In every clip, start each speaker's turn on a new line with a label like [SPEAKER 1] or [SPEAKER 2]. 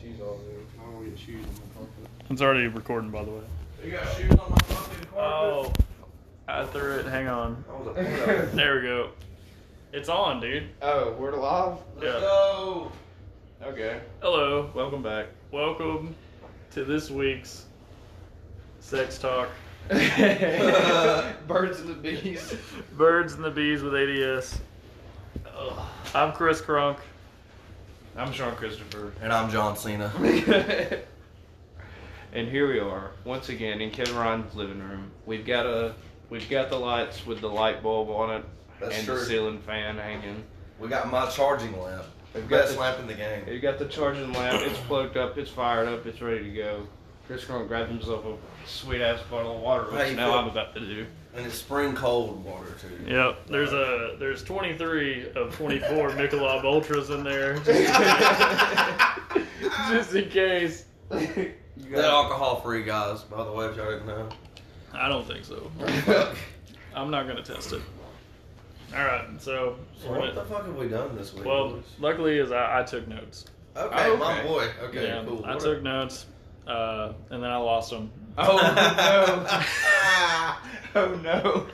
[SPEAKER 1] shoes off there. I don't get shoes on my carpet.
[SPEAKER 2] It's already recording, by the way.
[SPEAKER 1] You got shoes on my fucking
[SPEAKER 2] Oh, I threw it. Hang on.
[SPEAKER 1] That was a porno.
[SPEAKER 2] There we go. It's on, dude.
[SPEAKER 3] Oh, we're live?
[SPEAKER 1] Let's
[SPEAKER 2] Yeah.
[SPEAKER 1] go.
[SPEAKER 3] Okay.
[SPEAKER 2] Hello.
[SPEAKER 3] Welcome back.
[SPEAKER 2] Welcome to this week's Sex Talk
[SPEAKER 3] Birds and the bees.
[SPEAKER 2] Birds and the Bees with ADS. Ugh. I'm Chris Crunk.
[SPEAKER 1] I'm Sean Christopher.
[SPEAKER 4] And I'm John Cena.
[SPEAKER 3] and here we are, once again in Kevin Ryan's living room. We've got a we've got the lights with the light bulb on it
[SPEAKER 4] That's
[SPEAKER 3] and the
[SPEAKER 4] true.
[SPEAKER 3] ceiling fan hanging.
[SPEAKER 4] We got my charging lamp.
[SPEAKER 3] We've got
[SPEAKER 4] Best
[SPEAKER 3] the,
[SPEAKER 4] lamp in the game.
[SPEAKER 3] we've got the charging lamp, it's plugged up, it's fired up, it's ready to go. Chris Crone grabbed himself a sweet ass bottle of water,
[SPEAKER 4] How
[SPEAKER 3] which
[SPEAKER 4] you
[SPEAKER 3] now
[SPEAKER 4] feel?
[SPEAKER 3] I'm about to do.
[SPEAKER 4] And it's spring cold water too.
[SPEAKER 2] Yep. There's a there's 23 of 24 Michelob Ultras in there, just in case.
[SPEAKER 3] You
[SPEAKER 4] That
[SPEAKER 3] got
[SPEAKER 4] alcohol free guys, by the way, if y'all didn't know.
[SPEAKER 2] I don't think so. I'm not gonna test it. All right. So.
[SPEAKER 4] So
[SPEAKER 2] we're
[SPEAKER 4] what the
[SPEAKER 2] gonna-
[SPEAKER 4] fuck have we done this week?
[SPEAKER 2] Well,
[SPEAKER 4] boys?
[SPEAKER 2] luckily is I, I took notes.
[SPEAKER 4] okay,
[SPEAKER 3] oh,
[SPEAKER 4] my
[SPEAKER 3] okay.
[SPEAKER 4] boy. Okay,
[SPEAKER 2] yeah,
[SPEAKER 4] cool.
[SPEAKER 2] I
[SPEAKER 4] What
[SPEAKER 2] took
[SPEAKER 4] a-
[SPEAKER 2] notes, uh, and then I lost them.
[SPEAKER 3] Oh, oh no.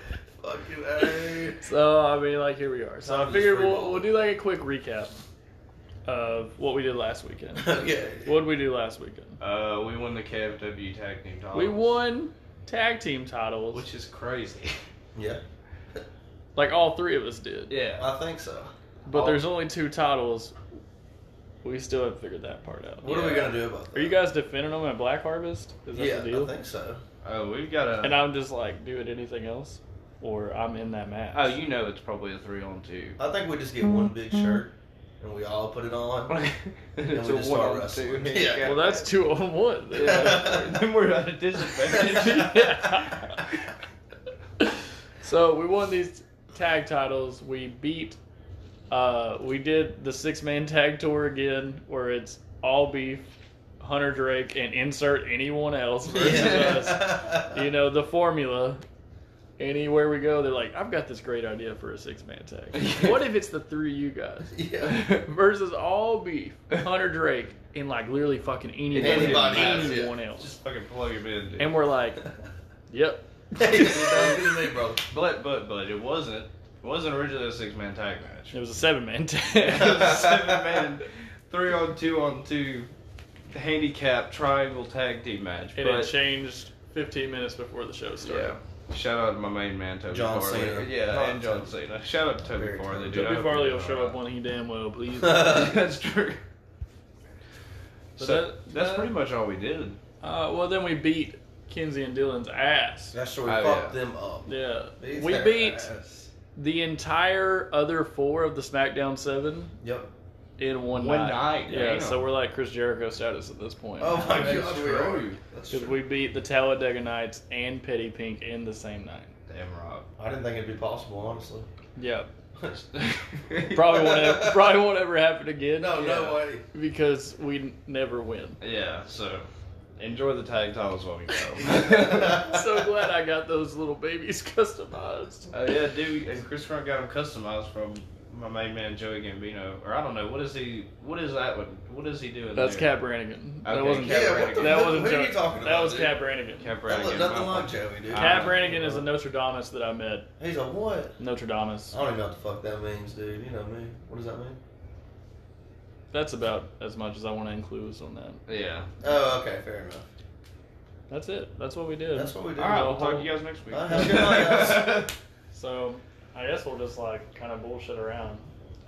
[SPEAKER 4] Fucking A.
[SPEAKER 2] So I mean, like here we are. So
[SPEAKER 4] Time
[SPEAKER 2] I
[SPEAKER 4] to
[SPEAKER 2] figured
[SPEAKER 4] just
[SPEAKER 2] we'll,
[SPEAKER 4] freeball.
[SPEAKER 2] we'll do like a quick recap of what we did last weekend.
[SPEAKER 4] Okay.
[SPEAKER 2] what did we do last weekend?
[SPEAKER 3] Uh, we won the KFW tag team title.
[SPEAKER 4] Oh.
[SPEAKER 2] We won tag team titles,
[SPEAKER 3] which is crazy.
[SPEAKER 4] Yeah,
[SPEAKER 2] like all three of us did.
[SPEAKER 3] Yeah.
[SPEAKER 4] I think so.
[SPEAKER 2] But
[SPEAKER 3] all-
[SPEAKER 2] there's only two titles. We still haven't figured that part out.
[SPEAKER 4] What are we
[SPEAKER 3] Yeah.
[SPEAKER 4] gonna do about that?
[SPEAKER 2] Are you guys defending them at Black Harvest? Is that
[SPEAKER 4] yeah,
[SPEAKER 2] the deal?
[SPEAKER 4] I think so.
[SPEAKER 3] Oh, we've got a.
[SPEAKER 2] And I'm just like, do it anything else, or I'm in that match.
[SPEAKER 3] oh, you know it's probably a three on two.
[SPEAKER 4] I think we just get one big shirt and we all put it on.
[SPEAKER 3] it's
[SPEAKER 4] we just start wrestling. Yeah.
[SPEAKER 2] Well, that's two on one.
[SPEAKER 3] Yeah. then we're at a
[SPEAKER 2] Yeah.
[SPEAKER 3] disadvantage.
[SPEAKER 2] so we won these tag titles. We beat. Uh, we did the six man tag tour again, where it's all beef, Hunter Drake, and insert anyone else versus us. You know the formula. Anywhere we go, they're like, "I've got this great idea for a six man tag. what if it's the three you guys
[SPEAKER 4] yeah.
[SPEAKER 2] versus all beef, Hunter Drake, and like literally fucking anyone,
[SPEAKER 4] Anybody else, yeah.
[SPEAKER 2] anyone else?"
[SPEAKER 3] Just fucking plug him in, dude.
[SPEAKER 2] And we're like, "Yep,
[SPEAKER 4] Hey, don't do me, bro.
[SPEAKER 3] but but but it wasn't. It wasn't originally a six man tag match.
[SPEAKER 2] It was a seven man
[SPEAKER 3] It was a
[SPEAKER 2] tag.
[SPEAKER 3] seven man, three on two on two, handicap triangle tag team match.
[SPEAKER 2] it had
[SPEAKER 3] but,
[SPEAKER 2] changed 15 minutes before the show started.
[SPEAKER 3] yeah. Shout out to my main man Toby
[SPEAKER 4] John
[SPEAKER 3] Farley.
[SPEAKER 4] Cena.
[SPEAKER 3] Yeah,
[SPEAKER 4] Not
[SPEAKER 3] and John
[SPEAKER 4] Toby.
[SPEAKER 3] Cena. Shout out to Toby
[SPEAKER 4] Very
[SPEAKER 3] Farley.
[SPEAKER 4] Toby.
[SPEAKER 3] Dude, I
[SPEAKER 2] Toby
[SPEAKER 3] hope
[SPEAKER 2] Farley
[SPEAKER 3] you're
[SPEAKER 2] will show
[SPEAKER 3] doing
[SPEAKER 2] up
[SPEAKER 3] all
[SPEAKER 2] when he damn well please.
[SPEAKER 3] right. That's true.
[SPEAKER 2] But
[SPEAKER 3] so
[SPEAKER 2] that-
[SPEAKER 3] that's
[SPEAKER 2] that-
[SPEAKER 3] pretty much all we did.
[SPEAKER 2] Uh, well, then we beat Kinsey and Dylan's ass.
[SPEAKER 4] That's true. We
[SPEAKER 3] Oh,
[SPEAKER 4] fucked
[SPEAKER 3] yeah.
[SPEAKER 4] them up.
[SPEAKER 2] Yeah,
[SPEAKER 4] Beat
[SPEAKER 2] we
[SPEAKER 4] their
[SPEAKER 2] beat
[SPEAKER 4] ass.
[SPEAKER 2] the entire other four of the SmackDown Seven
[SPEAKER 4] Yep.
[SPEAKER 2] in one,
[SPEAKER 3] One night,
[SPEAKER 2] Yeah,
[SPEAKER 3] damn.
[SPEAKER 2] so we're like Chris Jericho status at this point.
[SPEAKER 4] Oh my
[SPEAKER 3] That's
[SPEAKER 4] god, we
[SPEAKER 3] true.
[SPEAKER 4] are. That's
[SPEAKER 2] Because
[SPEAKER 4] true.
[SPEAKER 2] we beat the Talladega Knights and Petty Pink in the same night.
[SPEAKER 3] Damn Rob.
[SPEAKER 4] I didn't think it'd be possible, honestly.
[SPEAKER 2] Yeah, probably
[SPEAKER 3] probably
[SPEAKER 2] won't. Ever, probably won't ever happen again.
[SPEAKER 4] No,
[SPEAKER 3] Yeah.
[SPEAKER 4] no way.
[SPEAKER 2] because we n- never win.
[SPEAKER 3] Yeah. So enjoy the tag titles while we go.
[SPEAKER 2] so glad I got those little babies customized.
[SPEAKER 3] Oh yeah, dude. And Chris Crump got them customized from my main man Joey Gambino, or I don't know what is he? What is that one? What is he doing?
[SPEAKER 2] That's
[SPEAKER 3] there?
[SPEAKER 2] Cat Brannigan.
[SPEAKER 3] Okay,
[SPEAKER 2] that wasn't
[SPEAKER 3] Cat
[SPEAKER 2] Cat.
[SPEAKER 4] yeah, what
[SPEAKER 3] Brannigan.
[SPEAKER 4] the
[SPEAKER 2] That
[SPEAKER 4] fuck-
[SPEAKER 2] wasn't.
[SPEAKER 4] Who are
[SPEAKER 2] Joe-
[SPEAKER 4] you talking about?
[SPEAKER 2] That was
[SPEAKER 4] dude?
[SPEAKER 2] Cat Brannigan. Cat,
[SPEAKER 3] Cat
[SPEAKER 4] That
[SPEAKER 3] Brannigan.
[SPEAKER 4] looked nothing
[SPEAKER 3] my-
[SPEAKER 4] like Joey, dude.
[SPEAKER 3] Cat-
[SPEAKER 2] Brannigan is a Nostradamus that I met.
[SPEAKER 4] He's a what?
[SPEAKER 2] Notre Damus.
[SPEAKER 4] I don't even know what the fuck that means, dude. You know me. What does that mean?
[SPEAKER 2] That's about as much as I want to include on that.
[SPEAKER 3] Yeah.
[SPEAKER 4] Oh, okay, fair enough.
[SPEAKER 2] That's it. That's what we did.
[SPEAKER 4] That's what we do.
[SPEAKER 3] All right. We'll talk to you guys next week.
[SPEAKER 4] Uh, have a good night, guys.
[SPEAKER 2] So I guess we'll just like kind of bullshit around.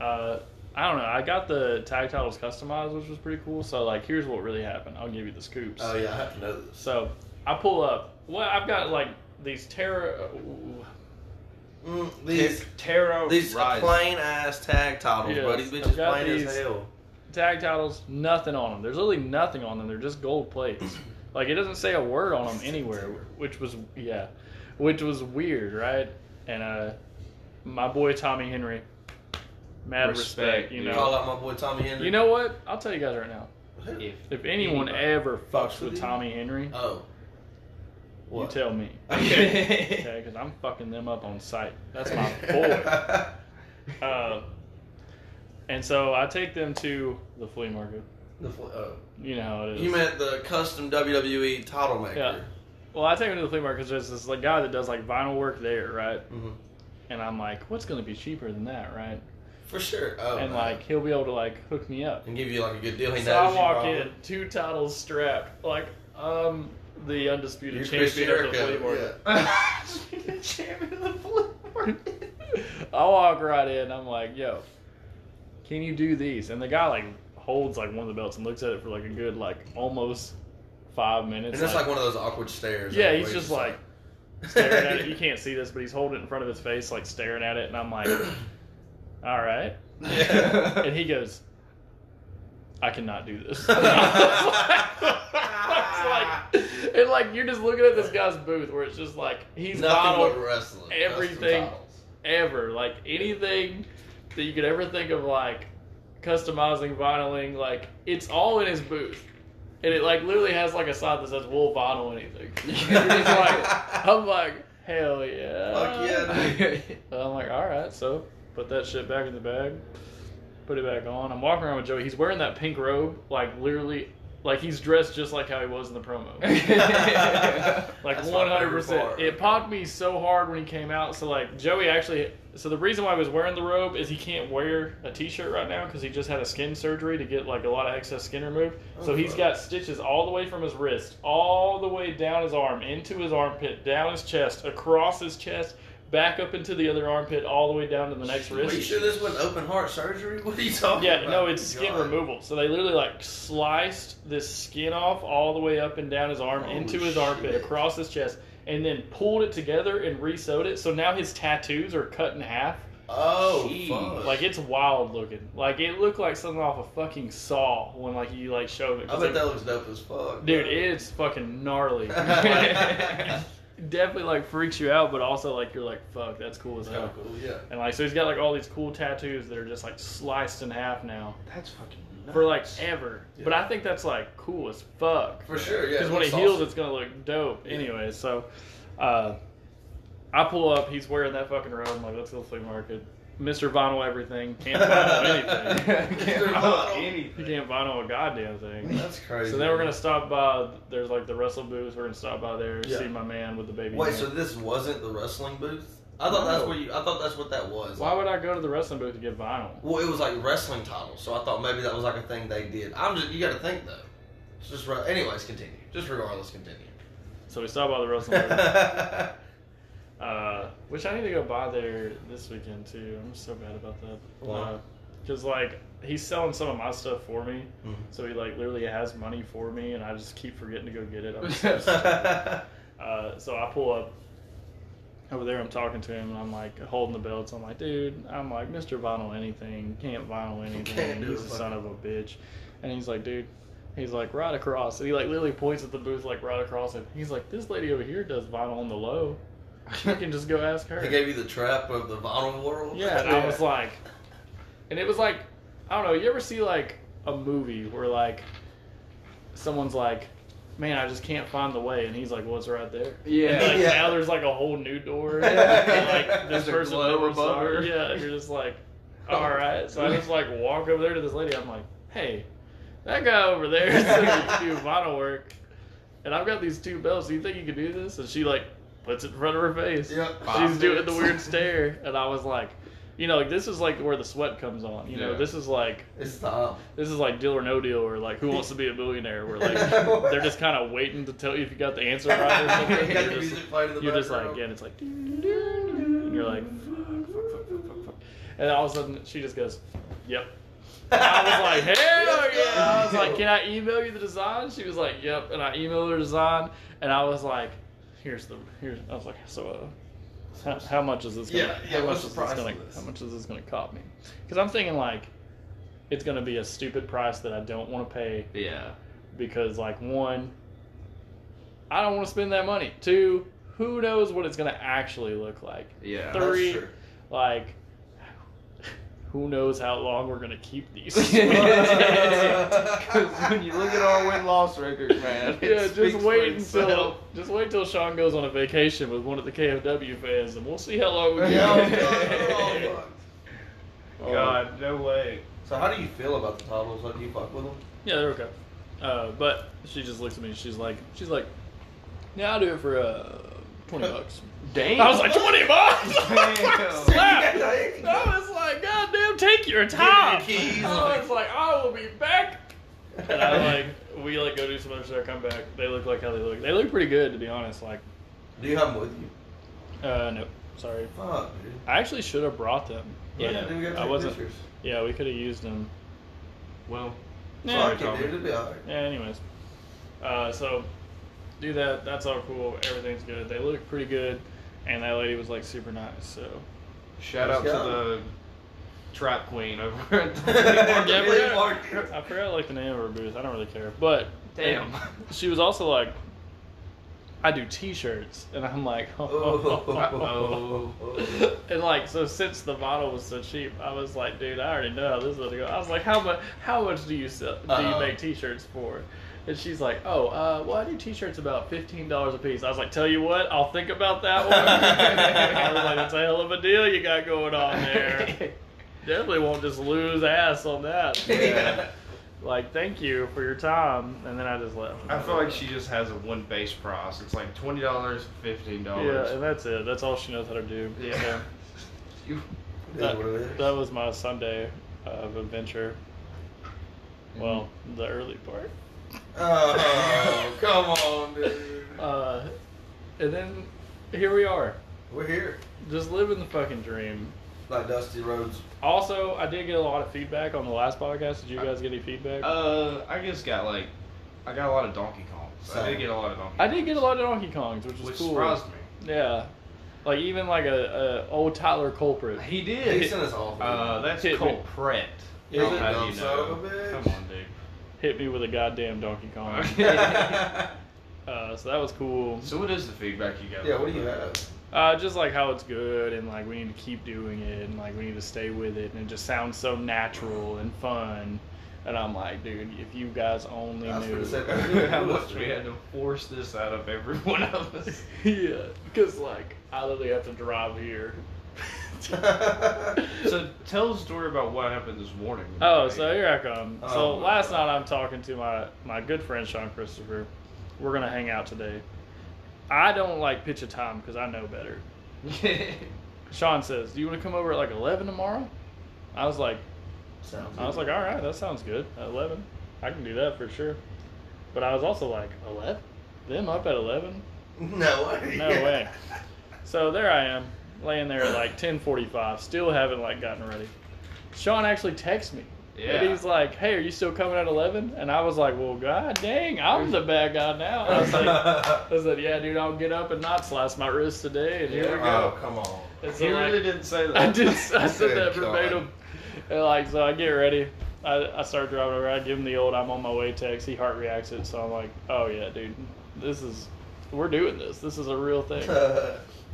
[SPEAKER 2] Uh, I don't know. I got the tag titles customized, which was pretty cool. So like, here's what really happened. I'll give you the scoops.
[SPEAKER 4] Oh yeah, I have to know this.
[SPEAKER 2] So I pull up. Well, I've got like these terror. uh,
[SPEAKER 4] Mm,
[SPEAKER 3] These
[SPEAKER 4] these
[SPEAKER 3] Taro
[SPEAKER 4] these
[SPEAKER 3] Rise.
[SPEAKER 4] plain ass tag titles,
[SPEAKER 2] Yeah,
[SPEAKER 4] bro. These
[SPEAKER 2] I've
[SPEAKER 4] bitches
[SPEAKER 2] got
[SPEAKER 4] plain
[SPEAKER 2] these-
[SPEAKER 4] as hell.
[SPEAKER 2] tag titles, nothing on them. There's literally nothing on them. They're just gold plates. Like it doesn't say a word on them anywhere, which was yeah, which was weird, right? And uh, my boy Tommy Henry, mad respect,
[SPEAKER 3] Respect,
[SPEAKER 2] you
[SPEAKER 3] dude.
[SPEAKER 2] know.
[SPEAKER 4] Call out my boy Tommy Henry.
[SPEAKER 2] You know what? I'll tell you guys right now.
[SPEAKER 4] Who?
[SPEAKER 3] If
[SPEAKER 2] If anyone
[SPEAKER 3] Anybody.
[SPEAKER 2] ever fucks
[SPEAKER 4] Fucks
[SPEAKER 2] with
[SPEAKER 4] with
[SPEAKER 2] Tommy Henry,
[SPEAKER 4] Oh.
[SPEAKER 2] you tell me,
[SPEAKER 4] Okay.
[SPEAKER 2] okay? Because I'm fucking them up on sight. That's my boy. Uh, and so I take them to the flea market.
[SPEAKER 4] The fl- oh.
[SPEAKER 2] You know how it is.
[SPEAKER 4] You meant the custom WWE title maker.
[SPEAKER 2] well, I take him to the flea market because there's this like, guy that does like vinyl work there, right?
[SPEAKER 4] hmm
[SPEAKER 2] And I'm like, what's going to be cheaper than that, right?
[SPEAKER 4] For sure. Oh,
[SPEAKER 2] and
[SPEAKER 4] no.
[SPEAKER 2] like he'll be able to like hook me up.
[SPEAKER 4] and give you like a good deal. He knows
[SPEAKER 2] So I
[SPEAKER 4] you
[SPEAKER 2] walk
[SPEAKER 4] probably.
[SPEAKER 2] in, two titles strapped, like I'm the undisputed
[SPEAKER 4] You're Chris
[SPEAKER 2] champion of the flea
[SPEAKER 4] Jericho.
[SPEAKER 2] market.
[SPEAKER 4] Yeah.
[SPEAKER 5] the champion of the flea market.
[SPEAKER 2] I walk right in. I'm like, yo, can you do these? And the guy like holds like one of the belts and looks at it for like a good like almost five minutes.
[SPEAKER 4] And that's like one of those awkward stares.
[SPEAKER 2] yeah,
[SPEAKER 4] like,
[SPEAKER 2] he's
[SPEAKER 4] where
[SPEAKER 2] just like staring at it. You can't see this, but he's holding it in front of his face, like staring at it. And I'm like, all right. And he goes, I cannot do this. I was like- and like you're just looking at this guy's booth where it's just like he's
[SPEAKER 4] nothing
[SPEAKER 2] bottled
[SPEAKER 4] but wrestling. That's the
[SPEAKER 2] everything.
[SPEAKER 4] titles.
[SPEAKER 2] ever. Like anything that you could ever think of, like customizing vinyling, like it's all in his booth. And it like literally has like a sign that says "We'll vinyl anything." And you're just like, I'm like, hell yeah!
[SPEAKER 4] Fuck yeah, dude.
[SPEAKER 2] And I'm like, all right, so put that shit back in the bag, put it back on. I'm walking around with Joey. He's wearing that pink robe, like literally, like he's dressed just like how he was in the promo. Like
[SPEAKER 4] That's my
[SPEAKER 2] one hundred
[SPEAKER 4] favorite part.
[SPEAKER 2] percent. It popped me so hard when he came out. So like Joey actually. So the reason why he was wearing the robe is he can't wear a t-shirt right now because he just had a skin surgery to get like a lot of excess skin removed. so
[SPEAKER 4] Oh,
[SPEAKER 2] he's
[SPEAKER 4] fuck.
[SPEAKER 2] got stitches all the way from his wrist, all the way down his arm, into his armpit, down his chest, across his chest, back up into the other armpit, all the way down to the next
[SPEAKER 4] Are you
[SPEAKER 2] wrist.
[SPEAKER 4] sure this wasn't open heart surgery? What are you talking
[SPEAKER 2] Yeah,
[SPEAKER 4] about?
[SPEAKER 2] no, it's skin
[SPEAKER 4] God.
[SPEAKER 2] removal. So they literally like sliced this skin off all the way up and down his arm,
[SPEAKER 4] Holy
[SPEAKER 2] into his armpit,
[SPEAKER 4] shit.
[SPEAKER 2] across his chest, and then pulled it together and resewed it. So now his tattoos are cut in half.
[SPEAKER 4] Oh,
[SPEAKER 5] Jeez.
[SPEAKER 4] fuck.
[SPEAKER 2] Like it's wild looking. Like it looked like something off a fucking saw when like you like showed it.
[SPEAKER 4] I
[SPEAKER 2] 'Cause, like,
[SPEAKER 4] bet that looks dope as fuck.
[SPEAKER 2] dude,
[SPEAKER 4] bro.
[SPEAKER 2] it's fucking gnarly.
[SPEAKER 4] That's
[SPEAKER 2] Definitely like freaks you out, but also like you're like, fuck, that's cool as
[SPEAKER 4] kinda
[SPEAKER 2] hell.
[SPEAKER 4] cool, yeah.
[SPEAKER 2] And like so he's got like all these cool tattoos that are just like sliced in half now.
[SPEAKER 5] That's fucking nuts.
[SPEAKER 2] for like ever. But
[SPEAKER 4] Yeah.
[SPEAKER 2] I think that's like cool as fuck.
[SPEAKER 4] For sure, yeah.
[SPEAKER 2] Because when it
[SPEAKER 4] looks
[SPEAKER 2] heals,
[SPEAKER 4] awesome.
[SPEAKER 2] it's gonna look dope.
[SPEAKER 4] Yeah.
[SPEAKER 2] Anyway, so uh, I pull up. He's wearing that fucking robe. I'm like, let's go to the flea market. Mister Vinyl everything. Can't vinyl anything.
[SPEAKER 5] can't follow
[SPEAKER 2] You
[SPEAKER 5] anything.
[SPEAKER 2] can't vinyl a goddamn thing.
[SPEAKER 4] That's crazy.
[SPEAKER 2] So then we're gonna stop by. There's like the wrestle booth. We're gonna stop by there.
[SPEAKER 4] Yeah.
[SPEAKER 2] See my man with the baby.
[SPEAKER 4] Wait,
[SPEAKER 2] hand.
[SPEAKER 4] so this wasn't the wrestling booth? I thought that's
[SPEAKER 2] No.
[SPEAKER 4] what you. I thought that's what that was.
[SPEAKER 2] why would I go to the wrestling booth to get vinyl?
[SPEAKER 4] Well, it was like wrestling titles, so I thought maybe that was like a thing they did. I'm just. You got to think though. It's just. re- Anyways, continue. Just regardless, continue.
[SPEAKER 2] So we stop by the wrestling booth.
[SPEAKER 4] well,
[SPEAKER 2] Uh, which I need to go buy there this weekend too. I'm so bad about that.
[SPEAKER 4] Why?
[SPEAKER 2] Because like he's selling some of my stuff for me,
[SPEAKER 4] Mhm.
[SPEAKER 2] so he like literally has money for me, and I just keep forgetting to go get it. I'm so stupid. uh, so I pull up over there. I'm talking to him, and I'm like holding the belts. I'm like, dude, I'm like Mr. Vinyl anything can't vinyl anything.
[SPEAKER 4] Can't do
[SPEAKER 2] he's
[SPEAKER 4] it,
[SPEAKER 2] a son of a bitch, and he's like, dude. He's like right across, and he like literally points at the booth like right across, and he's like, "This lady over here does vinyl on the low. You can just go ask her."
[SPEAKER 4] they gave you the trap of the vinyl world.
[SPEAKER 2] Yeah, and I was like, and it was like, I don't know. You ever see like a movie where like someone's like, "Man, I just can't find the way," and he's like, "Well, it's right there." And
[SPEAKER 5] Yeah.
[SPEAKER 2] like
[SPEAKER 4] Yeah.
[SPEAKER 2] now there's like a whole new door.
[SPEAKER 4] Yeah.
[SPEAKER 2] and, like this
[SPEAKER 5] There's a
[SPEAKER 2] person
[SPEAKER 5] glow
[SPEAKER 2] never
[SPEAKER 5] above
[SPEAKER 2] saw her.
[SPEAKER 5] her.
[SPEAKER 2] Yeah, and you're just like, all right. So I just like walk over there to this lady. I'm like, hey, that guy over there is gonna do vinyl work, and I've got these two belts. Do you think you can do this? And she like puts it in front of her face.
[SPEAKER 4] Yep.
[SPEAKER 2] She's
[SPEAKER 5] Five
[SPEAKER 2] doing the
[SPEAKER 5] minutes.
[SPEAKER 2] weird stare, and I was like, you know, like this is like where the sweat comes on. You know,
[SPEAKER 5] Yeah.
[SPEAKER 2] this is like
[SPEAKER 4] It's the.
[SPEAKER 2] this is like deal or no deal or like who wants to be a millionaire where like they're just kind of waiting to tell you if you got the answer right or something.
[SPEAKER 4] You got the
[SPEAKER 2] You're just-
[SPEAKER 4] music playing in the
[SPEAKER 2] you're just like,
[SPEAKER 4] background.
[SPEAKER 2] yeah, and it's like, and you're like, fuck, fuck, fuck, fuck, fuck, fuck. and all of a sudden she just goes, yep. And I was like, hell
[SPEAKER 4] Let's
[SPEAKER 2] yeah! I was
[SPEAKER 4] go.
[SPEAKER 2] like, can I email you the design? She was like, yep. And I emailed her design, and I was like, here's the here's. I was like, so. Uh, how, how much is this? Gonna,
[SPEAKER 4] Yeah,
[SPEAKER 2] How
[SPEAKER 4] yeah,
[SPEAKER 2] much
[SPEAKER 4] what's
[SPEAKER 2] is
[SPEAKER 4] the
[SPEAKER 2] this
[SPEAKER 4] price
[SPEAKER 2] gonna?
[SPEAKER 4] of this?
[SPEAKER 2] How much is this gonna cost me? Because I'm thinking like, it's gonna be a stupid price that I don't want to pay
[SPEAKER 5] Yeah.
[SPEAKER 2] because like one i don't want to spend that money two who knows what it's going to actually look like
[SPEAKER 5] Yeah.
[SPEAKER 4] That's
[SPEAKER 2] three
[SPEAKER 4] true.
[SPEAKER 2] like who knows how long we're going to keep these
[SPEAKER 5] Because when you look at our win loss record, man, it
[SPEAKER 2] yeah just
[SPEAKER 5] speaks for
[SPEAKER 2] wait until
[SPEAKER 5] itself.
[SPEAKER 2] just wait until sean goes on a vacation with one of the kfw fans and we'll see how long we
[SPEAKER 4] Yeah, oh,
[SPEAKER 2] can
[SPEAKER 4] I'm done. We're all fucked.
[SPEAKER 5] God, no way.
[SPEAKER 3] Oh.
[SPEAKER 4] So how do you feel about the titles? Like, do you fuck with them?
[SPEAKER 2] Yeah, they're okay. Uh, but she just looks at me. She's like, she's like, yeah, I'll do it for uh, twenty bucks.
[SPEAKER 3] Damn.
[SPEAKER 2] I was like, twenty bucks.
[SPEAKER 3] Damn.
[SPEAKER 2] Slap.
[SPEAKER 4] Dude,
[SPEAKER 2] I was like, God damn, take your time.
[SPEAKER 4] Give me the keys.
[SPEAKER 2] I was like, I will be back. And I like, we like go do some other stuff. Come back. They look like how they look. They look pretty good, to be honest. Like,
[SPEAKER 4] Do you have them with you?
[SPEAKER 2] uh, no, sorry.
[SPEAKER 4] Fuck, dude.
[SPEAKER 2] I actually should have brought them. but
[SPEAKER 4] Yeah, dude, we gotta
[SPEAKER 2] I
[SPEAKER 4] take
[SPEAKER 2] wasn't.
[SPEAKER 4] pictures.
[SPEAKER 2] Yeah, we could have used them.
[SPEAKER 3] well,
[SPEAKER 2] Yeah.
[SPEAKER 4] Fuck
[SPEAKER 3] Sorry,
[SPEAKER 4] it, dude.
[SPEAKER 3] Tommy.
[SPEAKER 4] It'll be alright.
[SPEAKER 2] Yeah, anyways. Uh, so, do that. That's all cool. Everything's good. They look pretty good. And that lady was like super nice. So,
[SPEAKER 3] shout out to
[SPEAKER 4] Let's go.
[SPEAKER 3] the trap queen over at the
[SPEAKER 2] Yeah,
[SPEAKER 4] Really,
[SPEAKER 2] yeah.
[SPEAKER 4] Mark?
[SPEAKER 2] I forgot like the name of her booth. I don't really care. But,
[SPEAKER 3] Damn.
[SPEAKER 2] She was also like, I do t shirts. And I'm like,
[SPEAKER 4] Oh. Oh.
[SPEAKER 2] And like so, since the bottle was so cheap, I was like, "Dude, I already know how this is going to go." I was like, "How much? How much do you sell? Do you
[SPEAKER 4] Uh-oh.
[SPEAKER 2] make T-shirts for?" And she's like, "Oh, uh, well, I do T-shirts about fifteen dollars a piece." I was like, "Tell you what, I'll think about that one." I was like, "That's a hell of a deal you got going on there. Definitely won't just lose ass on that."
[SPEAKER 4] Yeah.
[SPEAKER 2] Like, thank you for your time, and then I just left.
[SPEAKER 3] I feel like she just has a one base price. It's like twenty dollars, fifteen
[SPEAKER 2] Yeah,
[SPEAKER 3] dollars.
[SPEAKER 2] and that's it. That's all she knows how to do.
[SPEAKER 3] Yeah. You
[SPEAKER 4] It is
[SPEAKER 2] that,
[SPEAKER 4] what it is.
[SPEAKER 2] that was my Sunday of adventure. Well, the early part.
[SPEAKER 4] Oh, come on, dude.
[SPEAKER 2] Uh, and then here we are,
[SPEAKER 4] We're here.
[SPEAKER 2] just living the fucking dream.
[SPEAKER 4] Like Dusty Roads.
[SPEAKER 2] Also, I did get a lot of feedback on the last podcast. Did you guys get any feedback?
[SPEAKER 3] Uh, I just got like, I got a lot of Donkey Kongs. I
[SPEAKER 4] Same.
[SPEAKER 3] did get a lot of Donkey.
[SPEAKER 2] I did get a lot of Donkey Kongs, which was
[SPEAKER 3] which
[SPEAKER 2] cool.
[SPEAKER 3] surprised me.
[SPEAKER 2] Yeah, like even like a, a old Tyler culprit.
[SPEAKER 3] He did.
[SPEAKER 4] He sent us all three.
[SPEAKER 3] Uh, that's
[SPEAKER 2] Hit me.
[SPEAKER 3] called Pret.
[SPEAKER 2] Is
[SPEAKER 3] How
[SPEAKER 2] it?
[SPEAKER 3] do
[SPEAKER 4] Dumb
[SPEAKER 3] you
[SPEAKER 4] son
[SPEAKER 3] know?
[SPEAKER 4] of a bitch.
[SPEAKER 3] Come on, dude.
[SPEAKER 2] Hit me with a goddamn Donkey Kong.
[SPEAKER 4] yeah,
[SPEAKER 2] uh, so that was cool.
[SPEAKER 3] So what is the feedback you got?
[SPEAKER 4] what do you have?
[SPEAKER 2] Uh, just like how it's good and like we need to keep doing it and like we need to stay with it and it just sounds so natural and fun. And I'm like, dude, if you guys only
[SPEAKER 4] I was
[SPEAKER 2] knew.
[SPEAKER 4] gonna say
[SPEAKER 3] How much we had to force this out of every one of us.
[SPEAKER 2] yeah, because like I literally have to drive here.
[SPEAKER 3] So tell the story about what happened this morning.
[SPEAKER 2] Oh, so here I come. so
[SPEAKER 4] Oh, my
[SPEAKER 2] last
[SPEAKER 4] God.
[SPEAKER 2] night I'm talking to my my good friend Sean Christopher. We're gonna hang out today. I don't like pitch a time because I know better. Sean says, "Do you want to come over at like 11 tomorrow?" I was like,
[SPEAKER 4] Sounds
[SPEAKER 2] I was like, all right, that sounds good. At 11, I can do that for sure. But I was also like, 11? Them up at 11?
[SPEAKER 4] no way.
[SPEAKER 2] No way. So there I am, laying there at like 10:45, still haven't like gotten ready. Sean actually texts me.
[SPEAKER 3] Yeah.
[SPEAKER 2] And he's like, "Hey, are you still coming at 11?" And I was like, "Well, god dang, I'm the bad guy now." I was like, I said, "Yeah, dude, I'll get up and not slice my wrist today." And here we go.
[SPEAKER 4] Oh, come on.
[SPEAKER 2] And so,
[SPEAKER 3] he
[SPEAKER 2] like-
[SPEAKER 3] really didn't say that.
[SPEAKER 2] I did. I said that
[SPEAKER 4] Good God.
[SPEAKER 2] verbatim. And like, so I get ready. I, I start driving over. I give him the old "I'm on my way" text. He heart reacts it. So I'm like, "Oh yeah, dude, this is we're doing this. This is a real thing."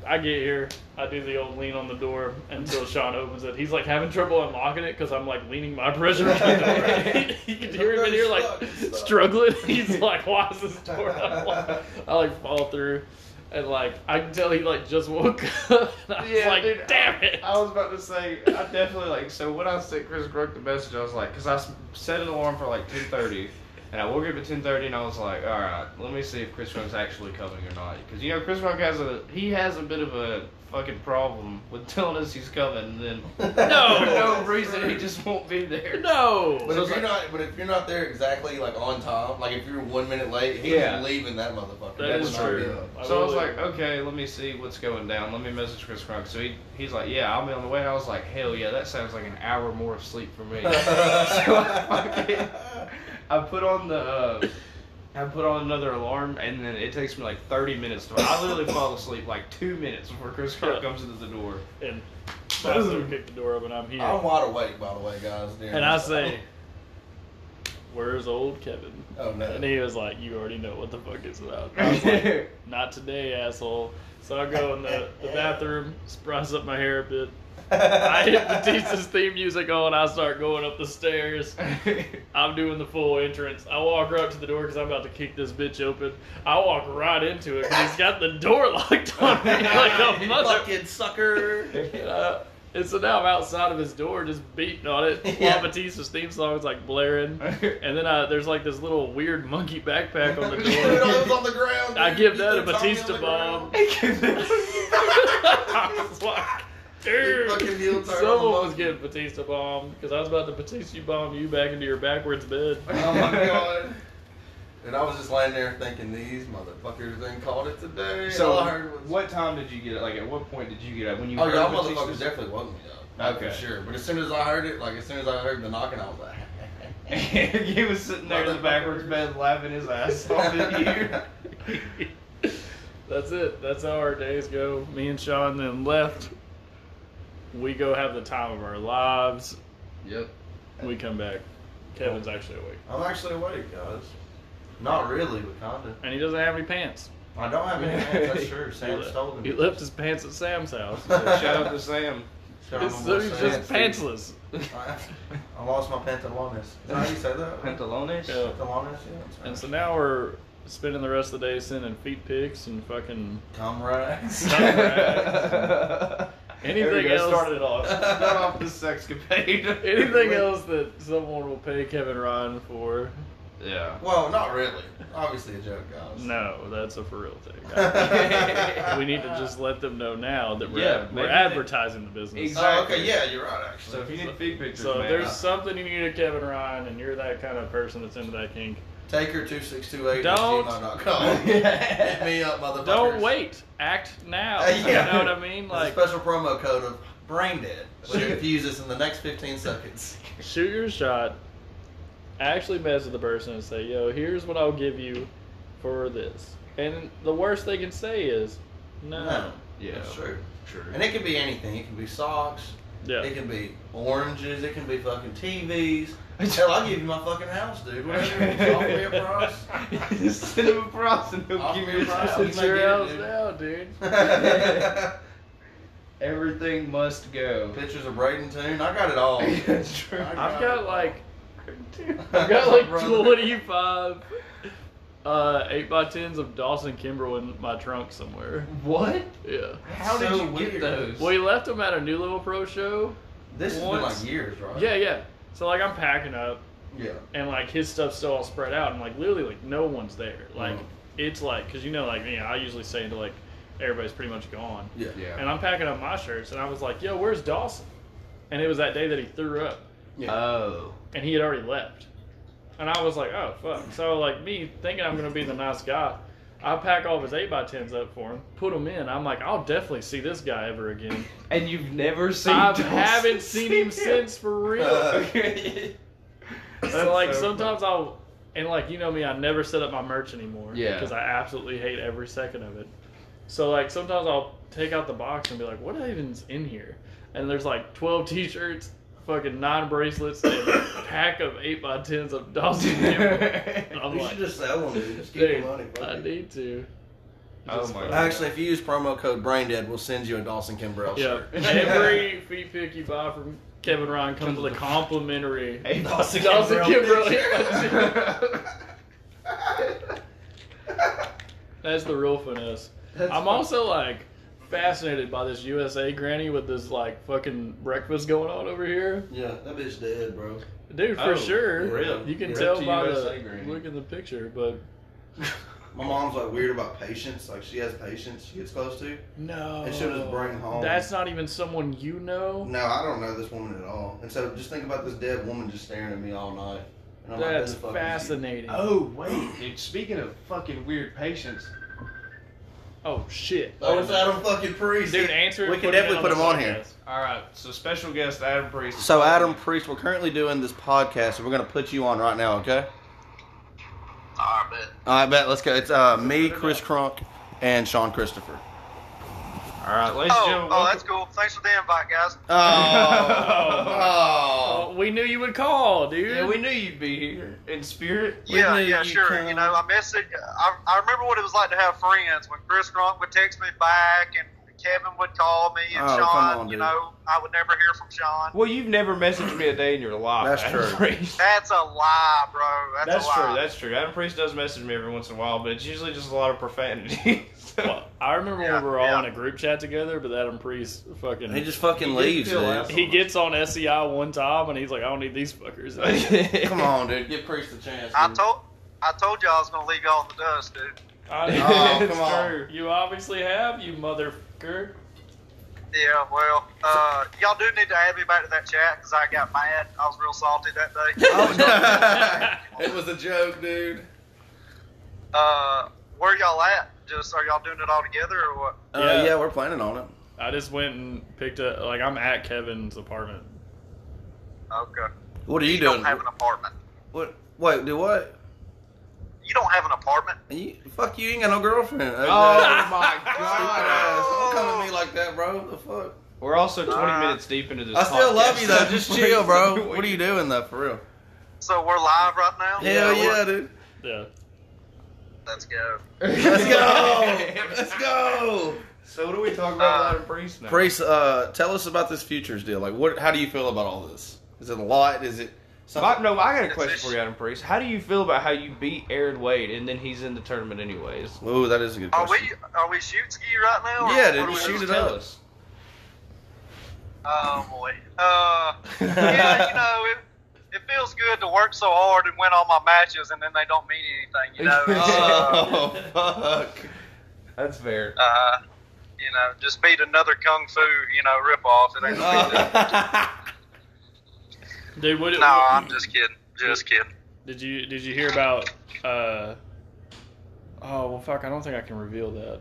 [SPEAKER 2] I get here. I do the old lean on the door until Sean opens it. He's like having trouble unlocking it because I'm like leaning my pressure on the door. you can hear him in here like
[SPEAKER 4] Stuck.
[SPEAKER 2] struggling. He's like, "Why is this door not locked?" I like fall through. And like I can tell, he like just woke up. And I was
[SPEAKER 3] Yeah,
[SPEAKER 2] like,
[SPEAKER 3] dude,
[SPEAKER 2] "Damn it!"
[SPEAKER 3] I was about to say, I definitely like. So when I sent Chris Brook the message, I was like, because I s- set an alarm for like ten thirty, and I woke up at ten thirty, and I was like, all right, let me see if Chris Brook's actually coming or not, because you know Chris Brook has a he has a bit of a fucking problem with telling us he's coming, and then for no
[SPEAKER 2] No.
[SPEAKER 3] reason he just won't be there.
[SPEAKER 4] But
[SPEAKER 2] No.
[SPEAKER 4] if you're not, but if you're not there exactly like on time, like if you're one minute late, he's
[SPEAKER 3] Yeah.
[SPEAKER 4] leaving that motherfucker.
[SPEAKER 2] That
[SPEAKER 4] That
[SPEAKER 3] is
[SPEAKER 4] would not
[SPEAKER 3] true.
[SPEAKER 4] be up.
[SPEAKER 2] I
[SPEAKER 3] So I was
[SPEAKER 2] really-
[SPEAKER 3] like, okay, let me see what's going down. Let me message Chris Brook. So he, he's like, yeah, I'll be on the way. I was like, hell yeah, that sounds like an hour more of sleep for me. so I fucking. I put on the uh, I put on another alarm, and then it takes me like thirty minutes. To, I literally fall asleep like two minutes before Chris Kirk
[SPEAKER 2] Yeah.
[SPEAKER 3] comes into the door.
[SPEAKER 2] And Basso kicked the door open. I'm here,
[SPEAKER 4] I'm wide awake, by the way, guys. dude.
[SPEAKER 2] and I say, "Where's old Kevin?"
[SPEAKER 4] oh no.
[SPEAKER 2] And he was like, "You already know what the fuck it's about." I was like,
[SPEAKER 3] That's
[SPEAKER 2] "Not today, asshole." So I go in the, the bathroom, spruce up my hair a bit. I hit Batista's theme music on. I start going up the stairs. I'm doing the full entrance. I walk right up to the door because I'm about to kick this bitch open. I walk right into it 'cause he's got the door locked on me like a mother.
[SPEAKER 4] Fucking sucker.
[SPEAKER 2] And I, Uh, And so now I'm outside of his door just beating on it.
[SPEAKER 4] Yeah.
[SPEAKER 2] While Batista's theme song's like blaring. And then I, there's like this little weird monkey backpack on the
[SPEAKER 4] Dude, it
[SPEAKER 2] door.
[SPEAKER 4] was on the ground.
[SPEAKER 2] I
[SPEAKER 4] dude.
[SPEAKER 2] give
[SPEAKER 4] You
[SPEAKER 2] that a
[SPEAKER 4] threw Tommy on
[SPEAKER 2] Batista bomb.
[SPEAKER 4] the ground.
[SPEAKER 2] I was like,
[SPEAKER 4] You fucking heel
[SPEAKER 2] dude,
[SPEAKER 4] turn on
[SPEAKER 2] someone
[SPEAKER 4] the
[SPEAKER 2] was getting Batista bomb because I was about to Batista bomb you back into your backwards bed.
[SPEAKER 4] Oh my god. And I was just laying there thinking these motherfuckers then called it today.
[SPEAKER 5] So,
[SPEAKER 4] All I heard was,
[SPEAKER 5] what time did you get it? Like, at what point did you get up? When you
[SPEAKER 4] Oh,
[SPEAKER 5] heard
[SPEAKER 4] y'all
[SPEAKER 5] Batista's-
[SPEAKER 4] motherfuckers definitely woke me up. Okay.
[SPEAKER 5] Okay.
[SPEAKER 4] For sure. But as soon as I heard it, like as soon as I heard the knocking, I was like,
[SPEAKER 5] he was sitting there in the backwards bed laughing his ass off in here.
[SPEAKER 2] That's it. That's how our days go. Me and Sean then left. We go have the time of our lives.
[SPEAKER 4] Yep.
[SPEAKER 2] We come back. Kevin's
[SPEAKER 4] Oh.
[SPEAKER 2] actually awake.
[SPEAKER 4] I'm actually awake, guys. Not really, but kinda.
[SPEAKER 2] And he doesn't have any pants.
[SPEAKER 4] I don't have any hands, that's true.
[SPEAKER 2] He
[SPEAKER 4] Sam
[SPEAKER 2] le-
[SPEAKER 4] stole them.
[SPEAKER 2] He left his pants at Sam's house.
[SPEAKER 5] Shout out to Sam.
[SPEAKER 4] Shout out
[SPEAKER 2] It's-
[SPEAKER 4] my
[SPEAKER 2] so
[SPEAKER 4] boy
[SPEAKER 2] he's
[SPEAKER 4] Sam.
[SPEAKER 2] just pantsless.
[SPEAKER 4] I, I lost my pantalones. Is that how you say that?
[SPEAKER 5] Pantalones?
[SPEAKER 2] Yeah.
[SPEAKER 4] Pantalones, yeah.
[SPEAKER 2] And so now we're spending the rest of the day sending feet pics and fucking
[SPEAKER 4] Come rags.
[SPEAKER 2] Cum Anything
[SPEAKER 5] There we go,
[SPEAKER 2] else-
[SPEAKER 5] Started it off. Start off the sexcapade.
[SPEAKER 2] anything else that someone will pay Kevin Ryan for.
[SPEAKER 5] Yeah.
[SPEAKER 4] Well, not really. Obviously a joke, guys.
[SPEAKER 2] No, that's a for real thing. we need to just let them know now that we're,
[SPEAKER 5] Yeah,
[SPEAKER 2] we're
[SPEAKER 5] maybe they-
[SPEAKER 2] advertising the business.
[SPEAKER 5] Exactly.
[SPEAKER 4] Oh, okay, yeah, you're right, actually.
[SPEAKER 5] So if you need feed pictures,
[SPEAKER 2] So if
[SPEAKER 5] man,
[SPEAKER 2] there's something you need of Kevin Ryan and you're that kind of person that's into that kink,
[SPEAKER 4] Take her 2628
[SPEAKER 2] Don't.
[SPEAKER 4] Hit me up, motherfuckers.
[SPEAKER 2] don't wait. Act now.
[SPEAKER 4] Uh, yeah.
[SPEAKER 2] You know what I mean?
[SPEAKER 4] There's a
[SPEAKER 2] Like,
[SPEAKER 4] special promo code of brain dead. We'll infuse this in the next 15 seconds.
[SPEAKER 2] shoot your shot. Actually message the person and say, yo, here's what I'll give you for this. And the worst they can say is, no.
[SPEAKER 5] yeah,
[SPEAKER 4] That's true.
[SPEAKER 5] True.
[SPEAKER 4] And it can be anything. It can be socks.
[SPEAKER 2] Yeah.
[SPEAKER 4] It can be oranges. It can be fucking TVs. Hell, I'll give you my fucking house, dude. Whatever. you want. Offer me a price.
[SPEAKER 5] Just send him a price and he'll
[SPEAKER 4] I'll
[SPEAKER 5] give
[SPEAKER 4] be
[SPEAKER 5] you a
[SPEAKER 4] right.
[SPEAKER 5] price.
[SPEAKER 2] It's
[SPEAKER 4] You might
[SPEAKER 2] your
[SPEAKER 4] get it,
[SPEAKER 2] house
[SPEAKER 4] dude.
[SPEAKER 2] now, dude.
[SPEAKER 5] Everything must go.
[SPEAKER 4] Pictures of Braden Toon. I got it all.
[SPEAKER 5] True.
[SPEAKER 4] I
[SPEAKER 2] I've
[SPEAKER 4] got
[SPEAKER 2] got
[SPEAKER 4] it.
[SPEAKER 2] like, I've got like
[SPEAKER 4] Brother.
[SPEAKER 2] twenty-five uh, eight by tens of Dawson Kimbrel in my trunk somewhere.
[SPEAKER 5] What?
[SPEAKER 2] Yeah,
[SPEAKER 5] How did
[SPEAKER 4] So
[SPEAKER 5] you get
[SPEAKER 4] weird.
[SPEAKER 5] those?
[SPEAKER 2] we left them at a new little pro show.
[SPEAKER 4] This has been
[SPEAKER 2] Once-
[SPEAKER 4] like years, right?
[SPEAKER 2] Yeah, yeah. So like I'm packing up,
[SPEAKER 4] Yeah.
[SPEAKER 2] and like his stuff's still all spread out, and like literally like no one's there. Like
[SPEAKER 4] Mhm.
[SPEAKER 2] it's like because you know like me, I usually say to like everybody's pretty much gone.
[SPEAKER 4] Yeah.
[SPEAKER 5] yeah.
[SPEAKER 2] And I'm packing up my shirts, and I was like, "Yo, where's Dawson?" And it was that day that he threw up.
[SPEAKER 5] Oh.
[SPEAKER 2] and he had already left. And I was like, oh fuck. So like me thinking I'm gonna be the nice guy, I pack all of his eight by tens up for him, put them in. I'm like, I'll definitely see this guy ever again.
[SPEAKER 5] And you've never seen.
[SPEAKER 2] I
[SPEAKER 5] Dawson
[SPEAKER 2] haven't seen him since for real.
[SPEAKER 5] Okay.
[SPEAKER 2] so like sometimes I'll and like you know me, I never set up my merch anymore.
[SPEAKER 5] Yeah.
[SPEAKER 2] Because I absolutely hate every second of it. So like sometimes I'll take out the box and be like, what even's in here? And there's like twelve t-shirts, fucking nine bracelets, and a pack of eight by tens of Dawson Campbell.
[SPEAKER 5] funny.
[SPEAKER 2] I'm
[SPEAKER 4] You
[SPEAKER 2] like,
[SPEAKER 4] should just sell them, dude. Just keep
[SPEAKER 2] Dude,
[SPEAKER 4] the money. fuck
[SPEAKER 2] I
[SPEAKER 4] it.
[SPEAKER 2] need to.
[SPEAKER 5] Oh
[SPEAKER 2] Just
[SPEAKER 5] my
[SPEAKER 2] fuck.
[SPEAKER 5] God.
[SPEAKER 4] Actually, if you use promo code BrainDead, we'll send you a Dawson Kimbrell
[SPEAKER 2] Yeah.
[SPEAKER 4] shirt.
[SPEAKER 2] Every feet pick you buy from Kevin Ryan comes with a complimentary.
[SPEAKER 5] Hey,
[SPEAKER 4] Dawson
[SPEAKER 2] Dawson
[SPEAKER 4] Kimbrell.
[SPEAKER 2] Kimbrell.
[SPEAKER 4] picture.
[SPEAKER 2] That's the real finesse.
[SPEAKER 5] That's
[SPEAKER 2] I'm
[SPEAKER 5] fun.
[SPEAKER 2] also like fascinated by this USA granny with this like fucking breakfast going on over here,
[SPEAKER 4] yeah, that bitch dead, bro.
[SPEAKER 2] dude. For
[SPEAKER 5] Oh,
[SPEAKER 2] sure,
[SPEAKER 4] really?
[SPEAKER 2] you can
[SPEAKER 4] Rip
[SPEAKER 2] tell
[SPEAKER 5] to
[SPEAKER 2] by
[SPEAKER 5] USA
[SPEAKER 2] the
[SPEAKER 5] granny.
[SPEAKER 2] look in the picture, but
[SPEAKER 4] My mom's like weird about patience. Like she has patience she gets close to.
[SPEAKER 2] no,
[SPEAKER 4] And she'll just bring home-
[SPEAKER 2] That's not even someone you know.
[SPEAKER 4] No, I don't know this woman at all. And so just think about this dead woman just staring at me all night. And I'm like,
[SPEAKER 2] That's
[SPEAKER 4] who the fuck is you?
[SPEAKER 2] fascinating. Oh.
[SPEAKER 5] oh wait, dude. Speaking of fucking weird patients,
[SPEAKER 2] shit,
[SPEAKER 4] Oh, it's Adam fucking Priest.
[SPEAKER 2] dude, answer. it,
[SPEAKER 4] We can
[SPEAKER 2] put it
[SPEAKER 4] definitely put
[SPEAKER 2] the
[SPEAKER 4] him on here.
[SPEAKER 2] podcast.
[SPEAKER 5] all right. So special guest Adam Priest.
[SPEAKER 4] So, Adam Priest, we're currently doing this podcast, and we're going to put you on right now, okay? All right, bet. Let's go. It's uh, me, Chris Crunk, and Sean Christopher.
[SPEAKER 5] All right, ladies and
[SPEAKER 6] Oh,
[SPEAKER 5] gentlemen.
[SPEAKER 6] oh,
[SPEAKER 5] welcome-
[SPEAKER 6] that's cool. Thanks for the invite, guys.
[SPEAKER 4] Oh, oh.
[SPEAKER 2] Oh, we knew you would call, dude.
[SPEAKER 5] Yeah, we knew you'd be here in spirit.
[SPEAKER 6] Yeah,
[SPEAKER 4] knew
[SPEAKER 6] yeah,
[SPEAKER 4] you
[SPEAKER 6] sure.
[SPEAKER 4] came.
[SPEAKER 6] You know, I messaged. I, I remember what it was like to have friends when Chris Gronk would text me back and Kevin would call me and
[SPEAKER 4] Oh, come
[SPEAKER 6] Sean.
[SPEAKER 4] on,
[SPEAKER 6] you
[SPEAKER 4] dude.
[SPEAKER 6] know, I would never hear from Sean.
[SPEAKER 3] Well, you've never messaged me a day in your life.
[SPEAKER 4] That's
[SPEAKER 3] Adam
[SPEAKER 4] true.
[SPEAKER 3] Priest.
[SPEAKER 6] That's a lie, bro.
[SPEAKER 3] That's
[SPEAKER 6] That's, a lie.
[SPEAKER 3] true. That's true. Adam Priest does message me every once in a while, but it's usually just a lot of profanity. So-
[SPEAKER 2] Well, I remember
[SPEAKER 6] Yeah,
[SPEAKER 2] when we were all
[SPEAKER 6] yeah.
[SPEAKER 2] in a group chat together, but Adam Priest fucking.
[SPEAKER 4] He just fucking
[SPEAKER 3] He did
[SPEAKER 4] leaves,
[SPEAKER 3] feel
[SPEAKER 4] dude.
[SPEAKER 3] asshole.
[SPEAKER 2] he gets on SEI one time and he's like, I don't need these fuckers.
[SPEAKER 4] Come on, dude. Give Priest a chance.
[SPEAKER 6] I
[SPEAKER 4] dude.
[SPEAKER 6] told I told y'all I was gonna leave y'all in the dust, dude.
[SPEAKER 2] I-
[SPEAKER 4] Oh, come on.
[SPEAKER 3] true.
[SPEAKER 2] you obviously have, you motherfucker.
[SPEAKER 6] Yeah, well, uh, y'all do need to add me back to that chat because I got mad. I was real salty that day.
[SPEAKER 4] Oh.
[SPEAKER 7] it was a joke, dude.
[SPEAKER 6] uh, where y'all at? Just are y'all doing it all together or what?
[SPEAKER 4] Uh,
[SPEAKER 2] Yeah.
[SPEAKER 4] yeah. we're planning on it.
[SPEAKER 2] I just went and picked up. Like I'm at Kevin's apartment.
[SPEAKER 6] Okay.
[SPEAKER 4] What are you,
[SPEAKER 6] You
[SPEAKER 4] doing?
[SPEAKER 6] don't have an apartment.
[SPEAKER 4] What? Wait, do what?
[SPEAKER 6] You don't have an apartment.
[SPEAKER 4] You, fuck you, you ain't got no girlfriend. Oh,
[SPEAKER 3] my
[SPEAKER 4] Don't come at me like that, bro. The fuck?
[SPEAKER 3] We're also 20
[SPEAKER 6] Uh,
[SPEAKER 3] minutes deep into this.
[SPEAKER 4] I still love you though.
[SPEAKER 3] podcast.
[SPEAKER 4] Just chill, bro. What are you doing though, for real?
[SPEAKER 6] So we're live right now.
[SPEAKER 4] Hell
[SPEAKER 6] we're-
[SPEAKER 4] yeah, dude.
[SPEAKER 2] Yeah.
[SPEAKER 6] Let's go.
[SPEAKER 4] Let's go. Let's go.
[SPEAKER 3] So what do we talk about
[SPEAKER 6] Uh,
[SPEAKER 3] with Adam Priest now?
[SPEAKER 4] Priest, uh, tell us about this futures deal. Like, what? How do you feel about all this? Is it a lot? Is it
[SPEAKER 3] My-
[SPEAKER 4] something?
[SPEAKER 3] no, I got a question for you, Adam Priest. How do you feel about how you beat Aaron Wade and then he's in the tournament anyways?
[SPEAKER 4] Ooh, that is a good
[SPEAKER 6] Are we
[SPEAKER 4] question.
[SPEAKER 6] are we shoot ski right now? or
[SPEAKER 4] Yeah,
[SPEAKER 6] what
[SPEAKER 4] dude,
[SPEAKER 6] are we
[SPEAKER 4] shoot
[SPEAKER 6] doing?
[SPEAKER 4] it
[SPEAKER 3] Tell
[SPEAKER 4] up.
[SPEAKER 3] us.
[SPEAKER 6] Oh boy. Uh, yeah, you know, it, it feels good to work so hard and win all my matches, and then they don't mean anything. You know, It's, uh,
[SPEAKER 4] Oh fuck!
[SPEAKER 3] That's fair.
[SPEAKER 6] uh, you know, just beat another kung fu, you know, ripoff. It ain't gonna be that.
[SPEAKER 4] Oh.
[SPEAKER 2] Dude, what?
[SPEAKER 6] no, I'm just kidding. Just kidding.
[SPEAKER 2] Did you Did you hear about? uh Oh well, fuck! I don't think I can reveal that.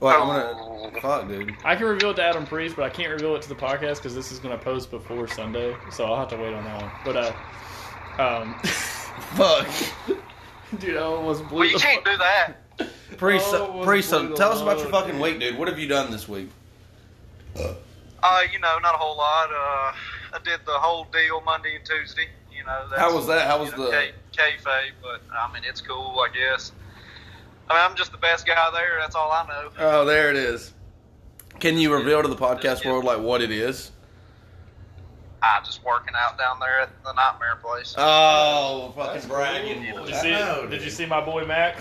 [SPEAKER 4] Wait, I'm gonna fuck, dude.
[SPEAKER 2] I can reveal it to Adam Priest, but I can't reveal it to the podcast because this is going to post before Sunday, so I'll have to wait on that one. But uh,
[SPEAKER 4] Fuck,
[SPEAKER 2] um, dude, I almost blew.
[SPEAKER 6] Well, you
[SPEAKER 2] the
[SPEAKER 6] can't do that.
[SPEAKER 4] Priest,
[SPEAKER 2] Oh,
[SPEAKER 4] Priest,
[SPEAKER 2] blew the
[SPEAKER 4] tell us about your
[SPEAKER 2] load,
[SPEAKER 4] fucking
[SPEAKER 2] dude.
[SPEAKER 4] week, dude. What have you done this week?
[SPEAKER 6] Uh, you know, not a whole lot. Uh, I did the whole deal Monday and Tuesday. You know, that's,
[SPEAKER 4] How was that? How was
[SPEAKER 6] you know,
[SPEAKER 4] the-
[SPEAKER 6] K- kayfabe? But I mean, it's cool, I guess. I mean, I'm just the best guy there. That's all I know.
[SPEAKER 4] Oh, there it is. Can you reveal to the podcast
[SPEAKER 6] Just get-
[SPEAKER 4] world like what it is?
[SPEAKER 6] I just working out down there at the nightmare place.
[SPEAKER 4] Oh, fucking
[SPEAKER 7] That's
[SPEAKER 4] bragging.
[SPEAKER 7] cool.
[SPEAKER 2] Did you, see, did you see my boy Mac?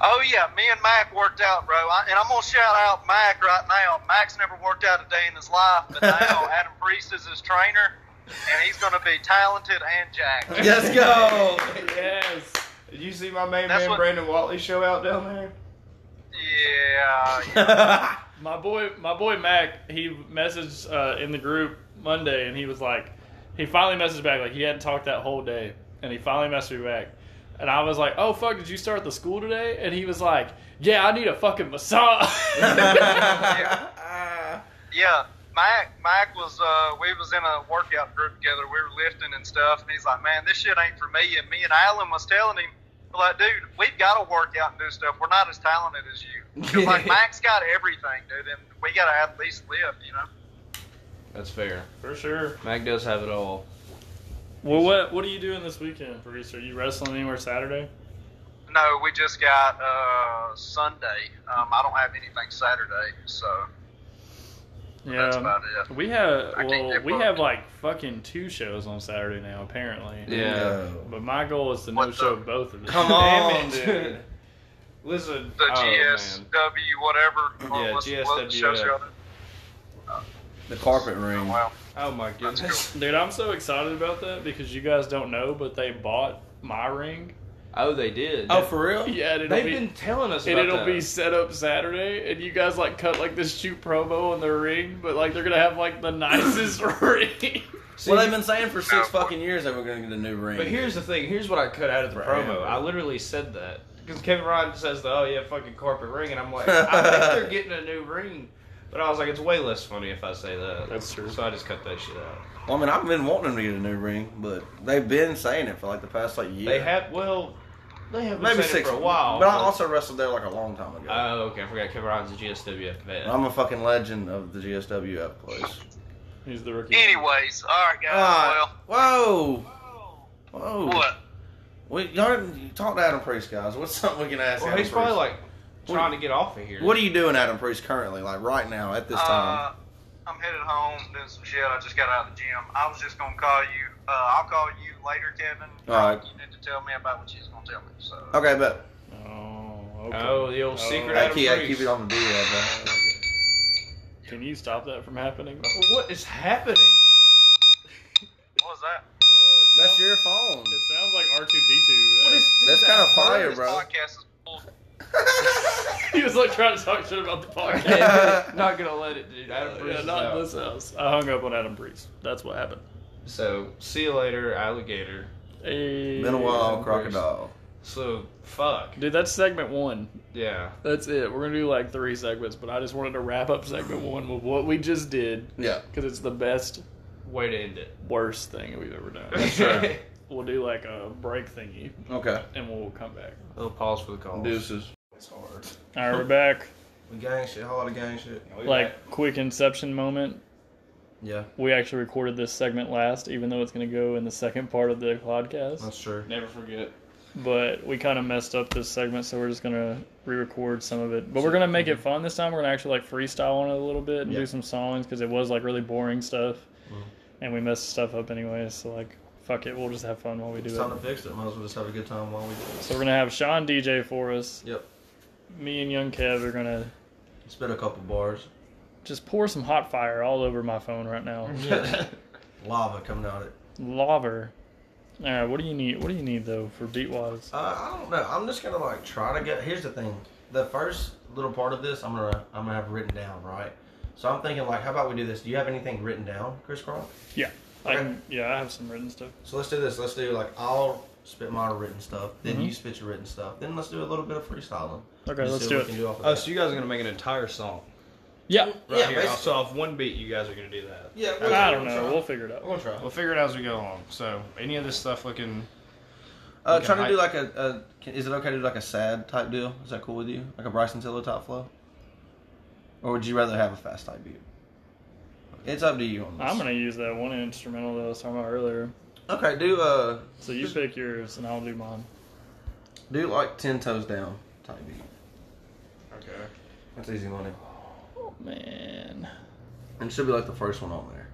[SPEAKER 6] Oh yeah, me and Mac worked out, bro. I, and I'm gonna shout out Mac right now. Mac's never worked out a day in his life, but now Adam Priest is his trainer, and he's gonna be talented and jacked.
[SPEAKER 4] Let's go.
[SPEAKER 2] yes.
[SPEAKER 3] Did you see my main
[SPEAKER 6] That's
[SPEAKER 3] man
[SPEAKER 6] what-
[SPEAKER 3] Brandon Watley show out down there?
[SPEAKER 6] Yeah,
[SPEAKER 2] My boy, my boy Mac, he messaged uh, in the group Monday, and he was like, he finally messaged back, like he hadn't talked that whole day, and he finally messaged me back, and I was like, oh fuck, did you start the school today? And he was like, yeah, I need a fucking massage.
[SPEAKER 6] Yeah, Mac. Mac was. Uh, we was in a workout group together. We were lifting and stuff, and he's like, "Man, this shit ain't for me." And me and Alan was telling him, we're "Like, dude, we've got to work out and do stuff. We're not as talented as you. 'Cause, like Mac's got everything, dude, and we gotta at least live, you know."
[SPEAKER 3] That's fair.
[SPEAKER 2] For sure.
[SPEAKER 3] Mac does have it all.
[SPEAKER 2] Well, what what are you doing this weekend, Priest? Are you wrestling anywhere Saturday?
[SPEAKER 6] No, we just got uh, Sunday. Um, I don't have anything Saturday, so that's about it.
[SPEAKER 2] We have
[SPEAKER 6] I can't
[SPEAKER 2] well,
[SPEAKER 6] get
[SPEAKER 2] we
[SPEAKER 6] booked.
[SPEAKER 2] have like fucking two shows on Saturday now, apparently.
[SPEAKER 3] Yeah.
[SPEAKER 2] But my goal is to
[SPEAKER 6] What
[SPEAKER 2] no
[SPEAKER 6] the-
[SPEAKER 2] show both of them.
[SPEAKER 4] Come
[SPEAKER 3] Damn
[SPEAKER 4] on,
[SPEAKER 3] it.
[SPEAKER 4] dude.
[SPEAKER 3] Listen.
[SPEAKER 6] The
[SPEAKER 3] oh,
[SPEAKER 6] GSW,
[SPEAKER 3] man.
[SPEAKER 6] whatever. or
[SPEAKER 3] Yeah,
[SPEAKER 6] what's- what
[SPEAKER 3] GSWF.
[SPEAKER 6] shows you're on.
[SPEAKER 4] The carpet ring.
[SPEAKER 6] Well,
[SPEAKER 3] Oh my goodness.
[SPEAKER 2] Dude, I'm so excited about that because you guys don't know, but they bought my ring.
[SPEAKER 3] Oh, they did.
[SPEAKER 4] Oh, for real?
[SPEAKER 2] Yeah, and it'll
[SPEAKER 3] They've
[SPEAKER 2] be
[SPEAKER 3] been telling us
[SPEAKER 2] and
[SPEAKER 3] about
[SPEAKER 2] it'll
[SPEAKER 3] that.
[SPEAKER 2] be set up Saturday, and you guys like cut like this shoot promo on their ring, but like they're gonna have like the nicest ring.
[SPEAKER 4] well, they've been saying for six fucking years that we're gonna get a new ring.
[SPEAKER 3] But here's the thing. Here's what I cut out of the
[SPEAKER 4] Right.
[SPEAKER 3] promo. I literally said that because Kevin Rod says, the, "Oh yeah, fucking carpet ring," and I'm like, I think they're getting a new ring. But I was like, it's way less funny if I say that.
[SPEAKER 2] That's true.
[SPEAKER 3] So I just cut that shit out.
[SPEAKER 4] Well, I mean, I've been wanting them to get a new ring, but they've been saying it for like the past like year.
[SPEAKER 3] They had well, they have been
[SPEAKER 4] maybe
[SPEAKER 3] saying it
[SPEAKER 4] six
[SPEAKER 3] for a while.
[SPEAKER 4] But I also wrestled there like a long time ago.
[SPEAKER 3] Oh, okay. I forgot Kevin Ryan's a GSWF vet.
[SPEAKER 4] I'm a fucking legend of the GSWF place.
[SPEAKER 2] He's the rookie.
[SPEAKER 6] anyways, all right, guys.
[SPEAKER 4] Ah, whoa,
[SPEAKER 6] well,
[SPEAKER 4] whoa.
[SPEAKER 6] what?
[SPEAKER 4] We, y'all didn't talk to Adam Priest, guys. What's something we can ask?
[SPEAKER 3] well,
[SPEAKER 4] Adam
[SPEAKER 3] he's probably
[SPEAKER 4] Priest?
[SPEAKER 3] like,
[SPEAKER 5] trying to get off of here.
[SPEAKER 8] What are you doing, Adam Priest, currently? Like right now, at this time?
[SPEAKER 6] Uh, I'm headed home doing some shit. I just got out of the gym. I was just gonna call you. Uh, I'll call you later, Kevin.
[SPEAKER 8] Alright.
[SPEAKER 6] You need to tell me about what she's gonna tell me. So.
[SPEAKER 8] okay, but
[SPEAKER 2] Oh, okay.
[SPEAKER 5] Oh, the old
[SPEAKER 2] Oh.
[SPEAKER 5] secret
[SPEAKER 8] I
[SPEAKER 5] Adam
[SPEAKER 8] keep, I
[SPEAKER 5] Priest.
[SPEAKER 8] keep it on the video, but
[SPEAKER 2] Can you stop that from happening?
[SPEAKER 5] What is happening?
[SPEAKER 6] What was that?
[SPEAKER 2] Oh, it
[SPEAKER 8] that's
[SPEAKER 2] sounds-
[SPEAKER 8] your phone.
[SPEAKER 2] It sounds like R two D two.
[SPEAKER 5] What is this?
[SPEAKER 8] That's kind of fire,
[SPEAKER 6] this
[SPEAKER 8] bro.
[SPEAKER 6] podcast is bullshit.
[SPEAKER 2] He was like trying to talk shit about the podcast.
[SPEAKER 5] Hey, not gonna let it, dude. Adam Priest
[SPEAKER 2] yeah,
[SPEAKER 5] is
[SPEAKER 2] not
[SPEAKER 5] out.
[SPEAKER 2] in this house. I hung up on Adam Priest. That's what happened.
[SPEAKER 5] So, see you later, alligator.
[SPEAKER 2] Hey.
[SPEAKER 8] Been a while,
[SPEAKER 5] Yeah,
[SPEAKER 8] crocodile.
[SPEAKER 5] So, fuck.
[SPEAKER 2] Dude, that's segment one.
[SPEAKER 5] Yeah.
[SPEAKER 2] That's it. We're gonna do like three segments, but I just wanted to wrap up segment one with what we just did
[SPEAKER 8] Yeah.
[SPEAKER 2] because it's the best,
[SPEAKER 5] Way to end it.
[SPEAKER 2] worst thing we've ever done.
[SPEAKER 8] right.
[SPEAKER 2] we'll do like a break thingy,
[SPEAKER 8] Okay.
[SPEAKER 2] and we'll come back.
[SPEAKER 5] Little pause for the call.
[SPEAKER 8] Deuces.
[SPEAKER 4] It's hard.
[SPEAKER 2] All right, we're back.
[SPEAKER 4] We gang shit, a whole lot of gang shit.
[SPEAKER 2] Like quick inception moment.
[SPEAKER 4] Yeah,
[SPEAKER 2] We actually recorded this segment last, even though it's gonna go in the second part of the podcast.
[SPEAKER 4] that's true.
[SPEAKER 3] Never forget.
[SPEAKER 2] but we kind of messed up this segment, so we're just gonna re-record some of it. But we're gonna make it fun this time. We're gonna actually like freestyle on it a little bit and
[SPEAKER 4] Yeah.
[SPEAKER 2] do some songs because it was like really boring stuff, and we messed stuff up anyway. So like, fuck it, we'll just have fun while we do
[SPEAKER 4] It's
[SPEAKER 2] it.
[SPEAKER 4] time to fix it. Might as well just have a good time while we do it.
[SPEAKER 2] So we're gonna have Sean DJ for us.
[SPEAKER 4] Yep.
[SPEAKER 2] Me and Young Kev are gonna
[SPEAKER 4] Spit a couple bars.
[SPEAKER 2] just pour some hot fire all over my phone right now.
[SPEAKER 4] Mm-hmm. Lava coming out it.
[SPEAKER 2] Lava. All right, what do you need? What do you need though for beat wise?
[SPEAKER 4] Uh, I don't know. I'm just gonna like try to get. Here's the thing. The first little part of this, I'm gonna I'm gonna have written down, right? So I'm thinking like, how about we do this? Do you have anything written down, Chris Cronk?
[SPEAKER 2] Yeah, I
[SPEAKER 4] okay.
[SPEAKER 2] can, yeah, I have some written stuff.
[SPEAKER 4] So let's do this. Let's do like I'll spit my written stuff, then
[SPEAKER 2] Mhm.
[SPEAKER 4] you spit your written stuff, then let's do a little bit of freestyling.
[SPEAKER 2] Okay,
[SPEAKER 4] Just
[SPEAKER 2] let's
[SPEAKER 4] see
[SPEAKER 2] do
[SPEAKER 4] what
[SPEAKER 2] it.
[SPEAKER 4] we can do off of
[SPEAKER 5] Oh,
[SPEAKER 4] that.
[SPEAKER 5] so you guys are gonna make an entire song
[SPEAKER 2] Yeah,
[SPEAKER 5] right
[SPEAKER 4] Yeah,
[SPEAKER 5] here.
[SPEAKER 4] basically.
[SPEAKER 5] So off one beat, you guys are gonna do that.
[SPEAKER 4] yeah, we'll-
[SPEAKER 2] I don't
[SPEAKER 4] we'll
[SPEAKER 2] know.
[SPEAKER 4] try.
[SPEAKER 2] We'll figure it out.
[SPEAKER 4] We'll try.
[SPEAKER 3] We'll figure it out as we go along. So, any of this stuff looking.
[SPEAKER 4] Uh,
[SPEAKER 3] Like a
[SPEAKER 4] trying to do
[SPEAKER 3] hype-
[SPEAKER 4] like a, a can, is it okay to do like a sad type deal? Is that cool with you? Like a Bryson Tiller type flow? Or would you rather have a fast type beat? It's up to you on this.
[SPEAKER 2] I'm gonna use that one instrumental that I was talking about earlier.
[SPEAKER 4] Okay, do uh
[SPEAKER 2] So you pick yours and I'll do mine.
[SPEAKER 4] do like ten toes down type beat.
[SPEAKER 3] Okay.
[SPEAKER 4] That's easy money.
[SPEAKER 2] Oh man.
[SPEAKER 4] And it should be like the first one on there.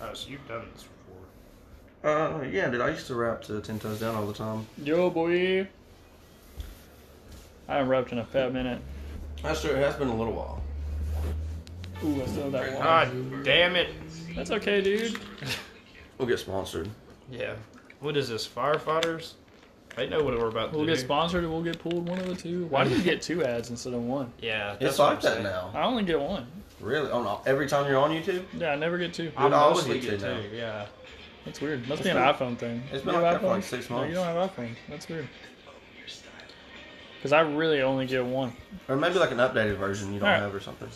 [SPEAKER 3] Oh, so you've done this before.
[SPEAKER 4] Uh yeah, dude, I used to rap to ten toes down all the time.
[SPEAKER 2] Yo boy. I haven't rapped in a fat minute.
[SPEAKER 4] That's true, it has been a little while.
[SPEAKER 2] Ooh, I still have that one.
[SPEAKER 3] God damn it.
[SPEAKER 2] That's okay, dude.
[SPEAKER 4] We'll get sponsored.
[SPEAKER 3] Yeah. What is this? Firefighters? They know what we're about to
[SPEAKER 2] We'll
[SPEAKER 3] do.
[SPEAKER 2] get sponsored and we'll get pulled one of the two. Why do you get two ads instead of one?
[SPEAKER 3] Yeah.
[SPEAKER 4] It's
[SPEAKER 3] that's what
[SPEAKER 4] like
[SPEAKER 3] I'm
[SPEAKER 4] that
[SPEAKER 3] saying.
[SPEAKER 4] now.
[SPEAKER 2] I only get one.
[SPEAKER 4] Really? On all- every time you're on YouTube?
[SPEAKER 2] Yeah, I never get two.
[SPEAKER 4] Dude, I
[SPEAKER 3] I
[SPEAKER 4] always
[SPEAKER 3] mostly
[SPEAKER 4] get
[SPEAKER 3] get
[SPEAKER 4] two now.
[SPEAKER 3] two. Yeah.
[SPEAKER 2] That's weird. Must be an iPhone thing.
[SPEAKER 4] it's
[SPEAKER 2] You
[SPEAKER 4] been
[SPEAKER 2] have
[SPEAKER 4] like that for
[SPEAKER 2] iPhone?
[SPEAKER 4] like six
[SPEAKER 2] No, you don't have iPhone. That's weird. Cause I really only get one.
[SPEAKER 4] Or maybe like an updated version you don't
[SPEAKER 2] Alright.
[SPEAKER 4] have or something.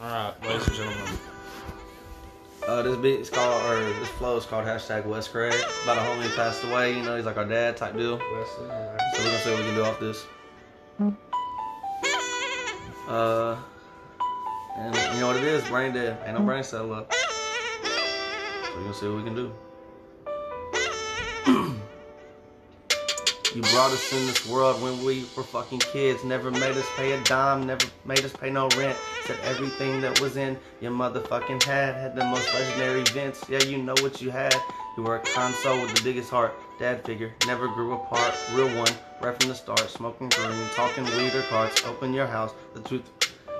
[SPEAKER 3] All right, ladies and gentlemen.
[SPEAKER 4] Uh, this beat is called, or this flow is called hashtag West Craig. About a homie who passed away, you know, he's like our dad type deal. So we're gonna see what we can do off this. Uh, and you know what it is, brain dead. Ain't no brain cell up. So we're gonna see what we can do. You brought us in this world when we were fucking kids. Never made us pay a dime, never made us pay no rent. Said everything that was in your motherfucking head had the most legendary events. Yeah, you know what you had. You were a console with the biggest heart. Dad figure, never grew apart. Real one, right from the start. Smoking green, talking weed or cards. Open your house, the truth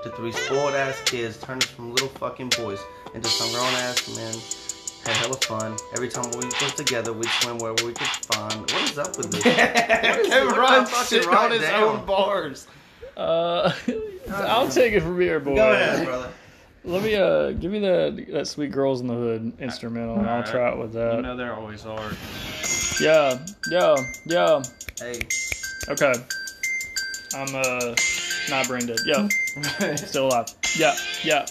[SPEAKER 4] to three spoiled ass kids. Turn us from little fucking boys into some grown ass men. Had hella fun. Every time we was together, we'd swim where we could find. What is up with this?
[SPEAKER 5] Kevin
[SPEAKER 4] Ryan
[SPEAKER 5] Ryan
[SPEAKER 4] fucking
[SPEAKER 5] shit
[SPEAKER 4] write
[SPEAKER 5] on his
[SPEAKER 4] down.
[SPEAKER 5] own bars.
[SPEAKER 2] Uh, I'll take it from here, boy.
[SPEAKER 4] Go ahead, brother.
[SPEAKER 2] Let me uh give me that that sweet girls in the hood instrumental and I'll
[SPEAKER 3] Alright.
[SPEAKER 2] try it with
[SPEAKER 3] You
[SPEAKER 2] that.
[SPEAKER 3] know they're always hard.
[SPEAKER 2] Yeah, yeah, yeah.
[SPEAKER 4] Hey,
[SPEAKER 2] Okay. I'm uh not brain dead. Yeah. Still alive. Yeah, yeah.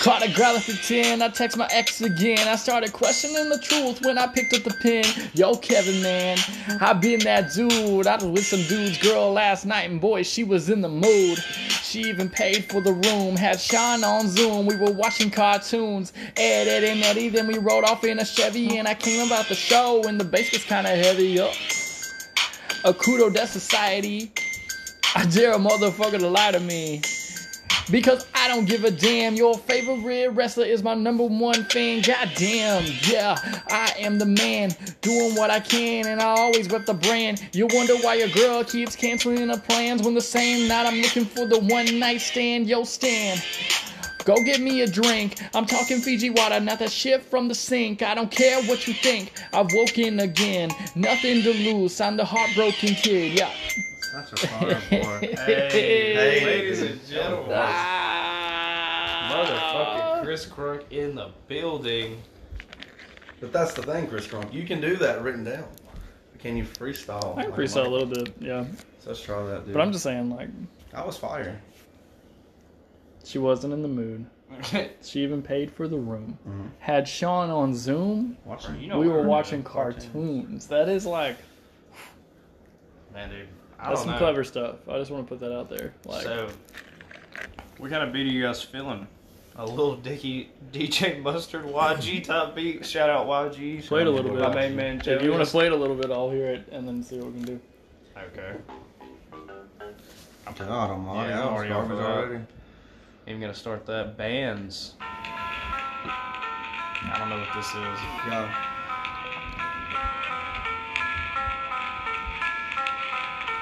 [SPEAKER 2] Caught a growler for 10. I text my ex again. I started questioning the truth when I picked up the pen. Yo, Kevin, man, I been that dude. I was with some dude's girl last night, and boy, she was in the mood. She even paid for the room. Had Sean on Zoom. We were watching cartoons. Ed, Ed, and Eddie. Then we rode off in a Chevy, and I came about the show, and the bass was kind of heavy. Up. A kudo death society. I dare a motherfucker to lie to me. Because I don't give a damn. Your favorite wrestler is my number one fan. Goddamn, yeah, I am the man. Doing what I can, and I always rep the brand. You wonder why your girl keeps canceling her plans when the same night I'm looking for the one night stand. Yo, stand. Go get me a drink. I'm talking Fiji water, not that shit from the sink. I don't care what you think. I've woken again. Nothing to lose. I'm the heartbroken kid. Yeah.
[SPEAKER 4] Such a hard boy.
[SPEAKER 3] Hey,
[SPEAKER 4] Hey.
[SPEAKER 3] ladies and gentlemen. Motherfucking Chris Crunk in the building.
[SPEAKER 4] But that's the thing, Chris Crump. You can do that written down. Can you freestyle?
[SPEAKER 2] I can
[SPEAKER 4] Like,
[SPEAKER 2] freestyle a little bit, yeah.
[SPEAKER 4] So let's try that, dude.
[SPEAKER 2] But I'm just saying, like,
[SPEAKER 4] I was fire.
[SPEAKER 2] she wasn't in the mood. She even paid for the room.
[SPEAKER 3] Mm-hmm.
[SPEAKER 2] Had Sean on Zoom,
[SPEAKER 4] Watching
[SPEAKER 3] You know,
[SPEAKER 2] we were
[SPEAKER 3] her.
[SPEAKER 2] watching cartoons. That is like
[SPEAKER 3] Man, dude, I
[SPEAKER 2] that's
[SPEAKER 3] don't
[SPEAKER 2] some
[SPEAKER 3] know.
[SPEAKER 2] clever stuff. I just want to put that out there. Like,
[SPEAKER 3] so, what kind of beat are you guys feeling? A little Dicky DJ Mustard YG type beat. Shout out YG.
[SPEAKER 2] play it a little bit.
[SPEAKER 3] My main man Joey.
[SPEAKER 2] If you want to play it a little bit, I'll hear it and then see what we can do.
[SPEAKER 3] Okay.
[SPEAKER 4] God, I'm already,
[SPEAKER 3] Yeah,
[SPEAKER 4] yeah,
[SPEAKER 3] I'm already
[SPEAKER 4] already
[SPEAKER 3] off
[SPEAKER 4] garbage
[SPEAKER 3] of that.
[SPEAKER 4] already.
[SPEAKER 3] I'm gonna start that bands. I don't know what this is.
[SPEAKER 4] Yeah.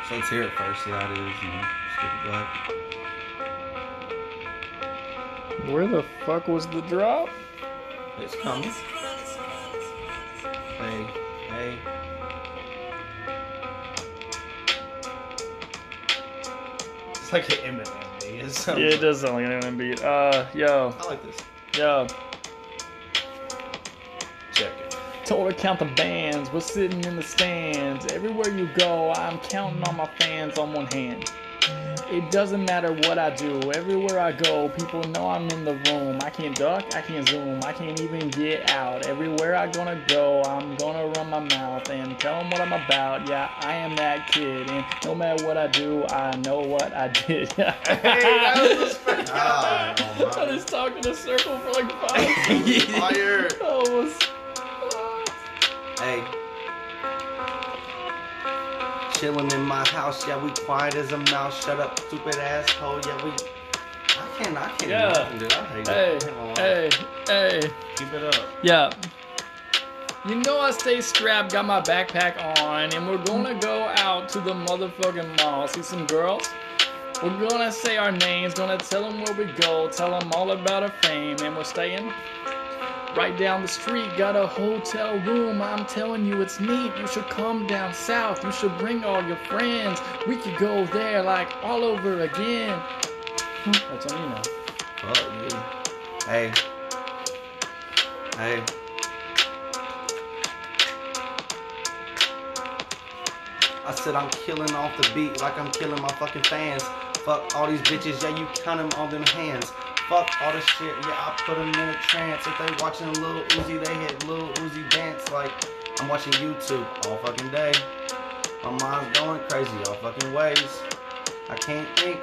[SPEAKER 4] So let's hear it first, see how it is, and then skip it back.
[SPEAKER 2] Where the fuck was the drop?
[SPEAKER 4] It's coming. Hey, hey.
[SPEAKER 3] It's like an Eminem beat. It's
[SPEAKER 2] Yeah,
[SPEAKER 3] something.
[SPEAKER 2] it does sound like an M beat. Uh, yo,
[SPEAKER 4] I like this.
[SPEAKER 2] yo.
[SPEAKER 3] Check it.
[SPEAKER 2] Told her count the bands, we're sitting in the stands. Everywhere you go, I'm counting on my fans on one hand. It doesn't matter what I do, everywhere I go, people know I'm in the room. I can't duck, I can't zoom, I can't even get out. Everywhere I gonna go, I'm gonna run my mouth and tell 'em what I'm about. Yeah, I am that kid, and no matter what I do, I know what I did.
[SPEAKER 4] God,
[SPEAKER 2] I
[SPEAKER 4] almighty.
[SPEAKER 2] just talked in a circle for like five.
[SPEAKER 4] Fire.
[SPEAKER 2] Almost.
[SPEAKER 4] Hey. Chilling in my house, yeah, we quiet as a mouse. Shut up, stupid asshole, yeah, we. I can't, I can't. do
[SPEAKER 2] Yeah.
[SPEAKER 4] nothing, dude. I hate
[SPEAKER 2] Hey,
[SPEAKER 4] it. I can't lie.
[SPEAKER 2] hey, hey.
[SPEAKER 3] Keep it up.
[SPEAKER 2] Yeah. You know I stay strapped, got my backpack on, and we're gonna go out to the motherfucking mall, see some girls. We're gonna say our names, gonna tell them where we go, tell them all about our fame, and we're staying right down the street. Got a hotel room, I'm telling you it's neat. You should come down south, you should bring all your friends. We could go there like all over again. That's on you now.
[SPEAKER 4] Fuck, dude. Hey. Hey. I said I'm killing off the beat like I'm killing my fucking fans. Fuck all these bitches, yeah, you count them on them hands. Fuck all this shit, yeah, I put them in a trance. If they watching Lil Uzi, they hit Lil Uzi dance like I'm watching YouTube all fucking day. My mind's going crazy all fucking ways. I can't think,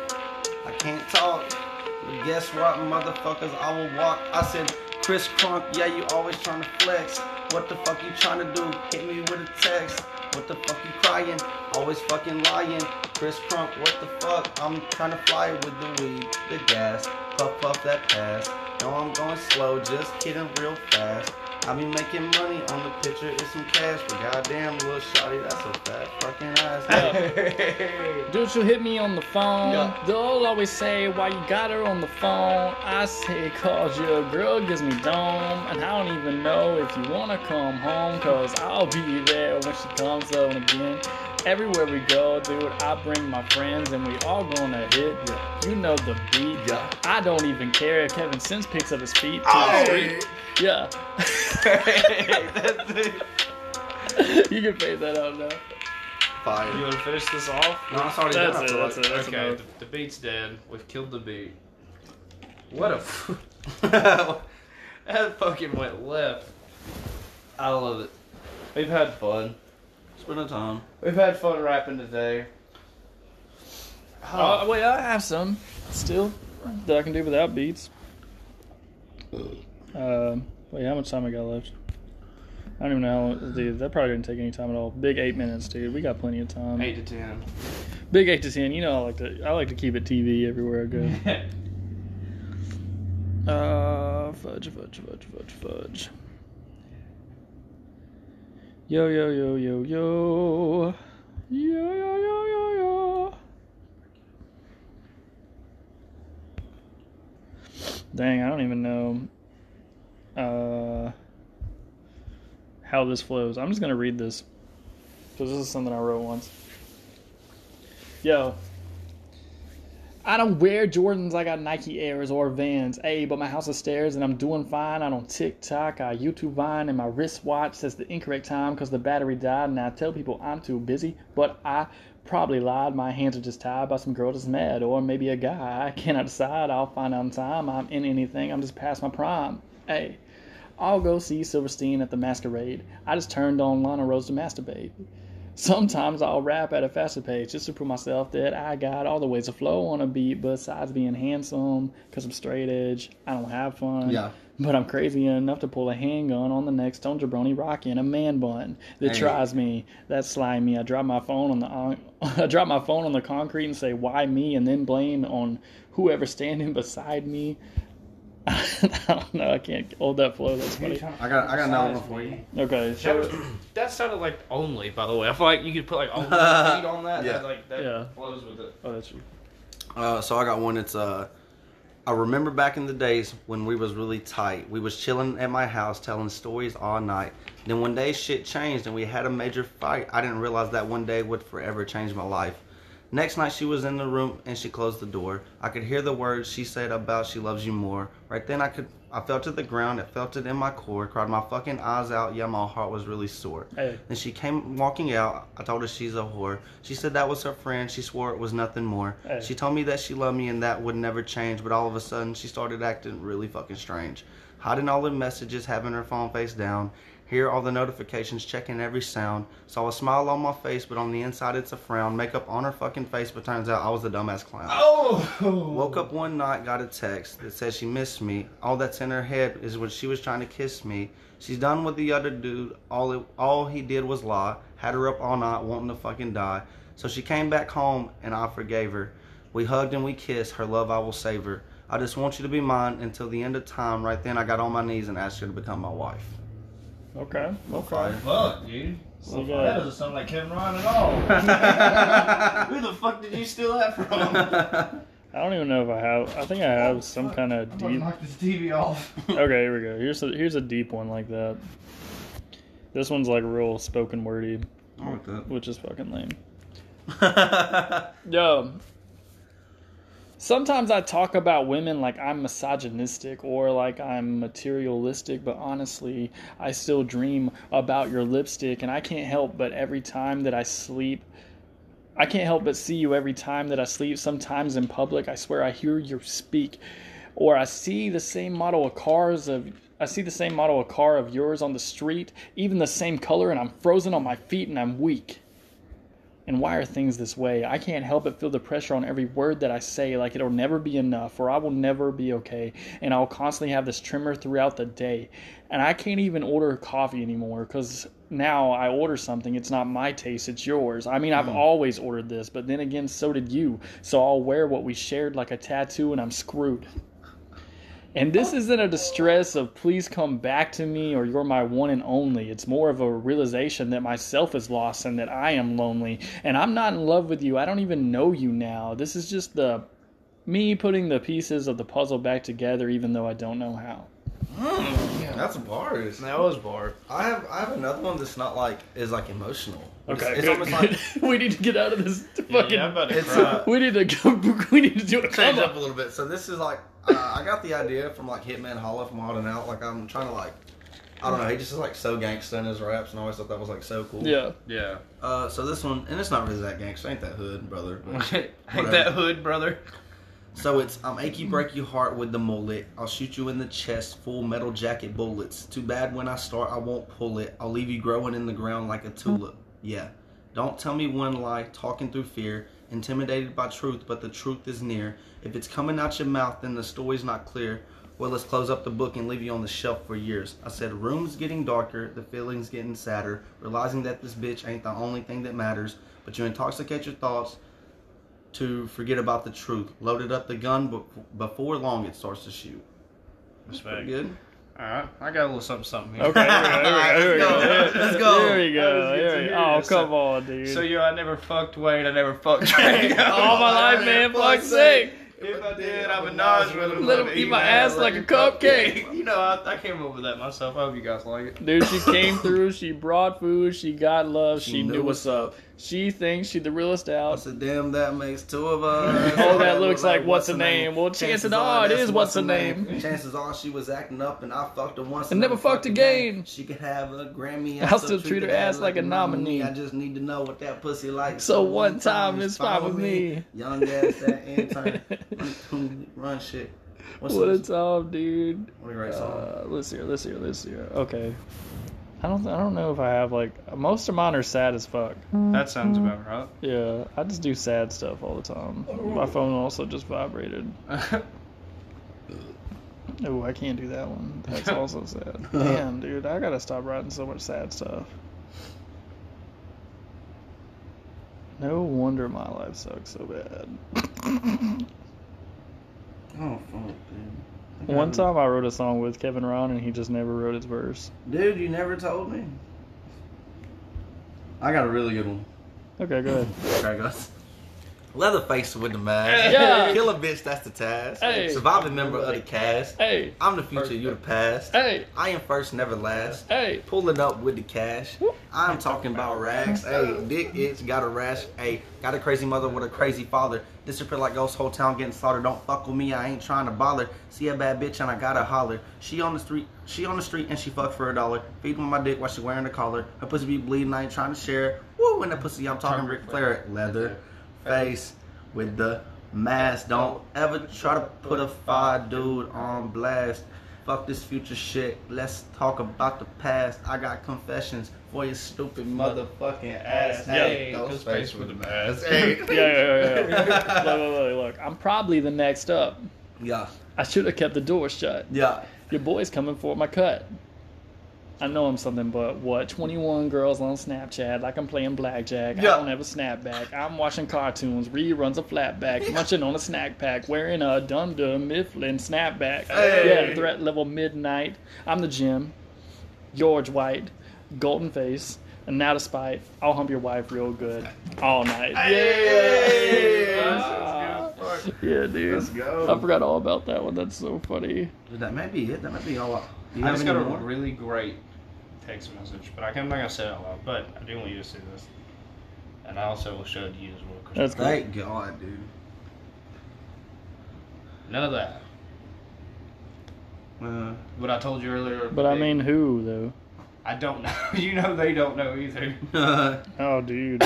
[SPEAKER 4] I can't talk. But guess what, motherfuckers? I will walk. I said, Chris Crunk, yeah, you always trying to flex. What the fuck you trying to do? Hit me with a text. What the fuck you crying? Always fucking lying. Chris Crunk, what the fuck? I'm trying to fly with the weed, the gas. Puff, puff that pass. No, I'm going slow, just kidding real fast. I be making money on the picture, it's some cash. But goddamn, little shawty, that's a fat fucking ass.
[SPEAKER 2] Dude, she'll hit me on the phone.
[SPEAKER 4] Yeah.
[SPEAKER 2] They'll always say, Why you got her on the phone? I say, Cause your girl gives me dome. And I don't even know if you wanna come home. Cause I'll be there when she comes home again. Everywhere we go, dude, I bring my friends and we all gonna hit.
[SPEAKER 4] Yeah.
[SPEAKER 2] You know the beat.
[SPEAKER 4] Yeah. Oh!
[SPEAKER 2] I don't even care if Kevin Sims picks up his feet. Yeah. you can fade that out now.
[SPEAKER 3] You
[SPEAKER 4] Fire.
[SPEAKER 3] want to finish this off?
[SPEAKER 4] No, it's already
[SPEAKER 2] That's
[SPEAKER 4] done. I
[SPEAKER 2] it,
[SPEAKER 4] feel
[SPEAKER 2] that's
[SPEAKER 4] like.
[SPEAKER 2] it, that's
[SPEAKER 3] okay,
[SPEAKER 2] enough.
[SPEAKER 3] the, the beat's dead. We've killed the beat. What a f- that fucking went left. I love it. We've had fun.
[SPEAKER 4] it's been a time.
[SPEAKER 3] We've had fun rapping today.
[SPEAKER 5] Uh,
[SPEAKER 2] Oh, wait, I have some still that I can do without beats. Um, wait, how much time I got left? I don't even know, how- dude. That probably didn't take any time at all. Big eight minutes, dude. We got plenty of time.
[SPEAKER 5] Eight to ten.
[SPEAKER 2] Big eight to ten. You know, I like to I like to keep it TV everywhere I go. Uh, fudge, fudge, fudge, fudge, fudge. Yo, yo, yo, yo, yo. Yo, yo, yo, yo, yo. Dang, I don't even know uh, how this flows. I'm just going to read this because this is something I wrote once. Yo, I don't wear Jordans. I got Nike Airs or Vans. Hey, but my house is stairs and I'm doing fine. I don't TikTok. I YouTube Vine and my wristwatch says the incorrect time because the battery died. And I tell people I'm too busy, but I probably lied. My hands are just tied by some girl that's mad or maybe a guy. I cannot decide. I'll find out in time. I'm in anything. I'm just past my prime. Hey, I'll go see Silverstein at the masquerade. I just turned on Lana Rose to masturbate. Sometimes I'll rap at a faster pace just to prove myself that I got all the ways to flow on a beat besides being handsome because I'm straight edge. I don't have fun.
[SPEAKER 4] Yeah.
[SPEAKER 2] But I'm crazy enough to pull a handgun on the next Stone Jabroni Rocky in a man bun that
[SPEAKER 4] Hey.
[SPEAKER 2] tries me. That's slimy. I drop my phone on the on, I drop my phone on the concrete and say why me and then blame on whoever's standing beside me. I don't know. I can't hold that flow. That's funny.
[SPEAKER 4] I got I got another one for you.
[SPEAKER 2] Okay.
[SPEAKER 5] That,
[SPEAKER 2] So
[SPEAKER 5] was, that sounded like only, by the way. I feel like you could put like only feet on that.
[SPEAKER 4] Yeah.
[SPEAKER 5] That, like, that
[SPEAKER 2] Yeah.
[SPEAKER 5] flows with it.
[SPEAKER 2] oh, that's you.
[SPEAKER 4] Uh, so I got one. It's uh, I remember back in the days when we was really tight. We was chilling at my house, telling stories all night. Then one day shit changed and we had a major fight. I didn't realize that one day would forever change my life. Next night she was in the room and she closed the door. I could hear the words she said about she loves you more. Right then I could I fell to the ground, I felt it in my core, cried my fucking eyes out, yeah my heart was really sore.
[SPEAKER 2] Hey.
[SPEAKER 4] And she came walking out. I told her she's a whore. She said that was her friend. She swore it was nothing more.
[SPEAKER 2] Hey.
[SPEAKER 4] She told me that she loved me and that would never change, but all of a sudden she started acting really fucking strange. Hiding all the messages, having her phone face down, hear all the notifications, checking every sound. Saw a smile on my face, but on the inside it's a frown. Makeup on her fucking face, but turns out I was the dumbass clown. Woke up one night, got a text that said she missed me. All that's in her head is when she was trying to kiss me. She's done with the other dude. All it, all he did was lie. Had her up all night, wanting to fucking die. So she came back home, and I forgave her. We hugged and we kissed. Her love, I will save her. I just want you to be mine until the end of time. Right then, I got on my knees and asked her to become my wife.
[SPEAKER 2] Okay.
[SPEAKER 4] Okay.
[SPEAKER 3] Fuck, dude.
[SPEAKER 2] So we
[SPEAKER 3] That
[SPEAKER 2] got,
[SPEAKER 3] doesn't sound like Kevin Ryan at all. Who the fuck did you steal that from?
[SPEAKER 2] I don't even know if I have. I think I have some kind of deep.
[SPEAKER 3] this TV off.
[SPEAKER 2] Okay, here we go. Here's a, here's a deep one like that. This one's like real spoken wordy,
[SPEAKER 4] I like that.
[SPEAKER 2] which is fucking lame. Yo. um, Sometimes I talk about women like I'm misogynistic or like I'm materialistic, but honestly, I still dream about your lipstick, and I can't help but every time that I sleep, I can't help but see you every time that I sleep. Sometimes in public, I swear I hear you speak, or I see the same model of cars of I see the same model of car of yours on the street, even the same color, and I'm frozen on my feet and I'm weak. And why are things this way? I can't help but feel the pressure on every word that I say, like it'll never be enough, or I will never be okay. And I'll constantly have this tremor throughout the day. And I can't even order coffee anymore because now I order something. It's not my taste, it's yours. I mean, I've always ordered this, but then again, so did you. So I'll wear what we shared like a tattoo, and I'm screwed. And this isn't a distress of please come back to me or you're my one and only. It's more of a realization that myself is lost and that I am lonely and I'm not in love with you. I don't even know you now. This is just the me putting the pieces of the puzzle back together even though I don't know how.
[SPEAKER 4] That's bars.
[SPEAKER 5] That was bar.
[SPEAKER 4] I have I have another one that's not like is like emotional.
[SPEAKER 2] Okay.
[SPEAKER 4] It's, it's almost like
[SPEAKER 2] we need to get out of this fucking
[SPEAKER 3] Yeah, I'm about to
[SPEAKER 4] it's
[SPEAKER 3] cry.
[SPEAKER 4] uh,
[SPEAKER 2] We need to go we need to do a
[SPEAKER 4] change
[SPEAKER 2] come
[SPEAKER 4] up a
[SPEAKER 2] up.
[SPEAKER 4] little bit. So this is like uh, I got the idea from like Hitman Holla from Odd and Out. Like I'm trying to like I don't know. He just is like so gangsta in his raps, and I always thought that was like so cool.
[SPEAKER 2] Yeah.
[SPEAKER 5] Yeah.
[SPEAKER 4] Uh, so this one, and it's not really that gangsta. Ain't that hood, brother? but-
[SPEAKER 5] Ain't that hood, brother?
[SPEAKER 4] so it's I'm ache you break your heart with the mullet. I'll shoot you in the chest, full metal jacket bullets. Too bad when I start, I won't pull it. I'll leave you growing in the ground like a tulip. Yeah. Don't tell me one lie, talking through fear, intimidated by truth, but the truth is near. If it's coming out your mouth, then the story's not clear. Well, let's close up the book and leave you on the shelf for years. I said, Room's getting darker, the feeling's getting sadder, realizing that this bitch ain't the only thing that matters. But you intoxicate your thoughts to forget about the truth. Loaded up the gun, but before long it starts to shoot.
[SPEAKER 3] Respect.
[SPEAKER 4] Good?
[SPEAKER 3] All right, I got a little something, something here.
[SPEAKER 2] Okay, here we go. Here we go.
[SPEAKER 4] Let's go.
[SPEAKER 2] Here we go.
[SPEAKER 3] That was good
[SPEAKER 2] Here
[SPEAKER 3] to
[SPEAKER 2] we
[SPEAKER 3] hear.
[SPEAKER 2] go. Oh,
[SPEAKER 3] So-
[SPEAKER 2] come on, dude.
[SPEAKER 3] So yo, I never fucked Wade. I never fucked Drake.
[SPEAKER 2] All my life, man. Fuck's sake.
[SPEAKER 3] If I did, I would nod with him.
[SPEAKER 2] Let him eat my ass like a cupcake.
[SPEAKER 3] You know, I, I came up with that myself. I hope you guys like it.
[SPEAKER 2] Dude, she came through. She brought food. She got love. She, knew what's up. She thinks she the realest
[SPEAKER 4] I
[SPEAKER 2] out.
[SPEAKER 4] said, damn, that makes two of us.
[SPEAKER 2] Oh, that looks like what's her name. Well, chances are it
[SPEAKER 4] that's
[SPEAKER 2] is what's her name.
[SPEAKER 4] Chances are she was acting up and I fucked her once.
[SPEAKER 2] And never fucked again.
[SPEAKER 4] She could have a Grammy.
[SPEAKER 2] I'll still treat her ass like a nominee.
[SPEAKER 4] I just need to know what that pussy like.
[SPEAKER 2] So one time it's fine with me.
[SPEAKER 4] Young ass, that intern. Run- Run shit. What's
[SPEAKER 2] What
[SPEAKER 4] up?
[SPEAKER 2] a time, dude.
[SPEAKER 4] What a great song.
[SPEAKER 2] Uh, let's hear. Let's hear. Let's hear. Okay. I don't. I don't know if I have like most of mine are sad as fuck.
[SPEAKER 3] That sounds about right.
[SPEAKER 2] Yeah, I just do sad stuff all the time. My phone also just vibrated. Oh, I can't do that one. That's also sad. Damn, dude, I gotta stop writing so much sad stuff. No wonder my life sucks so bad.
[SPEAKER 4] Oh, fuck, dude.
[SPEAKER 2] one time I wrote a song with Kevin Ron and he just never wrote his verse.
[SPEAKER 4] Dude, you never told me. I got a really good one.
[SPEAKER 2] Okay, go ahead.
[SPEAKER 4] Okay, guys. Leatherface with the mask.
[SPEAKER 2] Yeah.
[SPEAKER 4] Kill a bitch, that's the task.
[SPEAKER 2] Hey.
[SPEAKER 4] Surviving member of the cast.
[SPEAKER 2] Hey,
[SPEAKER 4] I'm the future, you the past.
[SPEAKER 2] hey,
[SPEAKER 4] I am first, never last.
[SPEAKER 2] hey.
[SPEAKER 4] Pulling up with the cash. I'm talking about rags. Hey, dick itch, got a rash. Hey, got a crazy mother with a crazy father. Disappear like ghost, whole town getting slaughtered. Don't fuck with me, I ain't trying to bother. See a bad bitch and I gotta holler. She on the street, she on the street and she fuck for a dollar. Feed with my dick while she wearing a collar. Her pussy be bleeding, I ain't trying to share. it. Woo, when the pussy I'm talking Ric Flair. Leather face with the mask. Don't ever try to put a fire dude on blast. Fuck this future shit. Let's talk about the past. I got confessions for your stupid motherfucking ass.
[SPEAKER 2] Yeah.
[SPEAKER 4] Hey,
[SPEAKER 5] Those
[SPEAKER 4] those
[SPEAKER 5] face
[SPEAKER 4] face
[SPEAKER 5] with the
[SPEAKER 4] mask.
[SPEAKER 5] mask.
[SPEAKER 4] Hey.
[SPEAKER 2] Yeah, yeah, yeah. yeah. look, look, look, look. I'm probably the next up.
[SPEAKER 4] Yeah,
[SPEAKER 2] I should have kept the door shut.
[SPEAKER 4] yeah.
[SPEAKER 2] Your boy's coming for my cut. I know I'm something but what? 21 girls on Snapchat, like I'm playing blackjack.
[SPEAKER 4] Yeah.
[SPEAKER 2] I don't have a snapback. I'm watching cartoons, reruns of flatback, munching on a snack pack, wearing a Dum Dum Mifflin snapback.
[SPEAKER 4] Hey.
[SPEAKER 2] Yeah, threat level midnight. I'm the gym. George White, golden face, and now despite, I'll hump your wife real good all night. Yeah. Yeah, dude. Let's
[SPEAKER 4] go.
[SPEAKER 2] I forgot all about that one. That's so funny.
[SPEAKER 4] That might be it. That might be all. I- Do you
[SPEAKER 3] I
[SPEAKER 4] have
[SPEAKER 3] just
[SPEAKER 4] any
[SPEAKER 3] got a
[SPEAKER 4] more?
[SPEAKER 3] really great text message, but I can't, I'm not gonna say it out loud. But I do want you to see this, and I also will show it to you as well. 'cause
[SPEAKER 2] That's cool.
[SPEAKER 4] Thank God, dude.
[SPEAKER 3] none of that.
[SPEAKER 4] Uh,
[SPEAKER 3] What I told you earlier.
[SPEAKER 2] But I mean, who though?
[SPEAKER 3] I don't know. you know they don't know either.
[SPEAKER 2] Oh, dude.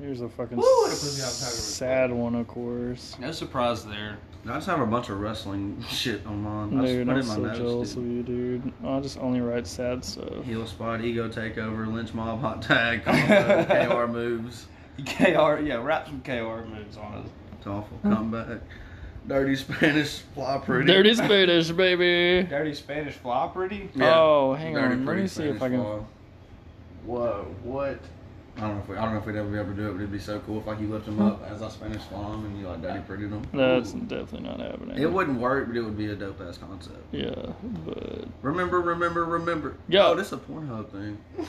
[SPEAKER 2] Here's a fucking
[SPEAKER 3] Woo, what a pussy I'm talking about.
[SPEAKER 2] sad one, of course.
[SPEAKER 3] No surprise there.
[SPEAKER 4] I just have a bunch of wrestling shit online. I just
[SPEAKER 2] Dude,
[SPEAKER 4] put
[SPEAKER 2] I'm
[SPEAKER 4] in my
[SPEAKER 2] so
[SPEAKER 4] notes.
[SPEAKER 2] jealous of
[SPEAKER 4] Dude.
[SPEAKER 2] you, dude. I just only write sad stuff.
[SPEAKER 4] Heel spot, ego takeover, lynch mob, hot tag, combo, KR moves.
[SPEAKER 3] KR, yeah, wrap some KR moves on us.
[SPEAKER 4] It's awful comeback. Dirty Spanish fly pretty.
[SPEAKER 2] Dirty Spanish, baby.
[SPEAKER 3] Dirty Spanish fly pretty.
[SPEAKER 2] Oh, hang
[SPEAKER 4] Dirty
[SPEAKER 2] on. Let
[SPEAKER 4] pretty
[SPEAKER 2] me see if
[SPEAKER 4] Spanish
[SPEAKER 2] I can.
[SPEAKER 4] fly.
[SPEAKER 5] Whoa, what?
[SPEAKER 4] I don't know if we, I don't know if we'd ever be able to do it, but it'd be so cool if like you lift them up as I Spanish fly 'em and you like dirty pretty them.
[SPEAKER 2] That's definitely not happening.
[SPEAKER 4] It wouldn't work, but it would be a dope ass concept.
[SPEAKER 2] Yeah, but
[SPEAKER 4] Remember, remember, remember.
[SPEAKER 2] Yo.
[SPEAKER 4] oh, this is a Pornhub thing.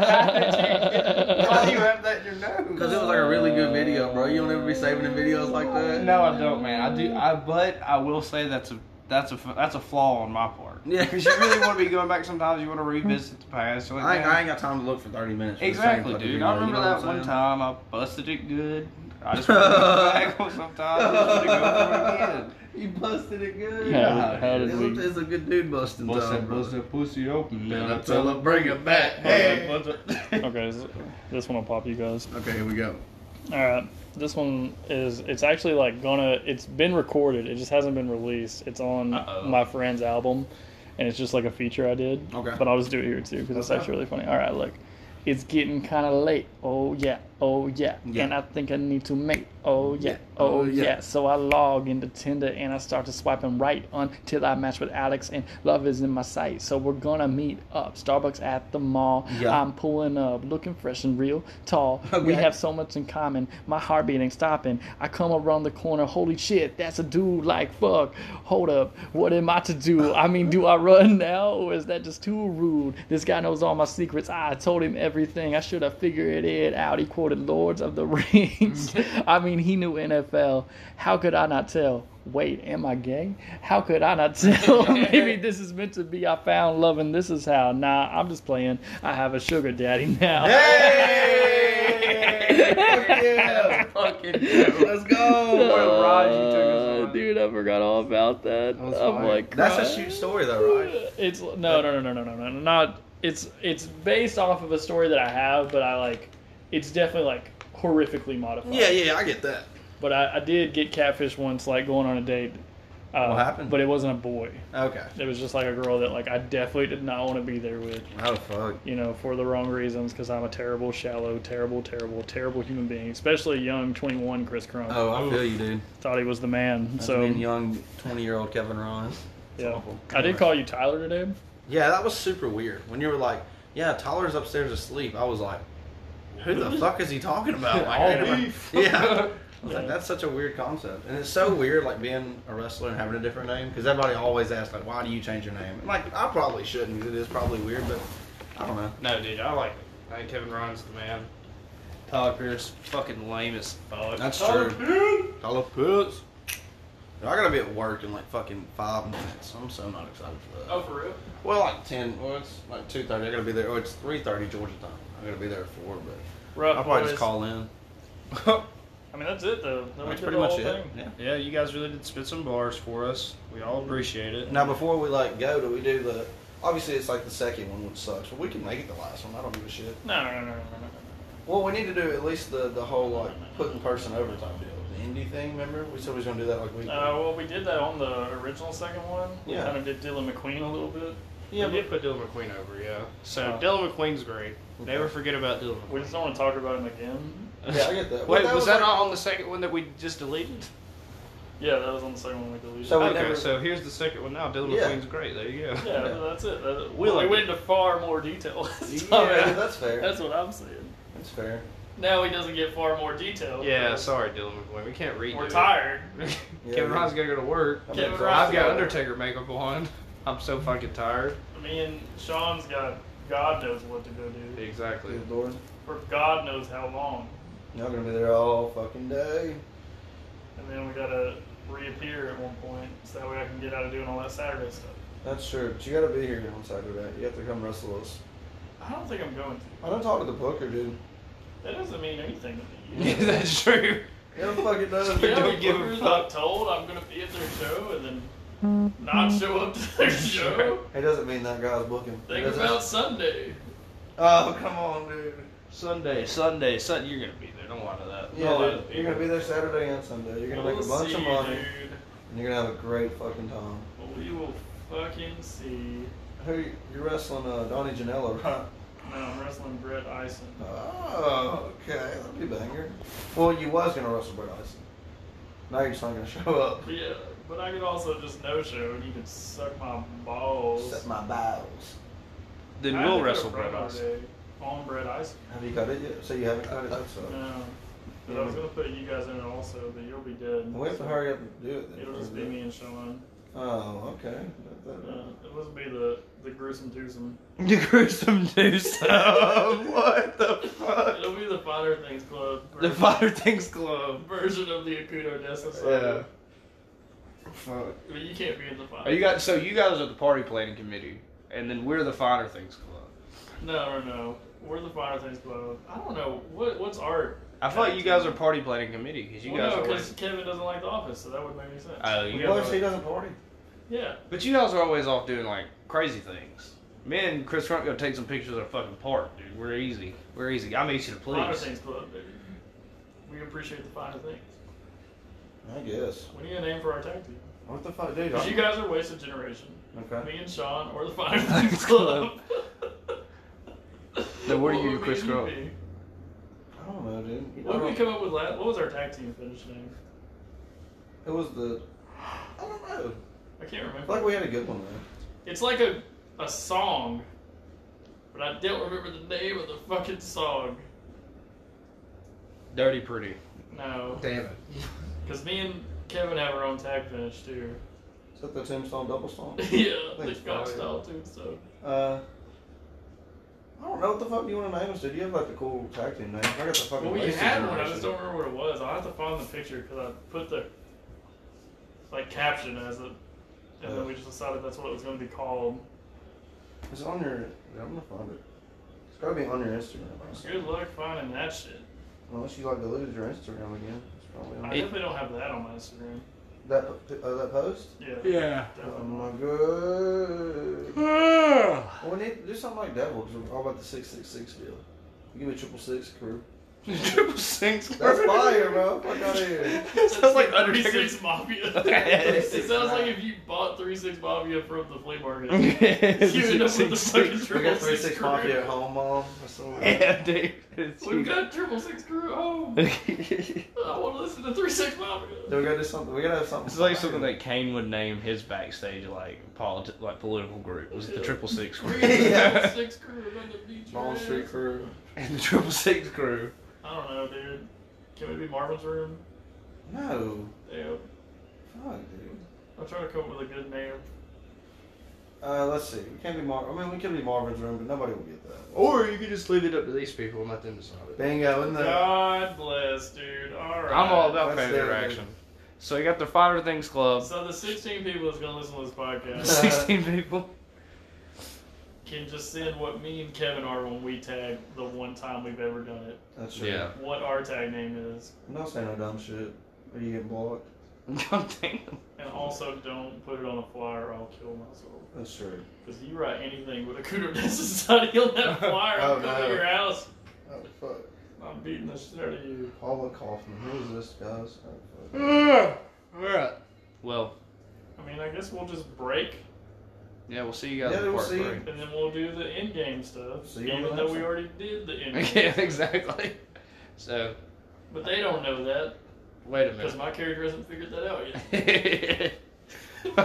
[SPEAKER 3] Why do you have that in your nose?
[SPEAKER 4] Cause it was like a really good video, bro. You don't ever be saving the videos like that.
[SPEAKER 3] No, I don't, man. I do. I but I will say that's a that's a that's a flaw on my part.
[SPEAKER 4] Yeah.
[SPEAKER 3] because you really want to be going back. Sometimes you want to revisit the past. You're like,
[SPEAKER 4] I, ain't-
[SPEAKER 3] man,
[SPEAKER 4] I ain't got time to look for thirty minutes. For the same
[SPEAKER 3] exactly,
[SPEAKER 4] fucking
[SPEAKER 3] dude.
[SPEAKER 4] video,
[SPEAKER 3] I
[SPEAKER 4] you
[SPEAKER 3] remember
[SPEAKER 4] know
[SPEAKER 3] that
[SPEAKER 4] what I'm
[SPEAKER 3] one
[SPEAKER 4] saying?
[SPEAKER 3] time I busted it good. I just want to go back on sometimes. I just want to go for it again.
[SPEAKER 4] You busted it good.
[SPEAKER 2] How- how did
[SPEAKER 4] it's,
[SPEAKER 2] we-
[SPEAKER 4] a, it's a good dude busting
[SPEAKER 3] Bust
[SPEAKER 4] time,
[SPEAKER 3] that,
[SPEAKER 4] bro.
[SPEAKER 3] bust that pussy open, man.
[SPEAKER 4] And I
[SPEAKER 3] I
[SPEAKER 4] tell
[SPEAKER 3] tell
[SPEAKER 4] him, bring it back. Hey.
[SPEAKER 3] Hey.
[SPEAKER 2] okay, so this one will pop you guys.
[SPEAKER 4] Okay, here we go.
[SPEAKER 2] All right, this one is. It's actually like gonna. It's been recorded. It just hasn't been released. It's on
[SPEAKER 3] Uh-oh.
[SPEAKER 2] my friend's album, and it's just like a feature I did.
[SPEAKER 4] Okay.
[SPEAKER 2] But I'll just do it here too because it's actually really funny. All right, look, it's getting kind of late. Oh yeah, oh yeah, and I think I need to make, oh yeah,
[SPEAKER 8] Yeah.
[SPEAKER 2] oh,
[SPEAKER 8] Oh,
[SPEAKER 2] yeah.
[SPEAKER 8] yeah.
[SPEAKER 2] So I log into Tinder and I start to swipe and right until I match with Alex and love is in my sight. So we're gonna meet up. Starbucks at the mall.
[SPEAKER 4] Yeah.
[SPEAKER 2] I'm pulling up, looking fresh and real tall. We
[SPEAKER 4] Okay.
[SPEAKER 2] have so much in common. My heartbeat ain't stopping. I come around the corner. Holy shit, that's a dude. Like fuck. Hold up. What am I to do? I mean, do I run now or is that just too rude? This guy knows all my secrets. I told him everything. I should have figured it out. He quoted Lords of the Rings. I mean, he knew NFL. How could I not tell? Wait, am I gay? How could I not tell? Maybe this is meant to be. I found love, and this is how. Nah, I'm just playing. I have a sugar daddy now.
[SPEAKER 4] Hey! Fuck yeah!
[SPEAKER 5] Fucking
[SPEAKER 4] Let's go!
[SPEAKER 5] Boy, Raj, you took us
[SPEAKER 2] Uh,
[SPEAKER 5] on.
[SPEAKER 2] dude, I forgot all about that.
[SPEAKER 5] was
[SPEAKER 2] I'm
[SPEAKER 5] fire.
[SPEAKER 2] like,
[SPEAKER 4] That's a
[SPEAKER 2] crying.
[SPEAKER 4] shoot story though, right?
[SPEAKER 2] It's no, no, no, no, no, no, no, not. It's it's based off of a story that I have, but I like. It's definitely like horrifically modified.
[SPEAKER 8] Yeah, yeah, I get that.
[SPEAKER 2] But I, I did get catfish once, like going on a date. Uh,
[SPEAKER 4] What happened?
[SPEAKER 2] But it wasn't a boy.
[SPEAKER 4] Okay.
[SPEAKER 2] It was just like a girl that like I definitely did not want to be there with.
[SPEAKER 4] Oh fuck.
[SPEAKER 2] you know, for the wrong reasons because I'm a terrible, shallow, terrible, terrible, terrible human being, especially young 21 Chris Crumb.
[SPEAKER 4] Oh, I feel you, dude.
[SPEAKER 2] Thought he was the man.
[SPEAKER 4] That's
[SPEAKER 2] so,
[SPEAKER 4] me and young twenty-year-old Kevin Rollins.
[SPEAKER 2] yeah.
[SPEAKER 4] awful.
[SPEAKER 2] I did call you Tyler today.
[SPEAKER 4] Yeah, that was super weird. When you were like, "Yeah, Tyler's upstairs asleep," I was like, "Who the fuck is he talking about?" Like, I never- Yeah. I was like,
[SPEAKER 2] Yeah.
[SPEAKER 4] that's such a weird concept, and it's so weird, like being a wrestler and having a different name, because everybody always asks, like, why do you change your name? And, like, I probably shouldn't, 'cause it is probably weird, but I don't know.
[SPEAKER 5] No, dude, I like it. I think Kevin Ryan's the man. Tyler Pierce, fucking lame as fuck.
[SPEAKER 4] That's
[SPEAKER 5] Tyler
[SPEAKER 4] true.
[SPEAKER 5] Pierce!
[SPEAKER 4] Tyler Pitts. Dude, I gotta be at work in like fucking five minutes. I'm so not excited for that.
[SPEAKER 5] Oh, for real?
[SPEAKER 4] Well, like ten. Well, it's like two thirty. I gotta be there. Oh, it's three thirty Georgia time. I gotta be there at four, but
[SPEAKER 2] Rough
[SPEAKER 4] I'll probably just
[SPEAKER 2] Oh, boys.
[SPEAKER 4] call in.
[SPEAKER 2] I mean, that's it, though. That we
[SPEAKER 4] That's
[SPEAKER 2] did
[SPEAKER 4] pretty
[SPEAKER 2] the
[SPEAKER 4] much
[SPEAKER 2] whole
[SPEAKER 4] it.
[SPEAKER 2] thing.
[SPEAKER 4] Yeah.
[SPEAKER 3] Yeah, you guys really did spit some bars for us. We all appreciate it.
[SPEAKER 4] Now, before we like go, do we do the? Obviously, it's like the second one, which sucks. But we can make it the last one. I don't give a shit.
[SPEAKER 2] No, no, no, no, no, no.
[SPEAKER 4] Well, we need to do at least the the whole like putting person over type deal. The indie thing. Remember, we said we was gonna do that like weekly.
[SPEAKER 2] no. Uh, well, we did that on the original second one.
[SPEAKER 4] Yeah.
[SPEAKER 2] We kind of did Dylan McQueen a little bit.
[SPEAKER 5] Yeah, we did put Dylan McQueen over, yeah. So
[SPEAKER 2] Oh.
[SPEAKER 5] Dylan McQueen's great. Never forget about Dylan
[SPEAKER 2] We
[SPEAKER 5] McQueen.
[SPEAKER 2] just don't want to talk about him again.
[SPEAKER 4] yeah, I get that. Well,
[SPEAKER 5] Wait, was that
[SPEAKER 4] like-
[SPEAKER 5] not on the second one that we just deleted?
[SPEAKER 2] Yeah, that was on the second one we deleted.
[SPEAKER 4] So we
[SPEAKER 5] okay,
[SPEAKER 4] never-
[SPEAKER 5] so here's the second one now. Dylan
[SPEAKER 4] Yeah.
[SPEAKER 5] McQueen's great. There you go.
[SPEAKER 2] yeah,
[SPEAKER 4] Yeah.
[SPEAKER 2] that's it. That- we
[SPEAKER 5] We like-
[SPEAKER 2] went into far more detail.
[SPEAKER 4] Yeah, that's fair.
[SPEAKER 2] That's what I'm saying.
[SPEAKER 4] that's fair.
[SPEAKER 2] Now he doesn't get far more detail.
[SPEAKER 5] Yeah, sorry, Dylan McQueen. We can't read.
[SPEAKER 2] We're tired.
[SPEAKER 4] Yeah.
[SPEAKER 5] Kevin Ryan's gotta go to work.
[SPEAKER 4] I'm
[SPEAKER 2] Kevin
[SPEAKER 4] exhausted.
[SPEAKER 5] I've got Undertaker makeup on. I'm so fucking tired.
[SPEAKER 2] Me and Sean's got God knows what to go do
[SPEAKER 5] Exactly.
[SPEAKER 4] Good lord.
[SPEAKER 2] for God knows how long,
[SPEAKER 4] Y'all gonna be there all fucking day.
[SPEAKER 2] and then we gotta reappear at one point so that way I can get out of doing all that Saturday stuff.
[SPEAKER 4] That's true, but you gotta be here on Saturday. You have to come wrestle us.
[SPEAKER 2] I don't think I'm going to.
[SPEAKER 4] I don't talk to the booker, dude.
[SPEAKER 2] That doesn't mean anything to me.
[SPEAKER 5] That's true.
[SPEAKER 4] Yeah, fuck it does.
[SPEAKER 2] You know,
[SPEAKER 5] Don't give a
[SPEAKER 2] bookers
[SPEAKER 5] fuck.
[SPEAKER 2] I'm told I'm gonna be at their show and then not show up to their show.
[SPEAKER 4] He doesn't mean that guy's booking. He
[SPEAKER 2] Think
[SPEAKER 4] doesn't-
[SPEAKER 2] about Sunday.
[SPEAKER 4] Oh, come on, dude.
[SPEAKER 5] Sunday, Sunday, Sunday. You're gonna be there. Don't lie to that.
[SPEAKER 4] Yeah,
[SPEAKER 2] No,
[SPEAKER 4] dude.
[SPEAKER 2] I-
[SPEAKER 4] You're gonna be there Saturday and Sunday. You're gonna make a bunch of money,
[SPEAKER 2] Dude.
[SPEAKER 4] and you're gonna have a great fucking time.
[SPEAKER 2] We will fucking see.
[SPEAKER 4] Who you're wrestling? Uh, Donnie Janela, right?
[SPEAKER 2] No, I'm wrestling Brett Ison.
[SPEAKER 4] Oh, okay. That'd be a banger. Well, you was gonna wrestle Brett Eisen. Now you're just not gonna show up.
[SPEAKER 2] But yeah, but I could also just no show and you could suck my balls.
[SPEAKER 4] Set my bowels.
[SPEAKER 2] I
[SPEAKER 3] Then
[SPEAKER 2] had to
[SPEAKER 3] we'll
[SPEAKER 2] go
[SPEAKER 3] wrestle
[SPEAKER 2] pro
[SPEAKER 3] Brett Austin.
[SPEAKER 2] today On Brett Ison.
[SPEAKER 4] Have you cut it yet? So you haven't cut it. That's uh, all.
[SPEAKER 2] No. But I was gonna put you guys in it also, but you'll be dead.
[SPEAKER 4] We have to hurry up and do it. Then.
[SPEAKER 2] It'll just be me and Sean.
[SPEAKER 4] Oh, okay. That-
[SPEAKER 2] Yeah,
[SPEAKER 4] that-
[SPEAKER 2] it'll just be the, the gruesome twosome.
[SPEAKER 3] You gruesome do so. what the fuck?
[SPEAKER 2] It'll be the Fodder Things Club
[SPEAKER 3] The
[SPEAKER 2] version-
[SPEAKER 3] Fire Things Club.
[SPEAKER 2] version of the Akuto Society.
[SPEAKER 8] Fuck.
[SPEAKER 2] Yeah. But you can't be in the Fodder.
[SPEAKER 5] Are you guys? So you guys are the party planning committee, and then we're the finer things club.
[SPEAKER 2] No, no, no. We're the Fodder Things Club. I don't know. What what's art?
[SPEAKER 5] I thought you guys are party planning committee because you
[SPEAKER 2] well,
[SPEAKER 5] guys
[SPEAKER 2] no,
[SPEAKER 5] are.
[SPEAKER 2] because
[SPEAKER 5] Always,
[SPEAKER 2] Kevin doesn't like The Office, so that would make any sense.
[SPEAKER 5] oh, you
[SPEAKER 4] Well,
[SPEAKER 5] guys
[SPEAKER 4] she
[SPEAKER 5] are,
[SPEAKER 4] doesn't party.
[SPEAKER 2] yeah.
[SPEAKER 5] but you guys are always off doing like crazy things. Me and Chris Trump gonna take some pictures of a fucking park, dude. We're easy. We're easy. I'm easy to
[SPEAKER 2] Finer
[SPEAKER 5] please.
[SPEAKER 2] Things Club, baby. We appreciate the finer things.
[SPEAKER 4] I guess.
[SPEAKER 2] We need a name for our tag team.
[SPEAKER 4] What the fuck, dude?
[SPEAKER 2] 'Cause
[SPEAKER 4] I'm-
[SPEAKER 2] you guys are wasted generation.
[SPEAKER 4] Okay.
[SPEAKER 2] Me and Sean or the Finer Things Club.
[SPEAKER 5] Then what are you,
[SPEAKER 2] would
[SPEAKER 5] Chris
[SPEAKER 2] we
[SPEAKER 5] Grob?
[SPEAKER 2] be?
[SPEAKER 4] I don't know, didn't. He
[SPEAKER 2] What did we
[SPEAKER 4] don't-
[SPEAKER 2] come up with last? What was our tag team finish name?
[SPEAKER 4] It was the. I don't know.
[SPEAKER 2] I can't
[SPEAKER 4] I
[SPEAKER 2] remember.
[SPEAKER 4] feel like we had a good one though.
[SPEAKER 2] It's like a a song, but I don't remember the name of the fucking song.
[SPEAKER 3] Dirty Pretty.
[SPEAKER 2] No,
[SPEAKER 5] Damn it.
[SPEAKER 2] because me and Kevin have our own tag finish too.
[SPEAKER 4] Is that the tombstone double song?
[SPEAKER 2] yeah, the
[SPEAKER 4] Thanks,
[SPEAKER 2] cock
[SPEAKER 4] Brian.
[SPEAKER 2] style too. So
[SPEAKER 4] Uh. I don't know what the fuck you want to name us, dude. You have like a cool tag team name. I got the fucking.
[SPEAKER 2] well, we
[SPEAKER 4] Wasted
[SPEAKER 2] had one. I
[SPEAKER 4] Generation.
[SPEAKER 2] just don't remember what it was. I'll have to find the picture because I put the like caption as it, and
[SPEAKER 4] Yeah.
[SPEAKER 2] then we just decided that's what it was going to be called.
[SPEAKER 4] It's on your. Yeah, I'm gonna find it. It's gotta be on your Instagram. I think.
[SPEAKER 2] Good luck finding that shit.
[SPEAKER 4] Unless you like deleted your Instagram again. It's probably
[SPEAKER 2] I
[SPEAKER 4] on
[SPEAKER 2] definitely don't have that on my Instagram.
[SPEAKER 4] that p- uh, that post.
[SPEAKER 2] Yeah.
[SPEAKER 3] Yeah.
[SPEAKER 4] Oh
[SPEAKER 2] Definitely.
[SPEAKER 4] my god. Well, we need to do something like that. We're all about the six six six deal. You give me triple six crew.
[SPEAKER 3] Triple Six.
[SPEAKER 4] That's fire, bro. Fuck out of here.
[SPEAKER 3] Sounds like
[SPEAKER 2] Three
[SPEAKER 3] Undertaker's.
[SPEAKER 2] Six Mafia.
[SPEAKER 3] It
[SPEAKER 2] it sounds like if you bought Three Six Mafia from the flea market. You end up with the fucking
[SPEAKER 3] yeah,
[SPEAKER 4] We
[SPEAKER 2] triple
[SPEAKER 4] got three
[SPEAKER 2] six,
[SPEAKER 4] six
[SPEAKER 2] crew.
[SPEAKER 4] mafia at home, mom. That's all we-
[SPEAKER 3] dude. It's
[SPEAKER 2] We've got triple six crew. Oh,
[SPEAKER 3] it's
[SPEAKER 2] I want to listen to Three Six Mafia.
[SPEAKER 4] Dude, we gotta do something. We gotta have something.
[SPEAKER 3] like something that Kane would name his backstage like politi- like political group was the Triple Six
[SPEAKER 2] We're
[SPEAKER 3] crew.
[SPEAKER 2] the triple six crew. I'm gonna beat your
[SPEAKER 4] Bone
[SPEAKER 2] ass.
[SPEAKER 4] Street crew.
[SPEAKER 3] and the Triple Six crew.
[SPEAKER 2] I don't know, dude. Can we be Marvin's room?
[SPEAKER 4] No.
[SPEAKER 2] Yeah.
[SPEAKER 4] Fuck, dude.
[SPEAKER 2] I'm trying to come up with a good name.
[SPEAKER 4] Uh, let's see. We can't be Mar. I mean, we can be Marvin's room, but nobody will get that. Oh,
[SPEAKER 8] Or you could just leave it up to these people and let them decide it.
[SPEAKER 4] Bingo, isn't that?
[SPEAKER 2] God bless, dude. All right.
[SPEAKER 3] I'm all about
[SPEAKER 4] That's
[SPEAKER 3] fan
[SPEAKER 4] their-
[SPEAKER 3] interaction. So you got the Fighter Things Club.
[SPEAKER 2] So the 16 people that's gonna listen to this podcast
[SPEAKER 3] Sixteen people.
[SPEAKER 2] can just send what me and Kevin are when we tag the one time we've ever done it.
[SPEAKER 4] That's true.
[SPEAKER 8] Yeah.
[SPEAKER 2] What our tag name is,
[SPEAKER 4] I'm not saying no dumb shit. Are you getting blocked?
[SPEAKER 3] God damn.
[SPEAKER 2] and also don't put it on a flyer. or I'll kill myself.
[SPEAKER 4] That's true.
[SPEAKER 2] Because you write anything with a Cooter Society on that flyer,
[SPEAKER 4] Oh,
[SPEAKER 2] I'm coming
[SPEAKER 4] no.
[SPEAKER 2] to your house.
[SPEAKER 4] Oh fuck.
[SPEAKER 2] I'm beating the shit out of you.
[SPEAKER 4] Paula Kaufman. Who is this, guys? Oh, fuck.
[SPEAKER 8] Alright.
[SPEAKER 3] Well,
[SPEAKER 2] I mean, I guess we'll just break,
[SPEAKER 3] yeah, we'll see you guys
[SPEAKER 4] Yeah,
[SPEAKER 3] in
[SPEAKER 4] we'll
[SPEAKER 3] part
[SPEAKER 4] see.
[SPEAKER 3] three.
[SPEAKER 2] and then we'll do the end game stuff.
[SPEAKER 4] So you
[SPEAKER 2] even
[SPEAKER 4] don't
[SPEAKER 2] though
[SPEAKER 4] have
[SPEAKER 2] we
[SPEAKER 4] some-
[SPEAKER 2] already did the end game.
[SPEAKER 3] yeah, exactly. So
[SPEAKER 2] But they don't know that
[SPEAKER 3] wait a
[SPEAKER 2] because my character hasn't figured that out yet.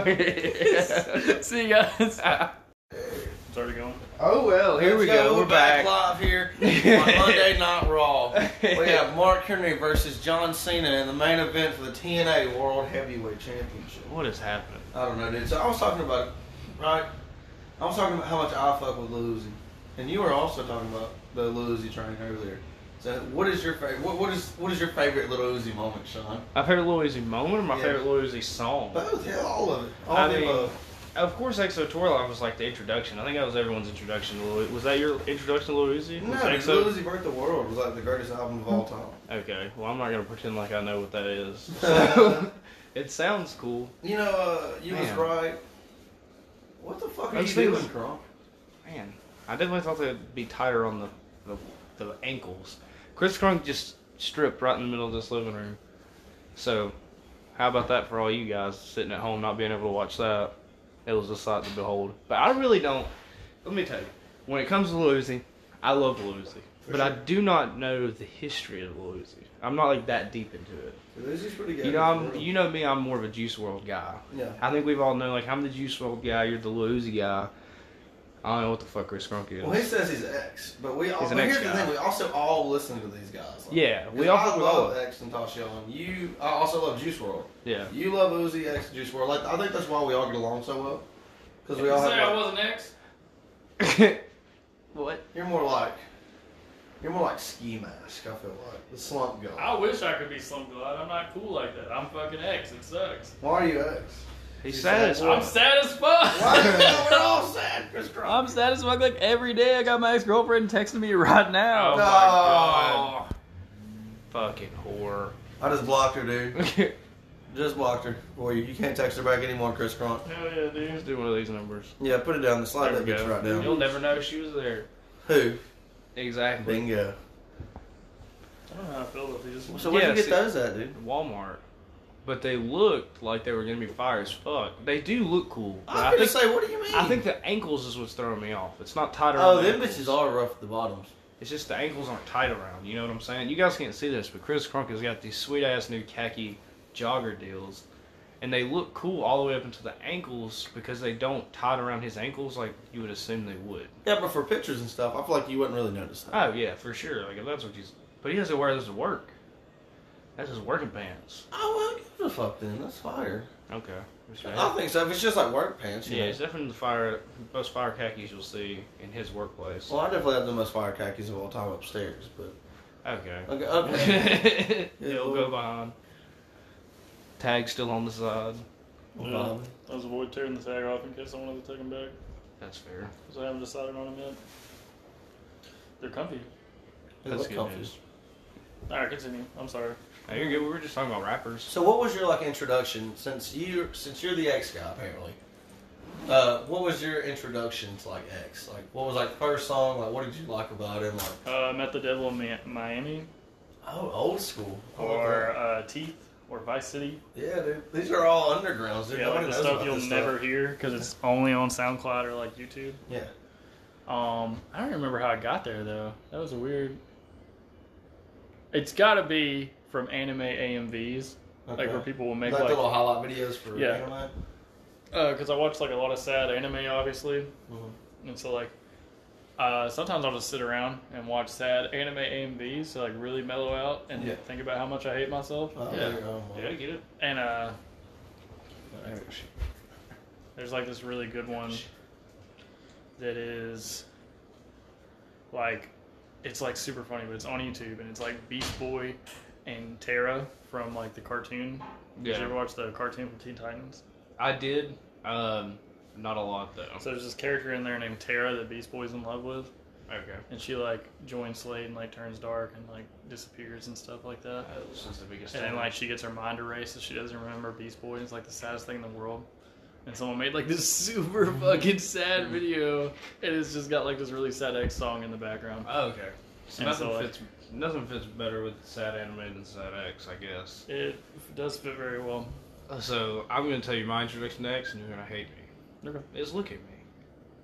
[SPEAKER 3] minute.
[SPEAKER 2] See you guys. It's already going.
[SPEAKER 8] Oh well, here we
[SPEAKER 4] Let's
[SPEAKER 8] go. We're back.
[SPEAKER 4] live here on Monday Night Raw. We have Mark Henry versus John Cena in the main event for the TNA World Heavyweight Championship.
[SPEAKER 3] What is happening?
[SPEAKER 4] I don't know, dude. So I was talking about it, right? I was talking about how much I fuck with Luzi, and you were also talking about the Luzi train earlier. So what is your favorite? What, what is what is your favorite little Uzi moment, Sean?
[SPEAKER 3] My favorite Lil Uzi moment or my
[SPEAKER 4] Yeah.
[SPEAKER 3] favorite Lil Uzi song?
[SPEAKER 4] Both, hell, all of it. All
[SPEAKER 3] I
[SPEAKER 4] of the
[SPEAKER 3] mean-
[SPEAKER 4] above.
[SPEAKER 3] Of course, EXO Tourline was like the introduction. I think that was everyone's introduction to Lil Was that your introduction to Lil Uzi?
[SPEAKER 4] No,
[SPEAKER 3] Was
[SPEAKER 4] dude,
[SPEAKER 3] EXO?
[SPEAKER 4] Lil Uzi Birth the World was like the greatest album of all time.
[SPEAKER 3] Okay, well, I'm not going to pretend like I know what that is. So, it sounds cool.
[SPEAKER 4] You know, uh, you was
[SPEAKER 3] Man.
[SPEAKER 4] right. What the fuck are
[SPEAKER 3] Those
[SPEAKER 4] you
[SPEAKER 3] things-
[SPEAKER 4] doing, Kronk?
[SPEAKER 3] Man, I definitely thought they'd be tighter on the, the, the ankles. Chris Crunk just stripped right in the middle of this living room. So, how about that for all you guys sitting at home not being able to watch that? It was a sight to behold. But I really don't. Let me tell you, when it comes to Lil Uzi, I love Lil Uzi, but I do not know the history of Lil Uzi's. I'm not like that deep into it.
[SPEAKER 4] Dude, Uzi's pretty good.
[SPEAKER 3] You know, I'm, you know me. I'm more of a Juice World guy.
[SPEAKER 4] Yeah.
[SPEAKER 3] I think we've all known like I'm the Juice World guy. You're the Lil Uzi guy. I don't know what the fuck Chris Crunk is.
[SPEAKER 4] Well, he says he's X, but we all.
[SPEAKER 3] He's an
[SPEAKER 4] But here's
[SPEAKER 3] X
[SPEAKER 4] the
[SPEAKER 3] guy.
[SPEAKER 4] thing: we also all listen to these guys. Like,
[SPEAKER 3] Yeah, we
[SPEAKER 4] 'cause
[SPEAKER 3] all
[SPEAKER 4] I
[SPEAKER 3] fuck with all
[SPEAKER 4] love
[SPEAKER 3] of
[SPEAKER 4] X and Tasha and you. I also love Juice World.
[SPEAKER 3] yeah.
[SPEAKER 4] You love Uzi X and Juice World. Like I think that's why we all get along so well. Because we
[SPEAKER 2] You
[SPEAKER 4] all
[SPEAKER 2] say I
[SPEAKER 4] have. Like,
[SPEAKER 2] wasn't next?
[SPEAKER 3] what?
[SPEAKER 4] you're more like. You're more like ski mask. I feel like the slump guy.
[SPEAKER 2] I wish I could be Slum Glide. I'm not cool like that. I'm fucking X. It sucks.
[SPEAKER 4] Why are you X?
[SPEAKER 3] He's
[SPEAKER 4] He's
[SPEAKER 3] sad as
[SPEAKER 4] sad.
[SPEAKER 2] I'm
[SPEAKER 3] fuck.
[SPEAKER 2] sad as fuck.
[SPEAKER 4] Why? We're all sad, Chris Cross.
[SPEAKER 2] I'm sad as fuck. Like every day, I got my ex girlfriend texting me right now.
[SPEAKER 3] Oh
[SPEAKER 4] No.
[SPEAKER 3] my god. Fucking whore.
[SPEAKER 4] I just blocked her, dude. Just blocked her. Boy, you can't text her back anymore, Chris Cronk.
[SPEAKER 2] Hell yeah, dude.
[SPEAKER 3] Let's do one of these numbers.
[SPEAKER 4] Yeah, put it down. The slide
[SPEAKER 3] There
[SPEAKER 4] that
[SPEAKER 3] we
[SPEAKER 4] bitch
[SPEAKER 3] go.
[SPEAKER 4] right down.
[SPEAKER 3] You'll never know she was there.
[SPEAKER 4] Who?
[SPEAKER 3] Exactly.
[SPEAKER 4] Bingo.
[SPEAKER 2] I don't know how I feel about these.
[SPEAKER 4] So where'd
[SPEAKER 3] Yeah,
[SPEAKER 4] you get
[SPEAKER 3] see-
[SPEAKER 4] those at, dude?
[SPEAKER 3] Walmart. But they looked like they were gonna be fire as fuck. They do look cool. but
[SPEAKER 4] I
[SPEAKER 3] I
[SPEAKER 4] was gonna
[SPEAKER 3] think
[SPEAKER 4] say, what do you mean?
[SPEAKER 3] I think the ankles is what's throwing me off. It's not tighter. on
[SPEAKER 4] Oh,
[SPEAKER 3] the
[SPEAKER 4] them
[SPEAKER 3] ankles.
[SPEAKER 4] bitches are rough at the bottoms.
[SPEAKER 3] It's just the ankles aren't tight around. You know what I'm saying? You guys can't see this, but Chris Crunk has got these sweet ass new khaki jogger deals, and they look cool all the way up into the ankles because they don't tie it around his ankles like you would assume they would.
[SPEAKER 4] Yeah, but for pictures and stuff, I feel like you wouldn't really notice that.
[SPEAKER 3] Oh yeah, for sure. Like if that's what he's, but he doesn't wear those to work. That's his working pants.
[SPEAKER 4] Oh, well, give a fuck then. That's fire.
[SPEAKER 3] Okay.
[SPEAKER 4] I don't think so. If it's just like work pants, you
[SPEAKER 3] Yeah,
[SPEAKER 4] know.
[SPEAKER 3] it's definitely the fire most fire khakis you'll see in his workplace.
[SPEAKER 4] Well, I definitely have the most fire khakis of all time upstairs, but
[SPEAKER 3] Okay.
[SPEAKER 4] okay, okay.
[SPEAKER 3] Okay.
[SPEAKER 4] Yeah,
[SPEAKER 3] It'll
[SPEAKER 4] well-
[SPEAKER 3] go behind. Tag still on the side.
[SPEAKER 2] Yeah. I was avoid tearing the tag off in case I wanted to take them back
[SPEAKER 3] That's fair.
[SPEAKER 2] because I haven't decided on them yet. They're comfy.
[SPEAKER 3] That's
[SPEAKER 4] That's
[SPEAKER 3] good
[SPEAKER 4] comfy.
[SPEAKER 3] news.
[SPEAKER 2] All right, continue. I'm sorry.
[SPEAKER 3] Now, you're good. We were just talking about rappers.
[SPEAKER 4] So, what was your like introduction since you since you're the X guy apparently? Uh, what was your introduction to like X? Like, what was like first song? Like, what did you like about him? Like,
[SPEAKER 2] Uh, I met the devil in Mi- Miami,
[SPEAKER 4] oh, old school. I love
[SPEAKER 2] or
[SPEAKER 4] that.
[SPEAKER 2] uh, Teeth, or Vice City.
[SPEAKER 4] yeah, dude, these are all undergrounds. Dude,
[SPEAKER 2] Yeah,
[SPEAKER 4] nobody
[SPEAKER 2] like the
[SPEAKER 4] knows
[SPEAKER 2] stuff
[SPEAKER 4] about
[SPEAKER 2] you'll
[SPEAKER 4] this
[SPEAKER 2] never
[SPEAKER 4] Stuff.
[SPEAKER 2] hear because it's only on SoundCloud or like YouTube.
[SPEAKER 4] Yeah,
[SPEAKER 2] Um, I don't remember how I got there though. That was a weird. It's got to be from anime AMVs, like
[SPEAKER 4] Okay.
[SPEAKER 2] where people will make
[SPEAKER 4] like, the
[SPEAKER 2] like
[SPEAKER 4] little highlight videos for
[SPEAKER 2] Yeah.
[SPEAKER 4] anime.
[SPEAKER 2] because I watch like a lot of sad anime, obviously,
[SPEAKER 4] Mhm.
[SPEAKER 2] and so like uh, sometimes I'll just sit around and watch sad anime AMVs to like really mellow out and
[SPEAKER 4] Yeah.
[SPEAKER 2] think about how much I hate myself.
[SPEAKER 4] Oh,
[SPEAKER 3] Yeah.
[SPEAKER 4] there, oh,
[SPEAKER 3] Yeah, I get it.
[SPEAKER 2] And uh,
[SPEAKER 4] my-
[SPEAKER 2] There's like this really good one that is like it's like super funny, but it's on YouTube and it's like Beast Boy and Tara from like the cartoon. Did you ever
[SPEAKER 3] Yeah,
[SPEAKER 2] watch the cartoon from Teen Titans?
[SPEAKER 3] I did. Um, not a lot though.
[SPEAKER 2] So there's this character in there named Tara that Beast Boy's in love with,
[SPEAKER 3] Okay.
[SPEAKER 2] and she like joins Slade and like turns dark and like disappears and stuff like that.
[SPEAKER 3] Uh, Since the biggest.
[SPEAKER 2] And then like she gets her mind erased, so she doesn't remember Beast Boy. and It's like the saddest thing in the world. And someone made like this super fucking sad video, and it's just got like this really sad X song in the background.
[SPEAKER 3] Oh, okay. So
[SPEAKER 2] And
[SPEAKER 3] nothing
[SPEAKER 2] so, like-
[SPEAKER 3] fits. Nothing fits better with sad anime than sad X, I guess. Uh,
[SPEAKER 2] It does fit very well.
[SPEAKER 3] So I'm gonna tell you my introduction to X, and you're gonna hate me.
[SPEAKER 2] Okay.
[SPEAKER 3] Is look at me.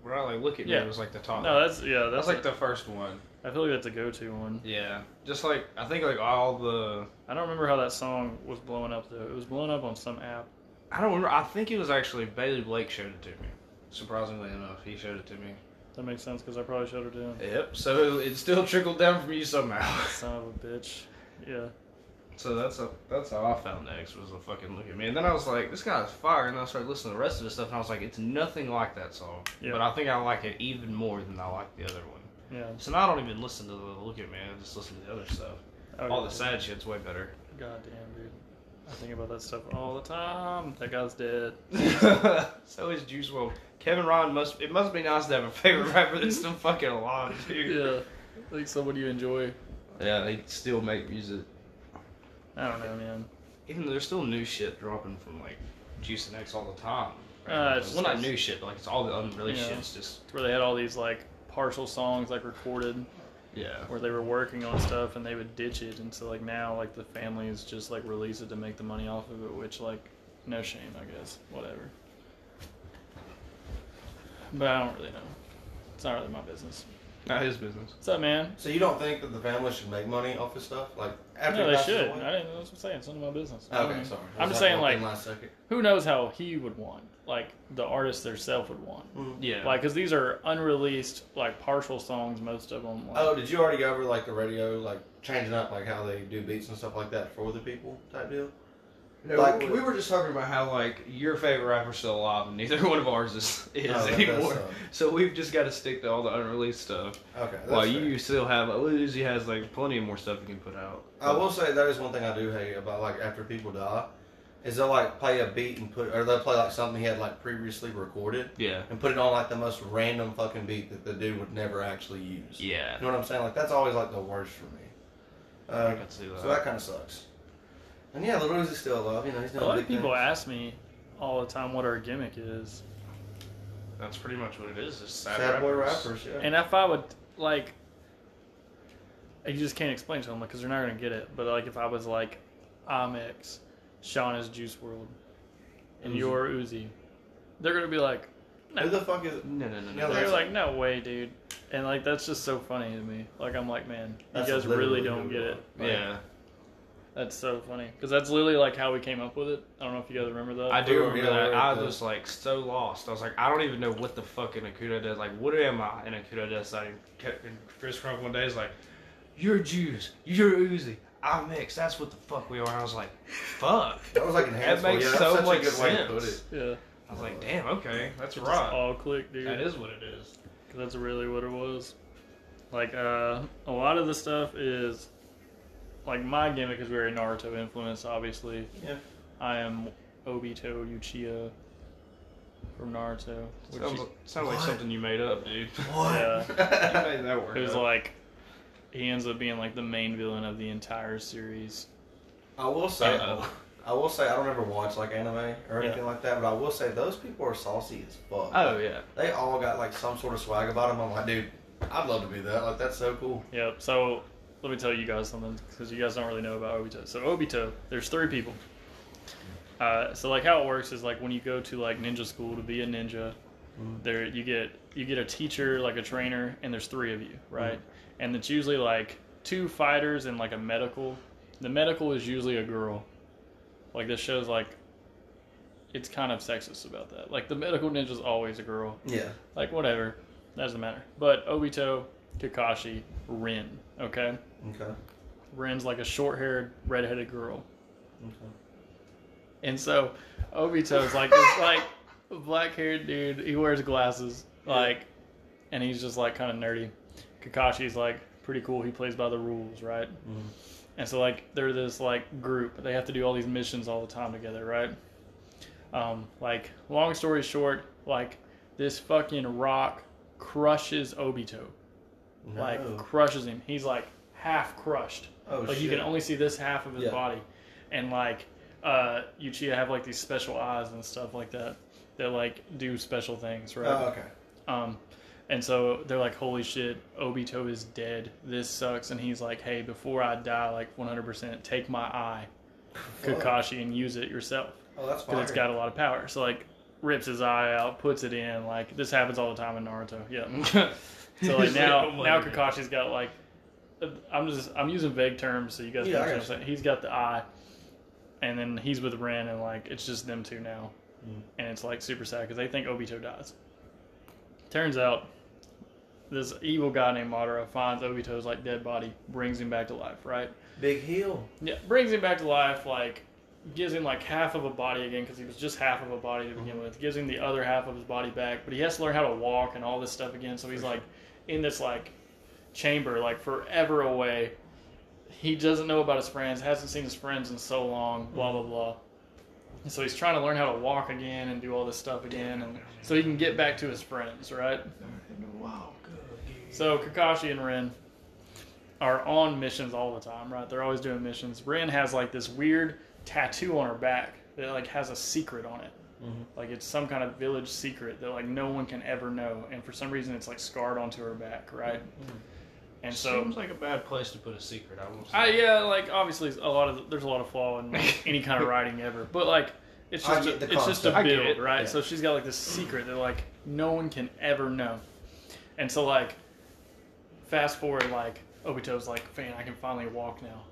[SPEAKER 3] Where I like look at
[SPEAKER 2] Yeah.
[SPEAKER 3] me was like the top.
[SPEAKER 2] No, that's yeah,
[SPEAKER 3] that's
[SPEAKER 2] that's
[SPEAKER 3] like the first one.
[SPEAKER 2] I feel like that's a go-to one.
[SPEAKER 3] Yeah, just like I think like all the
[SPEAKER 2] I don't remember how that song was blowing up though. It was blowing up on some app.
[SPEAKER 3] I don't remember. I think it was actually Bailey Blake showed it to me. Surprisingly enough, he showed it to me.
[SPEAKER 2] That makes sense because I probably shut her down.
[SPEAKER 3] Yep. So it still trickled down from you somehow.
[SPEAKER 2] Son of a bitch. Yeah.
[SPEAKER 3] so that's a, that's how I found X was a fucking look at me. And then I was like, this guy's fire. And then I started listening to the rest of his stuff, and I was like, it's nothing like that song.
[SPEAKER 2] Yeah.
[SPEAKER 3] But I think I like it even more than I like the other one.
[SPEAKER 2] Yeah.
[SPEAKER 3] So now I don't even listen to the look at me. I just listen to the other stuff.
[SPEAKER 2] Oh,
[SPEAKER 3] All
[SPEAKER 2] yeah.
[SPEAKER 3] the sad shit's way better.
[SPEAKER 2] God damn, dude. I think about that stuff all the time. That guy's dead.
[SPEAKER 3] so is Juice World. Kevin Ron must. It must be nice to have a favorite rapper that's still fucking alive, dude.
[SPEAKER 2] Yeah. Like someone you enjoy.
[SPEAKER 3] Yeah, they still make music.
[SPEAKER 2] I don't know, man.
[SPEAKER 3] Even though there's still new shit dropping from like Juice and X all the time.
[SPEAKER 2] Uh, it's
[SPEAKER 3] well, not
[SPEAKER 2] just-
[SPEAKER 3] new shit, but like it's all the unreleased
[SPEAKER 2] Yeah.
[SPEAKER 3] shit. It's just
[SPEAKER 2] Where they had all these like partial songs like recorded
[SPEAKER 3] yeah.
[SPEAKER 2] where they were working on stuff and they would ditch it and so like now like the families just like release it to make the money off of it, which like no shame I guess. Whatever. But I don't really know. It's not really my business.
[SPEAKER 3] Not his business.
[SPEAKER 2] What's up, man?
[SPEAKER 4] So you don't think that the family should make money off of stuff? Like after
[SPEAKER 2] no,
[SPEAKER 4] he
[SPEAKER 2] they
[SPEAKER 4] passes
[SPEAKER 2] should.
[SPEAKER 4] away?
[SPEAKER 2] I didn't, that's what I'm saying. It's none of my business. I don't
[SPEAKER 4] Okay,
[SPEAKER 2] know.
[SPEAKER 4] sorry.
[SPEAKER 2] I'm just
[SPEAKER 4] That
[SPEAKER 2] saying,
[SPEAKER 4] one thing
[SPEAKER 2] like,
[SPEAKER 4] last second.
[SPEAKER 2] who knows how he would want like the artist themselves would want
[SPEAKER 3] Yeah.
[SPEAKER 2] like because these are unreleased like partial songs most of them like,
[SPEAKER 4] Oh, did you already go over like the radio, like changing up like how they do beats and stuff like that for the people type deal?
[SPEAKER 3] like we were just talking about how like your favorite rapper's still alive and neither one of ours is, is
[SPEAKER 4] Oh, that does
[SPEAKER 3] anymore.
[SPEAKER 4] suck.
[SPEAKER 3] So we've just got to stick to all the unreleased stuff.
[SPEAKER 4] Okay. That's
[SPEAKER 3] While
[SPEAKER 4] fair.
[SPEAKER 3] you still have, Uzi has like plenty of more stuff you can put out.
[SPEAKER 4] I will say that is one thing I do hate about like after people die, is they'll like play a beat and put or they'll play like something he had like previously recorded
[SPEAKER 3] Yeah.
[SPEAKER 4] and put it on like the most random fucking beat that the dude would never actually use.
[SPEAKER 3] Yeah.
[SPEAKER 4] You know what I'm saying? Like that's always like the worst for me. Uh,
[SPEAKER 3] I can see that.
[SPEAKER 4] So that kind of sucks. And yeah, Lil Uzi's still alive. You know, he's
[SPEAKER 2] a
[SPEAKER 4] doing
[SPEAKER 2] lot
[SPEAKER 4] big
[SPEAKER 2] of people
[SPEAKER 4] things.
[SPEAKER 2] ask me all the time what our gimmick is
[SPEAKER 3] That's pretty much what it is. Just sad,
[SPEAKER 4] sad, boy
[SPEAKER 3] rappers.
[SPEAKER 4] rappers. Yeah.
[SPEAKER 2] and if i would like you just can't explain to them because they're not going to get it but like if i was like i'm x sean is juice world and
[SPEAKER 4] Uzi.
[SPEAKER 2] you're uzi they're going to be like no
[SPEAKER 4] Who the fuck is?
[SPEAKER 3] No, no, no,
[SPEAKER 4] Yeah,
[SPEAKER 3] no.
[SPEAKER 4] like-
[SPEAKER 2] they're like no way dude and like that's just so funny to me. Like I'm like, man, you
[SPEAKER 8] That's
[SPEAKER 2] guys
[SPEAKER 8] literally
[SPEAKER 2] really
[SPEAKER 8] who
[SPEAKER 2] don't
[SPEAKER 8] we
[SPEAKER 2] get
[SPEAKER 8] are.
[SPEAKER 2] it.
[SPEAKER 8] Right.
[SPEAKER 3] Yeah.
[SPEAKER 2] That's so funny because that's literally like how we came up with it. I don't know if you guys remember that.
[SPEAKER 3] I do
[SPEAKER 8] Boom, yeah,
[SPEAKER 3] remember that.
[SPEAKER 8] right
[SPEAKER 3] I was
[SPEAKER 8] there.
[SPEAKER 3] just like so lost. I was like, I don't even know what the fuck an Akuda does. Like, what am I an Akuda does? Like, and Chris Crump one day is like, You're Jews. You're Uzi. I'm mixed. That's what the fuck we are. And I was like, Fuck.
[SPEAKER 8] That was like enhanced.
[SPEAKER 3] makes
[SPEAKER 8] yeah, that's
[SPEAKER 3] so
[SPEAKER 8] such
[SPEAKER 3] much
[SPEAKER 8] a good way to put
[SPEAKER 3] sense.
[SPEAKER 8] it.
[SPEAKER 2] yeah,
[SPEAKER 3] I was like, Damn, okay. That's
[SPEAKER 2] It just
[SPEAKER 3] right.
[SPEAKER 2] all click, dude.
[SPEAKER 3] That is what it is.
[SPEAKER 2] 'Cause that's really what it was. Like uh, a lot of the stuff is like my gimmick is very Naruto influenced. Obviously,
[SPEAKER 8] Yeah.
[SPEAKER 2] I am Obito Uchiha from Naruto. Which
[SPEAKER 3] Sounds, sounds like
[SPEAKER 8] What?
[SPEAKER 3] something you made up, dude.
[SPEAKER 8] What?
[SPEAKER 3] made that work.
[SPEAKER 2] who's
[SPEAKER 3] up.
[SPEAKER 2] like he ends up being like the main villain of the entire series.
[SPEAKER 8] I will say,
[SPEAKER 3] Uh-oh.
[SPEAKER 8] I will say, I don't ever watch like anime or
[SPEAKER 2] Yeah.
[SPEAKER 8] anything like that, but I will say those people are saucy as fuck.
[SPEAKER 3] oh yeah.
[SPEAKER 8] They all got like some sort of swag about them. I'm like, dude, I'd love to be that. Like, that's so cool.
[SPEAKER 2] Yep. So let me tell you guys something because you guys don't really know about Obito. So Obito, there's three people. Uh, so like how it works is like when you go to like ninja school to be a ninja, there you get you get a teacher like a trainer and there's three of you, right? And it's usually like two fighters and like a medical. The medical is usually a girl. Like this shows like it's kind of sexist about that. Like the medical ninja's always a girl.
[SPEAKER 8] Yeah.
[SPEAKER 2] Like whatever, doesn't matter. But Obito, Kakashi, Rin. Okay,
[SPEAKER 8] Okay.
[SPEAKER 2] Rin's like a short-haired, redheaded girl,
[SPEAKER 8] Okay.
[SPEAKER 2] and so Obito's like this like black-haired dude. He wears glasses, like, and he's just like kind of nerdy. Kakashi's like pretty cool. He plays by the rules, right?
[SPEAKER 8] Mm-hmm.
[SPEAKER 2] And so like they're this like group. They have to do all these missions all the time together, right? Um, like long story short, like this fucking rock crushes Obito.
[SPEAKER 8] No.
[SPEAKER 2] Like crushes him. He's like half crushed.
[SPEAKER 8] Oh,
[SPEAKER 2] like you
[SPEAKER 8] shit.
[SPEAKER 2] can only see this half of his
[SPEAKER 8] Yeah.
[SPEAKER 2] body. And like uh Uchiha have like these special eyes and stuff like that that like do special things, right?
[SPEAKER 8] Oh, okay.
[SPEAKER 2] Um, and so they're like, "Holy shit, Obito is dead. This sucks." And he's like, "Hey, before I die, like 100%, take my eye, Kakashi, and use it yourself
[SPEAKER 8] Oh, that's fine.
[SPEAKER 2] because it's got a lot of power." So like, rips his eye out, puts it in. Like this happens all the time in Naruto. Yeah. so like
[SPEAKER 8] oh
[SPEAKER 2] now, now Kakashi's got like, I'm just I'm using vague terms so you guys
[SPEAKER 8] Yeah,
[SPEAKER 2] know
[SPEAKER 8] I
[SPEAKER 2] what I'm
[SPEAKER 8] got you.
[SPEAKER 2] saying. He's got the eye, and then he's with Ren, and like it's just them two now,
[SPEAKER 8] Mm.
[SPEAKER 2] and it's like super sad because they think Obito dies. Turns out, this evil guy named Madara finds Obito's like dead body, brings him back to life, right?
[SPEAKER 8] Big heel.
[SPEAKER 2] Yeah, brings him back to life, like gives him like half of a body again because he was just half of a body to begin with. Gives him the other half of his body back, but he has to learn how to walk and all this stuff again. So he's like in this like chamber, like forever away. He doesn't know about his friends, hasn't seen his friends in so long. Blah blah blah. And so he's trying to learn how to walk again and do all this stuff again, and so he can get back to his friends, right? So Kakashi and Ren are on missions all the time, right? They're always doing missions. Ren has like this weird tattoo on her back that like has a secret on it. Like it's some kind of village secret that like no one can ever know, and for some reason it's like scarred onto her back, right? And so,
[SPEAKER 3] Seems like a bad place to put a secret. I won't say.
[SPEAKER 2] I, yeah, like obviously a lot of there's a lot of flaw in like, any kind of writing ever, but like it's
[SPEAKER 8] I
[SPEAKER 2] just a,
[SPEAKER 8] get the
[SPEAKER 2] it's just a
[SPEAKER 8] concept.
[SPEAKER 3] I get
[SPEAKER 2] build,
[SPEAKER 3] it,
[SPEAKER 2] right?
[SPEAKER 8] yeah.
[SPEAKER 2] So she's got like this secret that like no one can ever know, and so like fast forward like Obito's like, fan, I can finally walk now.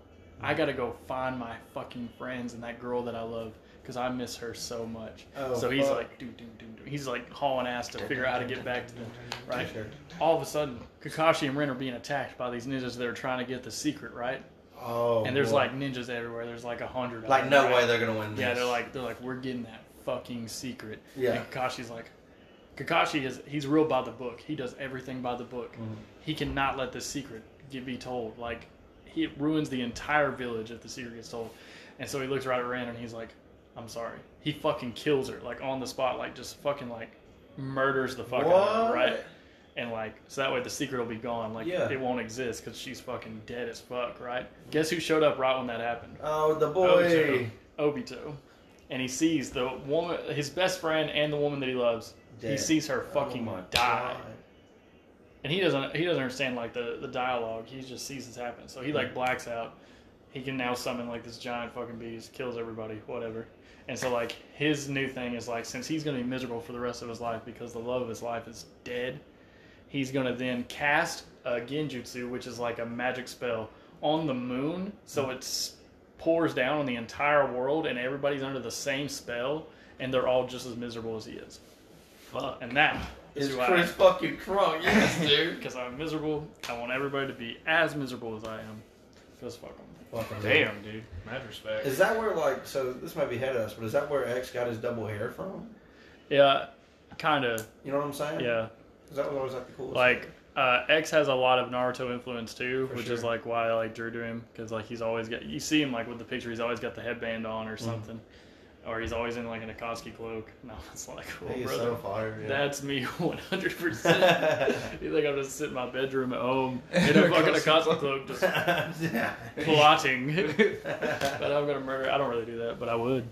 [SPEAKER 2] I gotta go find my fucking friends and that girl that I love because I miss her so much.
[SPEAKER 8] Oh,
[SPEAKER 2] so he's
[SPEAKER 8] fuck.
[SPEAKER 2] like, doo, doo, doo, doo. he's like hauling ass to figure out how to get back to them, right?
[SPEAKER 8] Sure.
[SPEAKER 2] All of a sudden, Kakashi and Ren are being attacked by these ninjas that are trying to get the secret, right?
[SPEAKER 8] Oh.
[SPEAKER 2] and there's
[SPEAKER 8] boy.
[SPEAKER 2] like ninjas everywhere. There's like a hundred. of
[SPEAKER 8] like
[SPEAKER 2] them,
[SPEAKER 8] no
[SPEAKER 2] right?
[SPEAKER 8] way they're gonna win.
[SPEAKER 2] Yeah,
[SPEAKER 8] this.
[SPEAKER 2] they're like they're like we're getting that fucking secret.
[SPEAKER 8] Yeah.
[SPEAKER 2] And Kakashi's like, Kakashi is he's real by the book. He does everything by the book.
[SPEAKER 8] Mm-hmm.
[SPEAKER 2] He cannot let this secret get be told. Like, he it ruins the entire village if the secret gets told. And so he looks right at Ren and he's like, I'm sorry. He fucking kills her like on the spot. Like just fucking like murders the fuck out of her.
[SPEAKER 8] What?
[SPEAKER 2] Right. And like, so that way the secret will be gone. Like,
[SPEAKER 8] Yeah.
[SPEAKER 2] it won't exist because she's fucking dead as fuck, right? Guess who showed up right when that happened?
[SPEAKER 8] Oh, the
[SPEAKER 2] Obito.
[SPEAKER 8] boy.
[SPEAKER 2] Obito. And he sees the woman, his best friend, and the woman that he loves. He
[SPEAKER 8] Dead.
[SPEAKER 2] sees her
[SPEAKER 8] Oh
[SPEAKER 2] fucking
[SPEAKER 8] my
[SPEAKER 2] die,
[SPEAKER 8] God.
[SPEAKER 2] and he doesn't. He doesn't understand like the the dialogue. He just sees this happen. So he like blacks out. He can now summon like this giant fucking beast, kills everybody, whatever. And so like his new thing is like since he's gonna be miserable for the rest of his life because the love of his life is dead, he's gonna then cast a genjutsu, which is like a magic spell, on the moon, so it pours down on the entire world, and everybody's under the same spell, and they're all just as miserable as he is. Fuck. And that is
[SPEAKER 4] It's
[SPEAKER 2] who I
[SPEAKER 4] Chris fucking Krunk, yes, dude.
[SPEAKER 2] because I'm miserable. I want everybody to be as miserable as I am. Just fuck 'em.
[SPEAKER 3] Damn, dude. Mad respect.
[SPEAKER 4] Is that where like so? This might be ahead of us, but is that where X got his double hair from?
[SPEAKER 2] Yeah, kind of.
[SPEAKER 4] You know what I'm saying?
[SPEAKER 2] Yeah.
[SPEAKER 4] Is that what was like the coolest?
[SPEAKER 2] like uh, X has a lot of Naruto influence too,
[SPEAKER 4] For
[SPEAKER 2] which
[SPEAKER 4] sure.
[SPEAKER 2] is like why I like drew to him because like he's always got you see him like with the picture he's always got the headband on
[SPEAKER 4] Mm.
[SPEAKER 2] or something, or he's always in like an Akatsuki cloak. No, it's like cool,
[SPEAKER 4] he is
[SPEAKER 2] oh, brother.
[SPEAKER 4] so fire. Yeah.
[SPEAKER 2] That's me, one hundred percent. You think I'm just sitting in my bedroom at home in a fucking Akatsuki cloak, just plotting that I'm gonna murder? I don't really do that, but I would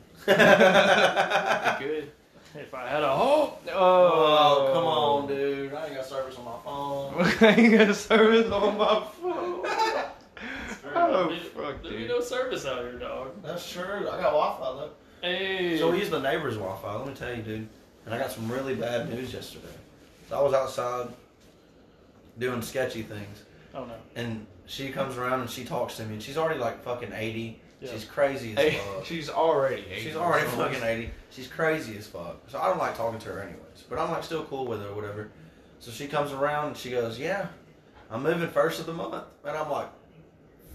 [SPEAKER 3] good.
[SPEAKER 2] if I had a home.
[SPEAKER 4] oh, come on, dude! I ain't got service on my phone.
[SPEAKER 3] I ain't got service on my phone. Oh, fuck,
[SPEAKER 2] There'd be
[SPEAKER 3] dude.
[SPEAKER 2] no service out here, dog.
[SPEAKER 4] That's true. I got Wi-Fi though.
[SPEAKER 2] Hey.
[SPEAKER 4] So we use the neighbor's Wi-Fi. Let me tell you, dude. And I got some really bad news yesterday. So I was outside doing sketchy things,
[SPEAKER 2] oh no.
[SPEAKER 4] and she comes around and she talks to me, and she's already like fucking eighty.
[SPEAKER 2] Yeah.
[SPEAKER 4] She's crazy as
[SPEAKER 3] Hey,
[SPEAKER 4] fuck.
[SPEAKER 3] she's already.
[SPEAKER 4] She's already fucking 80. She's crazy as fuck. So I don't like talking to her anyways. But I'm like still cool with her or whatever. So she comes around and she goes, Yeah, I'm moving first of the month. And I'm like,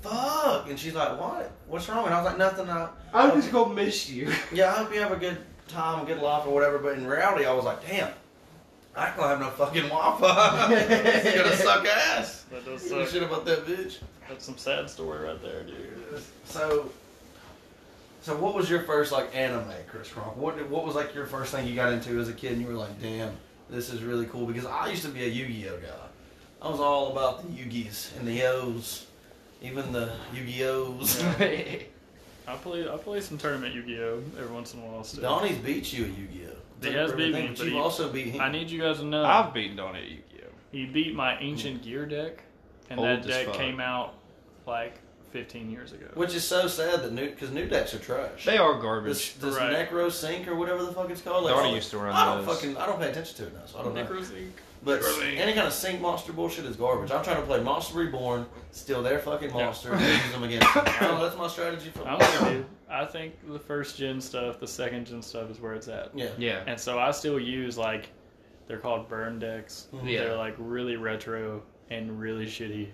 [SPEAKER 4] Fuck. And she's like, What? What's wrong? And I was like, Nothing. I,
[SPEAKER 3] I'm just gonna miss you.
[SPEAKER 4] yeah, I hope you have a good time, good life, or whatever. But in reality, I was like, Damn, I ain't gonna have no fucking Wi Fi. it's gonna suck ass.
[SPEAKER 2] That does
[SPEAKER 4] You
[SPEAKER 2] suck.
[SPEAKER 4] should have that bitch.
[SPEAKER 2] That's some sad story right there, dude.
[SPEAKER 4] So, so what was your first like anime, Chris Kronk? What did- what was like your first thing you got into as a kid, and you were like, "Damn, this is really cool"? Because I used to be a Yu-Gi-Oh guy. I was all about the Yu-Gis and the O's, even the Yu-Gi-Ohs.
[SPEAKER 2] I play I play some tournament Yu-Gi-Oh every once in a while still.
[SPEAKER 4] Donnie's beat you at Yu-Gi-Oh.
[SPEAKER 2] He has beat me,
[SPEAKER 4] but
[SPEAKER 2] but
[SPEAKER 4] you've
[SPEAKER 2] he-
[SPEAKER 4] also beat him.
[SPEAKER 2] I need you guys to know
[SPEAKER 3] I've beaten Don at Yu-Gi-Oh.
[SPEAKER 2] he beat my ancient gear deck, and
[SPEAKER 3] Old
[SPEAKER 2] that
[SPEAKER 3] as
[SPEAKER 2] deck
[SPEAKER 3] fuck.
[SPEAKER 2] came out like 15 years ago.
[SPEAKER 4] which is so sad that new because new decks are trash.
[SPEAKER 3] They are garbage.
[SPEAKER 4] this this
[SPEAKER 2] Right.
[SPEAKER 4] Necro Sync or whatever the fuck it's called. Like,
[SPEAKER 3] Donnie
[SPEAKER 4] I-
[SPEAKER 3] used to run
[SPEAKER 4] I don't
[SPEAKER 3] those.
[SPEAKER 4] fucking I don't pay attention to it now, so I don't know.
[SPEAKER 2] Necrozink.
[SPEAKER 4] But
[SPEAKER 3] Really?
[SPEAKER 4] any kind of sync monster bullshit is garbage. I'm trying to play Monster Reborn, steal their fucking monster, and use them against them. So that's my strategy for
[SPEAKER 2] I'm with you. I think the first gen stuff, the second gen stuff is where it's at.
[SPEAKER 4] Yeah.
[SPEAKER 3] yeah.
[SPEAKER 2] And so I still use like they're called burn decks.
[SPEAKER 3] Yeah.
[SPEAKER 2] They're like really retro and really shitty.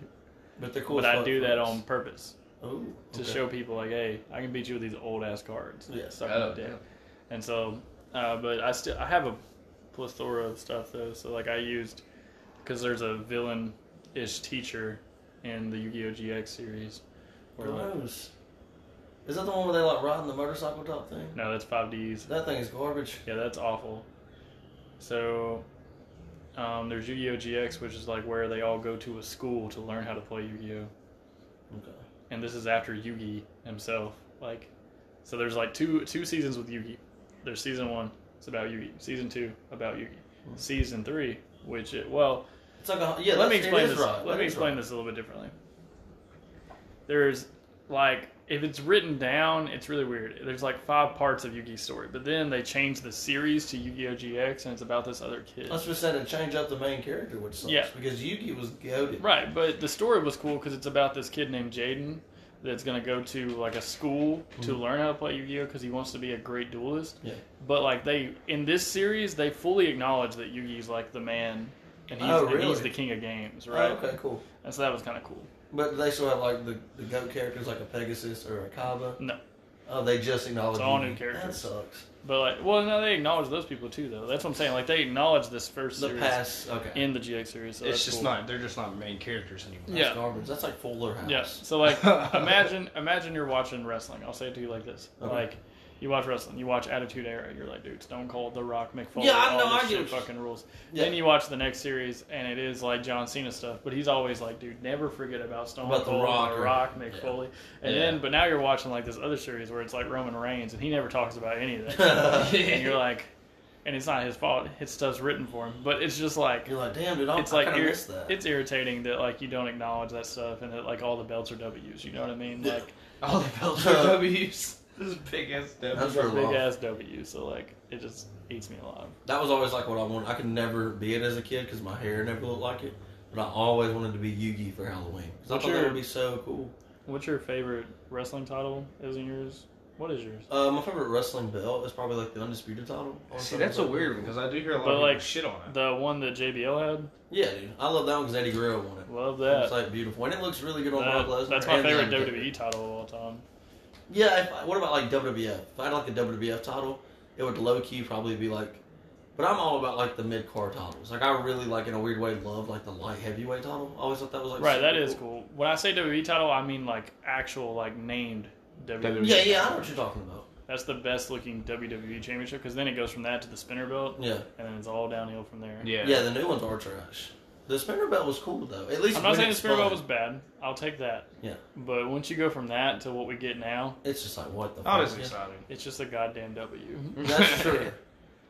[SPEAKER 4] But they're cool.
[SPEAKER 2] But
[SPEAKER 4] as
[SPEAKER 2] I
[SPEAKER 4] fuck
[SPEAKER 2] do
[SPEAKER 4] for
[SPEAKER 2] that
[SPEAKER 4] us.
[SPEAKER 2] on purpose.
[SPEAKER 4] Ooh,
[SPEAKER 2] to
[SPEAKER 4] okay.
[SPEAKER 2] show people like, hey, I can beat you with these old ass cards.
[SPEAKER 4] Yeah.
[SPEAKER 2] Suck
[SPEAKER 3] Oh,
[SPEAKER 2] my dick.
[SPEAKER 3] yeah.
[SPEAKER 2] And so, uh, but I still I have a plethora of stuff though. So like I used because there's a villain ish teacher in the Yu-Gi-Oh GX series. Where like,
[SPEAKER 4] Gross. Is that the one where they like riding the motorcycle top thing?
[SPEAKER 2] no, that's five Ds.
[SPEAKER 4] That thing is garbage.
[SPEAKER 2] Yeah, that's awful. So. Um, there's Yu-Gi-Oh! GX, which is like where they all go to a school to learn how to play Yu-Gi-Oh!
[SPEAKER 4] Okay.
[SPEAKER 2] and this is after Yugi himself. Like, so there's like two two seasons with Yugi. There's season one, it's about Yugi. Season two, about Yugi. Season three, which it, well,
[SPEAKER 4] It's like a yeah.
[SPEAKER 2] let me
[SPEAKER 4] that's- it
[SPEAKER 2] explain
[SPEAKER 4] is
[SPEAKER 2] this.
[SPEAKER 4] Right.
[SPEAKER 2] Let me explain this a little bit differently. There's like if it's written down, it's really weird. There's like five parts of Yugi's story, but then they change the series to Yu-Gi-Oh! GX, and it's about this other kid.
[SPEAKER 4] Let's just say to change up the main character, which sucks.
[SPEAKER 2] Yeah.
[SPEAKER 4] Because Yugi was goaded.
[SPEAKER 2] Right, but the story was cool because it's about this kid named Jaden that's gonna go to like a school to
[SPEAKER 4] Mm-hmm.
[SPEAKER 2] learn how to play Yu-Gi-Oh because he wants to be a great duelist.
[SPEAKER 4] Yeah.
[SPEAKER 2] But like they in this series, they fully acknowledge that Yugi's like the man, and he's,
[SPEAKER 4] Oh,
[SPEAKER 2] and he's
[SPEAKER 4] really?
[SPEAKER 2] the king of games,
[SPEAKER 4] Right.
[SPEAKER 2] right?
[SPEAKER 4] okay. Cool.
[SPEAKER 2] And so that was kind of cool.
[SPEAKER 4] But they still have like the, the goat characters like a Pegasus or a Kaba.
[SPEAKER 2] No,
[SPEAKER 4] Oh, they just acknowledge.
[SPEAKER 2] It's all
[SPEAKER 4] Yugi.
[SPEAKER 2] new characters.
[SPEAKER 4] That sucks.
[SPEAKER 2] but like, well, no, they acknowledge those people too, though. That's what I'm saying. Like they acknowledge this first
[SPEAKER 4] The
[SPEAKER 2] series
[SPEAKER 4] past, okay.
[SPEAKER 2] in the GX series. So
[SPEAKER 3] It's
[SPEAKER 2] that's
[SPEAKER 3] just
[SPEAKER 2] cool.
[SPEAKER 3] not. They're just not main characters anymore.
[SPEAKER 4] That's
[SPEAKER 2] Yeah.
[SPEAKER 4] garbage. That's like Fuller House.
[SPEAKER 2] Yeah. So like, imagine imagine you're watching wrestling. I'll say it to you like this:
[SPEAKER 4] Okay.
[SPEAKER 2] like, you watch wrestling, you watch Attitude Era, you're like, dude, Stone Cold, The Rock, McFoley,
[SPEAKER 4] Yeah, I know,
[SPEAKER 2] all this
[SPEAKER 4] I get
[SPEAKER 2] shit
[SPEAKER 4] what you-
[SPEAKER 2] fucking rules.
[SPEAKER 4] Yeah.
[SPEAKER 2] Then you watch the next series, and it is like John Cena stuff, but he's always like, dude, never forget about Stone
[SPEAKER 4] About The
[SPEAKER 2] Cold,
[SPEAKER 4] Rock
[SPEAKER 2] The
[SPEAKER 4] or-
[SPEAKER 2] Rock, Mick
[SPEAKER 4] yeah.
[SPEAKER 2] Foley, and
[SPEAKER 4] Yeah.
[SPEAKER 2] then but now you're watching like this other series where it's like Roman Reigns, and he never talks about any of that, shit. and you're like. and it's not his fault. His stuff's written for him, but it's just like
[SPEAKER 4] You're like, damn, dude, I'm,
[SPEAKER 2] it's like
[SPEAKER 4] I
[SPEAKER 2] ir-
[SPEAKER 4] kinda missed that.
[SPEAKER 2] it's irritating that like you don't acknowledge that stuff and that like all the belts are W's. You know what I mean?
[SPEAKER 4] Yeah.
[SPEAKER 2] Like
[SPEAKER 9] All the belts are W's. This is big ass W.
[SPEAKER 4] That's where I'm
[SPEAKER 2] big
[SPEAKER 4] off.
[SPEAKER 2] ass W. So like it just eats me alive.
[SPEAKER 4] That was always like what I wanted. I could never be it as a kid because my hair never looked like it. But I always wanted to be Yugi for Halloween. 'Cause I
[SPEAKER 2] What's
[SPEAKER 4] thought that
[SPEAKER 2] your-
[SPEAKER 4] would be so cool.
[SPEAKER 2] What's your favorite wrestling title? Isn't yours? What is yours?
[SPEAKER 4] Uh, my favorite wrestling belt is probably like the Undisputed title.
[SPEAKER 3] See, that's a weird one because I do hear a lot
[SPEAKER 2] But,
[SPEAKER 3] of
[SPEAKER 2] like,
[SPEAKER 3] people shit on it.
[SPEAKER 2] The one that JBL had.
[SPEAKER 4] Yeah, dude. I love that one because Eddie Guerrero won it.
[SPEAKER 2] Love
[SPEAKER 4] It's
[SPEAKER 2] that.
[SPEAKER 4] like beautiful. And it looks really good on
[SPEAKER 2] That-
[SPEAKER 4] Brock Lesnar.
[SPEAKER 2] that's my
[SPEAKER 4] and the
[SPEAKER 2] favorite E
[SPEAKER 4] Undertaker.
[SPEAKER 2] WWE title of all time.
[SPEAKER 4] Yeah, if I, what about like WWF? If I had like a WWF title, it would low key probably be like. But I'm all about like the mid card titles. Like I really like in a weird way love like the light heavyweight title. I always thought that was like
[SPEAKER 2] Right,
[SPEAKER 4] super
[SPEAKER 2] that is cool. When I say WWE title, I mean like actual like named WWE.
[SPEAKER 4] Yeah, yeah, I know what you're talking about.
[SPEAKER 2] That's the best looking WWE championship because then it goes from that to the spinner belt,
[SPEAKER 4] Yeah,
[SPEAKER 2] and then it's all downhill from there.
[SPEAKER 3] Yeah.
[SPEAKER 4] yeah. The new ones are trash. The spinner belt was cool though. At least
[SPEAKER 2] I'm not
[SPEAKER 4] when
[SPEAKER 2] saying the
[SPEAKER 4] it's
[SPEAKER 2] spinner
[SPEAKER 4] fun,
[SPEAKER 2] belt was bad. I'll take that.
[SPEAKER 4] Yeah.
[SPEAKER 2] But once you go from that to what we get now,
[SPEAKER 4] It's just like what the.
[SPEAKER 3] Not as
[SPEAKER 4] fuck?
[SPEAKER 3] Oh, exciting.
[SPEAKER 2] it's just a goddamn W.
[SPEAKER 4] That's true.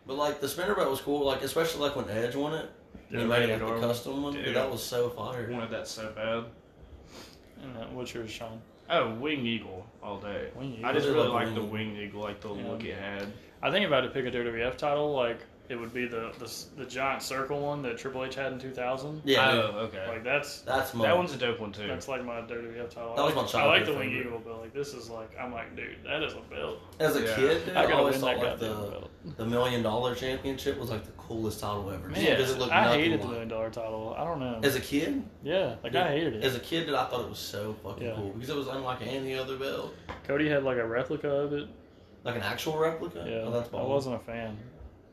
[SPEAKER 4] But like the spinner belt was cool. Like especially like when Edge won it. and he
[SPEAKER 3] Dude,
[SPEAKER 4] made
[SPEAKER 3] I
[SPEAKER 4] like the
[SPEAKER 3] adore-
[SPEAKER 4] custom one. Dude,
[SPEAKER 3] Dude.
[SPEAKER 4] that was so fire.
[SPEAKER 3] wanted that so bad.
[SPEAKER 2] And then what's yours, Sean?
[SPEAKER 3] Oh, winged eagle all day.
[SPEAKER 2] Winged
[SPEAKER 3] I just
[SPEAKER 4] eagle.
[SPEAKER 3] really
[SPEAKER 4] I
[SPEAKER 3] like
[SPEAKER 4] love
[SPEAKER 3] the
[SPEAKER 4] winged
[SPEAKER 3] winged eagle, like the
[SPEAKER 2] Yeah.
[SPEAKER 3] look it had.
[SPEAKER 2] I think if I had to pick a WWF title, like it would be the the, s- the giant circle one that Triple H had in 2000.
[SPEAKER 4] Yeah,
[SPEAKER 3] oh,
[SPEAKER 4] dude,
[SPEAKER 3] okay.
[SPEAKER 2] Like that's
[SPEAKER 4] that's my.
[SPEAKER 3] that one's a dope one too.
[SPEAKER 2] That's like my WWF title.
[SPEAKER 4] That was
[SPEAKER 2] I like- I
[SPEAKER 4] my childhood
[SPEAKER 2] like the Wing
[SPEAKER 4] favorite.
[SPEAKER 2] Eagle belt. Like this is like I'm like, dude, that is a belt.
[SPEAKER 4] As a
[SPEAKER 3] Yeah.
[SPEAKER 4] kid, dude,
[SPEAKER 2] I
[SPEAKER 4] I,
[SPEAKER 2] gotta win
[SPEAKER 4] always thought
[SPEAKER 2] that
[SPEAKER 4] like
[SPEAKER 2] goddamn
[SPEAKER 4] the,
[SPEAKER 2] belt.
[SPEAKER 4] the million dollar championship was like the coolest title ever. just
[SPEAKER 2] Man,
[SPEAKER 4] because it looked
[SPEAKER 2] I
[SPEAKER 4] nothing
[SPEAKER 2] hated the
[SPEAKER 4] like.
[SPEAKER 2] million dollar title. I don't know.
[SPEAKER 4] As a kid,
[SPEAKER 2] yeah, like I hated it.
[SPEAKER 4] As a kid, dude, I thought it was so fucking
[SPEAKER 2] Yeah.
[SPEAKER 4] cool because it was unlike any other belt,
[SPEAKER 2] Cody had like a replica of it.
[SPEAKER 4] like an actual replica.
[SPEAKER 2] Yeah,
[SPEAKER 4] oh, that's
[SPEAKER 2] I
[SPEAKER 4] bomb.
[SPEAKER 2] wasn't a fan.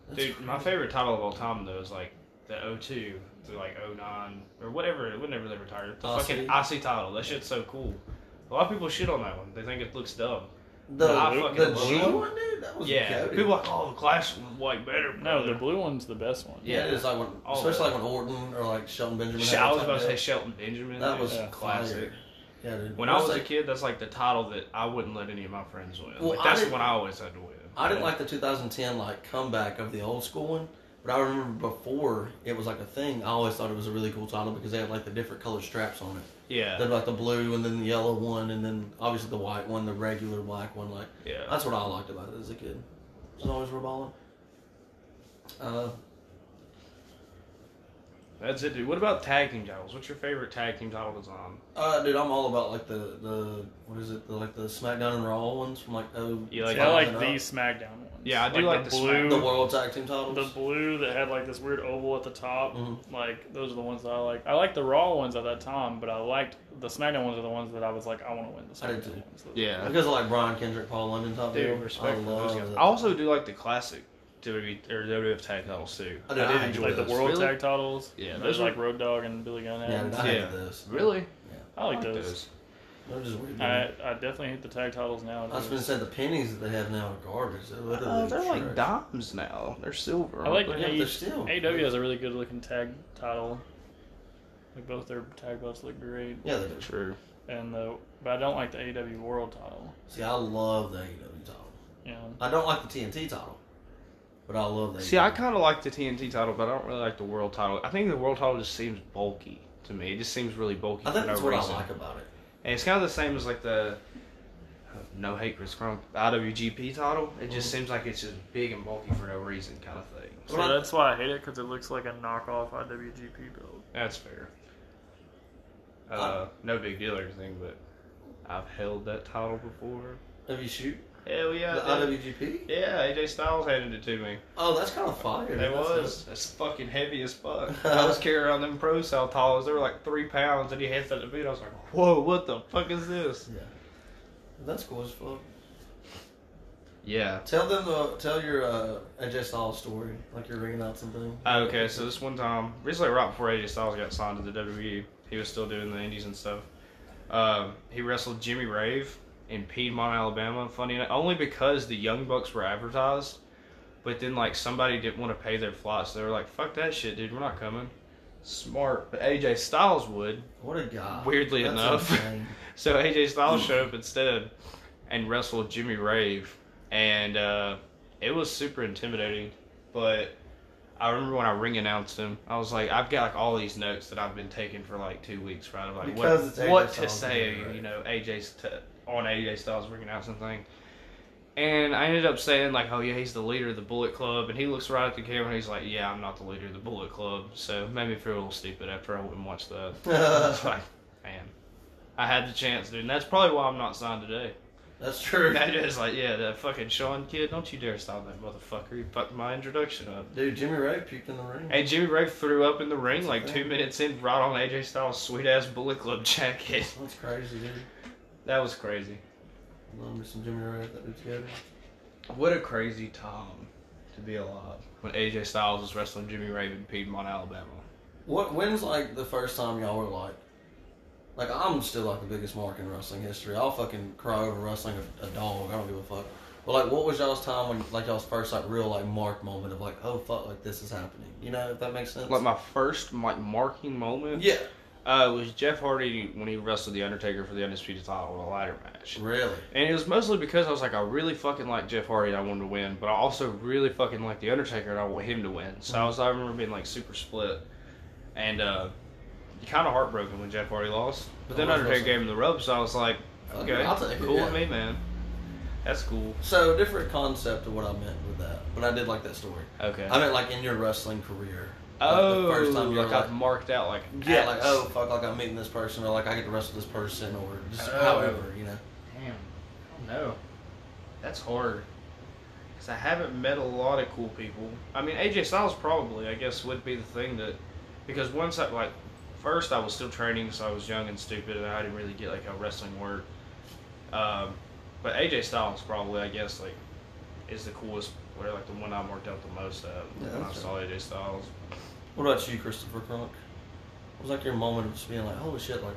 [SPEAKER 4] That's
[SPEAKER 3] Dude, my
[SPEAKER 4] crazy.
[SPEAKER 3] favorite title of all time though is like the 02 through like 09 or whatever, whenever they retired. The
[SPEAKER 4] Aussie.
[SPEAKER 3] fucking Aussie title. That shit's so cool. A lot of people shit on that one. They think it looks dumb.
[SPEAKER 4] The,
[SPEAKER 3] I fucking
[SPEAKER 4] the
[SPEAKER 3] love
[SPEAKER 4] G
[SPEAKER 3] it.
[SPEAKER 4] one, dude, that was
[SPEAKER 3] yeah.
[SPEAKER 4] Cody.
[SPEAKER 3] People are like, oh, the Clash was like better.
[SPEAKER 2] No, the
[SPEAKER 3] brother."
[SPEAKER 2] blue one's the best one.
[SPEAKER 4] yeah, it is like when,
[SPEAKER 3] Oh,
[SPEAKER 4] especially
[SPEAKER 3] yeah.
[SPEAKER 4] like when Orton or like Shelton Benjamin. had
[SPEAKER 3] Shit, I was
[SPEAKER 4] that
[SPEAKER 3] about to say
[SPEAKER 4] belt.
[SPEAKER 3] Shelton Benjamin.
[SPEAKER 4] That
[SPEAKER 3] dude.
[SPEAKER 4] was
[SPEAKER 2] Yeah.
[SPEAKER 4] classic. Yeah, dude.
[SPEAKER 3] When
[SPEAKER 4] It
[SPEAKER 3] I was a
[SPEAKER 4] like,
[SPEAKER 3] kid, that's like the title that I wouldn't let any of my friends win.
[SPEAKER 4] Well,
[SPEAKER 3] like,
[SPEAKER 4] I
[SPEAKER 3] that's the
[SPEAKER 4] didn't-
[SPEAKER 3] one I always had to win.
[SPEAKER 4] I didn't like the 2010 like comeback of the old school one, but I remember before it was like a thing. I always thought it was a really cool title because they had like the different colored straps on it.
[SPEAKER 3] Yeah.
[SPEAKER 4] They had like the blue and then the yellow one, and then obviously the white one, the regular black one. Like
[SPEAKER 3] yeah.
[SPEAKER 4] that's what I liked about it as a kid. It was always reballing. Uh,
[SPEAKER 3] That's it, dude. What about tag team titles? What's your favorite tag team title design?
[SPEAKER 4] uh, dude, I'm all about like the the what is it? The, like the SmackDown and Raw ones from like oh
[SPEAKER 3] You like-
[SPEAKER 2] See, I
[SPEAKER 3] Wow.
[SPEAKER 2] like the
[SPEAKER 4] and up.
[SPEAKER 2] SmackDown ones.
[SPEAKER 3] Yeah, I do like the
[SPEAKER 2] blue,
[SPEAKER 4] the World Tag Team titles.
[SPEAKER 2] the blue that had like this weird oval at the top.
[SPEAKER 4] Mhm.
[SPEAKER 2] Like those are the ones that I like. I like the Raw ones at that time, but I liked the SmackDown ones are the ones that I was like, I want to win the
[SPEAKER 4] I did
[SPEAKER 2] SmackDown
[SPEAKER 4] too.
[SPEAKER 2] ones.
[SPEAKER 3] Yeah.
[SPEAKER 4] because of like Brian Kendrick, Paul London top
[SPEAKER 3] Dude,
[SPEAKER 4] deal.
[SPEAKER 3] respect
[SPEAKER 4] I
[SPEAKER 3] for those
[SPEAKER 4] love
[SPEAKER 3] guys.
[SPEAKER 4] that.
[SPEAKER 3] I also do like the classic WWE or WWF tag titles too.
[SPEAKER 4] I did- I
[SPEAKER 3] did
[SPEAKER 4] enjoy
[SPEAKER 3] enjoy
[SPEAKER 2] Like the
[SPEAKER 3] those.
[SPEAKER 2] World
[SPEAKER 3] Really?
[SPEAKER 2] Tag Titles.
[SPEAKER 3] Yeah,
[SPEAKER 2] those
[SPEAKER 3] those
[SPEAKER 2] like
[SPEAKER 3] were-
[SPEAKER 2] Road Dog and Billy Gunn.
[SPEAKER 4] Yeah,
[SPEAKER 2] Adams.
[SPEAKER 4] I
[SPEAKER 3] Yeah.
[SPEAKER 4] hated those.
[SPEAKER 3] Really?
[SPEAKER 2] I like those.
[SPEAKER 4] Those are just weird.
[SPEAKER 2] I, I definitely hate the tag titles now.
[SPEAKER 4] I was going to say the pennies that they have now are garbage. They're, literally
[SPEAKER 3] Uh, they're like
[SPEAKER 4] trash.
[SPEAKER 3] dimes now. They're silver.
[SPEAKER 2] I like
[SPEAKER 4] Yeah, but they're still.
[SPEAKER 2] AEW has a really good looking tag title. Like both their tag belts look great,
[SPEAKER 4] Yeah, they do.
[SPEAKER 3] True.
[SPEAKER 2] and the but I don't like the AEW World title.
[SPEAKER 4] See, I love the AEW title.
[SPEAKER 2] You know,
[SPEAKER 4] I don't like the TNT title, but I love the. E
[SPEAKER 3] See, I kind of like the TNT title, but I don't really like the world title. I think the world title just seems bulky to me. It just seems really bulky.
[SPEAKER 4] I think
[SPEAKER 3] for
[SPEAKER 4] that's
[SPEAKER 3] no
[SPEAKER 4] what
[SPEAKER 3] reason.
[SPEAKER 4] I like about it.
[SPEAKER 3] And it's kind of the same as like the uh, no hate Chris Crump IWGP title. It
[SPEAKER 4] Mm-hmm.
[SPEAKER 3] just seems like it's just big and bulky for no reason kind of thing.
[SPEAKER 2] so that's why I hate it because it looks like a knockoff IWGP belt.
[SPEAKER 3] That's fair. Uh, no big deal or anything, but I've held that title before.
[SPEAKER 4] Have you shoot
[SPEAKER 3] Hell yeah.
[SPEAKER 4] the
[SPEAKER 3] I did.
[SPEAKER 4] IWGP?
[SPEAKER 3] yeah, AJ Styles handed it to me.
[SPEAKER 4] Oh, that's kind of fire. dude.
[SPEAKER 3] It
[SPEAKER 4] That's
[SPEAKER 3] was.
[SPEAKER 4] nuts.
[SPEAKER 3] It's fucking heavy as fuck. I was carrying around them pro cell towels. They were like three pounds, and he hands that to me. And I was like, "Whoa, what the fuck is this?"
[SPEAKER 4] Yeah, that's cool as fuck.
[SPEAKER 3] Yeah.
[SPEAKER 4] Tell them the tell your uh, AJ Styles story, like you're ringing out something.
[SPEAKER 3] Oh, Okay, so this one time, recently, right before AJ Styles got signed to the WWE, he was still doing the indies and stuff. Um, he wrestled Jimmy Rave in Piedmont, Alabama. Funny enough, only because the Young Bucks were advertised, but then like somebody didn't want to pay their flights. So they were like, "Fuck that shit, dude. We're not coming." Smart, but AJ Styles would.
[SPEAKER 4] What a guy.
[SPEAKER 3] Weirdly
[SPEAKER 4] That's
[SPEAKER 3] enough.
[SPEAKER 4] insane.
[SPEAKER 3] So AJ Styles showed up instead and wrestled Jimmy Rave, and uh, it was super intimidating. But I remember when I ring announced him, I was like, I've got like all these notes that I've been taking for like two weeks, right? I'm like,
[SPEAKER 4] Because
[SPEAKER 3] what,
[SPEAKER 4] it's AJ
[SPEAKER 3] what to
[SPEAKER 4] Styles,
[SPEAKER 3] say,
[SPEAKER 4] right.
[SPEAKER 3] you know, AJ's t- on AJ Styles ring announcing thing. And I ended up saying like, oh yeah, he's the leader of the Bullet Club, and he looks right at the camera and he's like, yeah, I'm not the leader of the Bullet Club, so it made me feel a little stupid after I went and watched that. It's like, man, I had the chance, dude, and that's probably why I'm not signed today.
[SPEAKER 4] That's true.
[SPEAKER 3] That is like, yeah, that fucking Sean kid, don't you dare stop that motherfucker. He fucked my introduction up.
[SPEAKER 4] Dude, Jimmy Ray puked in the ring.
[SPEAKER 3] Hey, Jimmy Ray threw up in the ring like two
[SPEAKER 4] thing.
[SPEAKER 3] minutes in, right on AJ Styles' sweet ass Bullet Club jacket.
[SPEAKER 4] That's crazy, dude.
[SPEAKER 3] That was crazy.
[SPEAKER 4] Remember some Jimmy Ray that dude's together.
[SPEAKER 3] What a crazy time to be alive. When AJ Styles was wrestling Jimmy Ray in Piedmont, Alabama.
[SPEAKER 4] What? When's like the first time y'all were like, like I'm still like the biggest mark in wrestling history. I'll fucking cry over wrestling a, a dog. I don't give a fuck. But like, what was y'all's time when like y'all's first like real like mark moment of like, oh fuck, like this is happening. You know if that makes sense.
[SPEAKER 3] Like my first like marking moment
[SPEAKER 4] yeah,
[SPEAKER 3] uh, was Jeff Hardy when he wrestled The Undertaker for the Undisputed title in a ladder match.
[SPEAKER 4] really.
[SPEAKER 3] And it was mostly because I was like, I really fucking like Jeff Hardy and I wanted to win, but I also really fucking like The Undertaker and I want him to win. So
[SPEAKER 4] Mm-hmm.
[SPEAKER 3] I was, I remember being like super split and uh, kind of heartbroken when Jeff Hardy lost. But then
[SPEAKER 4] Oh,
[SPEAKER 3] Undertaker
[SPEAKER 4] awesome.
[SPEAKER 3] gave him the rope, so I was like,
[SPEAKER 4] Okay,
[SPEAKER 3] okay,
[SPEAKER 4] I'll take it,
[SPEAKER 3] cool with
[SPEAKER 4] yeah.
[SPEAKER 3] me, man. That's cool.
[SPEAKER 4] So different concept of what I meant with that, but I did like that story.
[SPEAKER 3] Okay.
[SPEAKER 4] I meant like in your wrestling career.
[SPEAKER 3] oh,
[SPEAKER 4] like, the first time you
[SPEAKER 3] like
[SPEAKER 4] were like,
[SPEAKER 3] I've marked out, like
[SPEAKER 4] yeah,
[SPEAKER 3] at-
[SPEAKER 4] like oh fuck, like I'm meeting this person, or like I get to wrestle this person, or just
[SPEAKER 3] Oh.
[SPEAKER 4] however, you know.
[SPEAKER 3] Damn, I don't know. That's hard. Because I haven't met a lot of cool people. I mean, AJ Styles probably, I guess, would be the thing that. Because once I, like, first I was still training, so I was young and stupid, and I didn't really get, like, how wrestling worked. Um, but AJ Styles probably, I guess, like, is the coolest, or, like, the one I worked out the most at
[SPEAKER 4] Yeah,
[SPEAKER 3] when I
[SPEAKER 4] that's
[SPEAKER 3] saw AJ Styles.
[SPEAKER 4] What about you, Christopher Crunk? What was like your moment of just being like, holy shit, like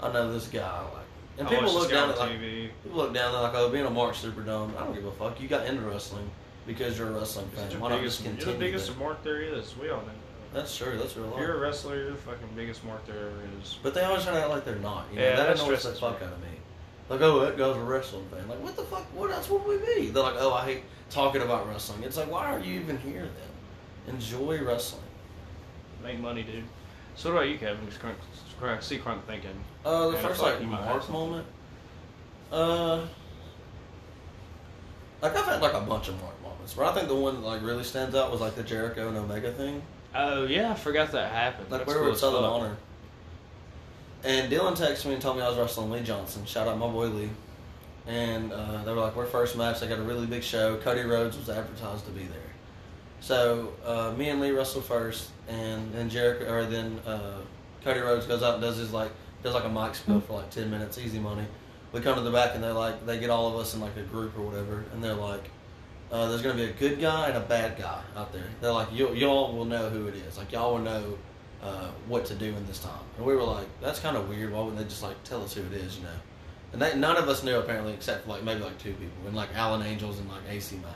[SPEAKER 4] I know this guy, like, and
[SPEAKER 3] I
[SPEAKER 4] people
[SPEAKER 3] watched this
[SPEAKER 4] look
[SPEAKER 3] guy on
[SPEAKER 4] down at like
[SPEAKER 3] TV.
[SPEAKER 4] people look down at like oh being a Mark Superdome, I don't give a fuck. You got into wrestling because you're a wrestling
[SPEAKER 3] It's
[SPEAKER 4] fan.
[SPEAKER 3] your
[SPEAKER 4] Why not
[SPEAKER 3] biggest-
[SPEAKER 4] just
[SPEAKER 3] You're
[SPEAKER 4] continue?
[SPEAKER 3] the biggest
[SPEAKER 4] that?
[SPEAKER 3] mark there is. We all know.
[SPEAKER 4] That's true. That's real
[SPEAKER 3] If
[SPEAKER 4] life.
[SPEAKER 3] you're a wrestler, you're the fucking biggest mark there ever is.
[SPEAKER 4] But they always try to act like they're not. You know?
[SPEAKER 3] Yeah,
[SPEAKER 4] that
[SPEAKER 3] that
[SPEAKER 4] annoys the
[SPEAKER 3] stresses
[SPEAKER 4] fuck
[SPEAKER 3] me.
[SPEAKER 4] out of me. Like, oh, that guy's a wrestling fan. Like, what the fuck? What else would we be? They're like, oh, I hate talking about wrestling. It's like, why are you even here then? Enjoy wrestling.
[SPEAKER 3] Make money, dude. So what about you, Kevin? Just crunk, crunk, see crunk thinking.
[SPEAKER 4] Uh, the
[SPEAKER 3] Man, I
[SPEAKER 4] first
[SPEAKER 3] feel like
[SPEAKER 4] like
[SPEAKER 3] you might have
[SPEAKER 4] mark
[SPEAKER 3] something.
[SPEAKER 4] moment. Uh, like I've had like a bunch of mark moments, but I think the one that like really stands out was like the Jericho and Omega thing.
[SPEAKER 3] Oh yeah, I forgot that happened.
[SPEAKER 4] Like
[SPEAKER 3] That's
[SPEAKER 4] we were
[SPEAKER 3] cool
[SPEAKER 4] at
[SPEAKER 3] as
[SPEAKER 4] Southern
[SPEAKER 3] fuck.
[SPEAKER 4] Honor. And Dylan texted me and told me I was wrestling Lee Johnson. Shout out my boy Lee. And uh, they were like, we're first match. They got a really big show. Cody Rhodes was advertised to be there. So uh, me and Lee wrestled first, and then Jericho, or then uh, Cody Rhodes goes out and does his like does like a mic spill for like ten minutes, easy money. We come to the back and they're like they get all of us in like a group or whatever, and they're like, uh, there's gonna be a good guy and a bad guy out there. They're like, you y'all will know who it is. Like y'all will know uh, what to do in this time. And we were like, that's kind of weird. Why wouldn't they just like tell us who it is, you know? And they, none of us knew apparently, except for like maybe like two people, and like Alan Angels and like AC Mack.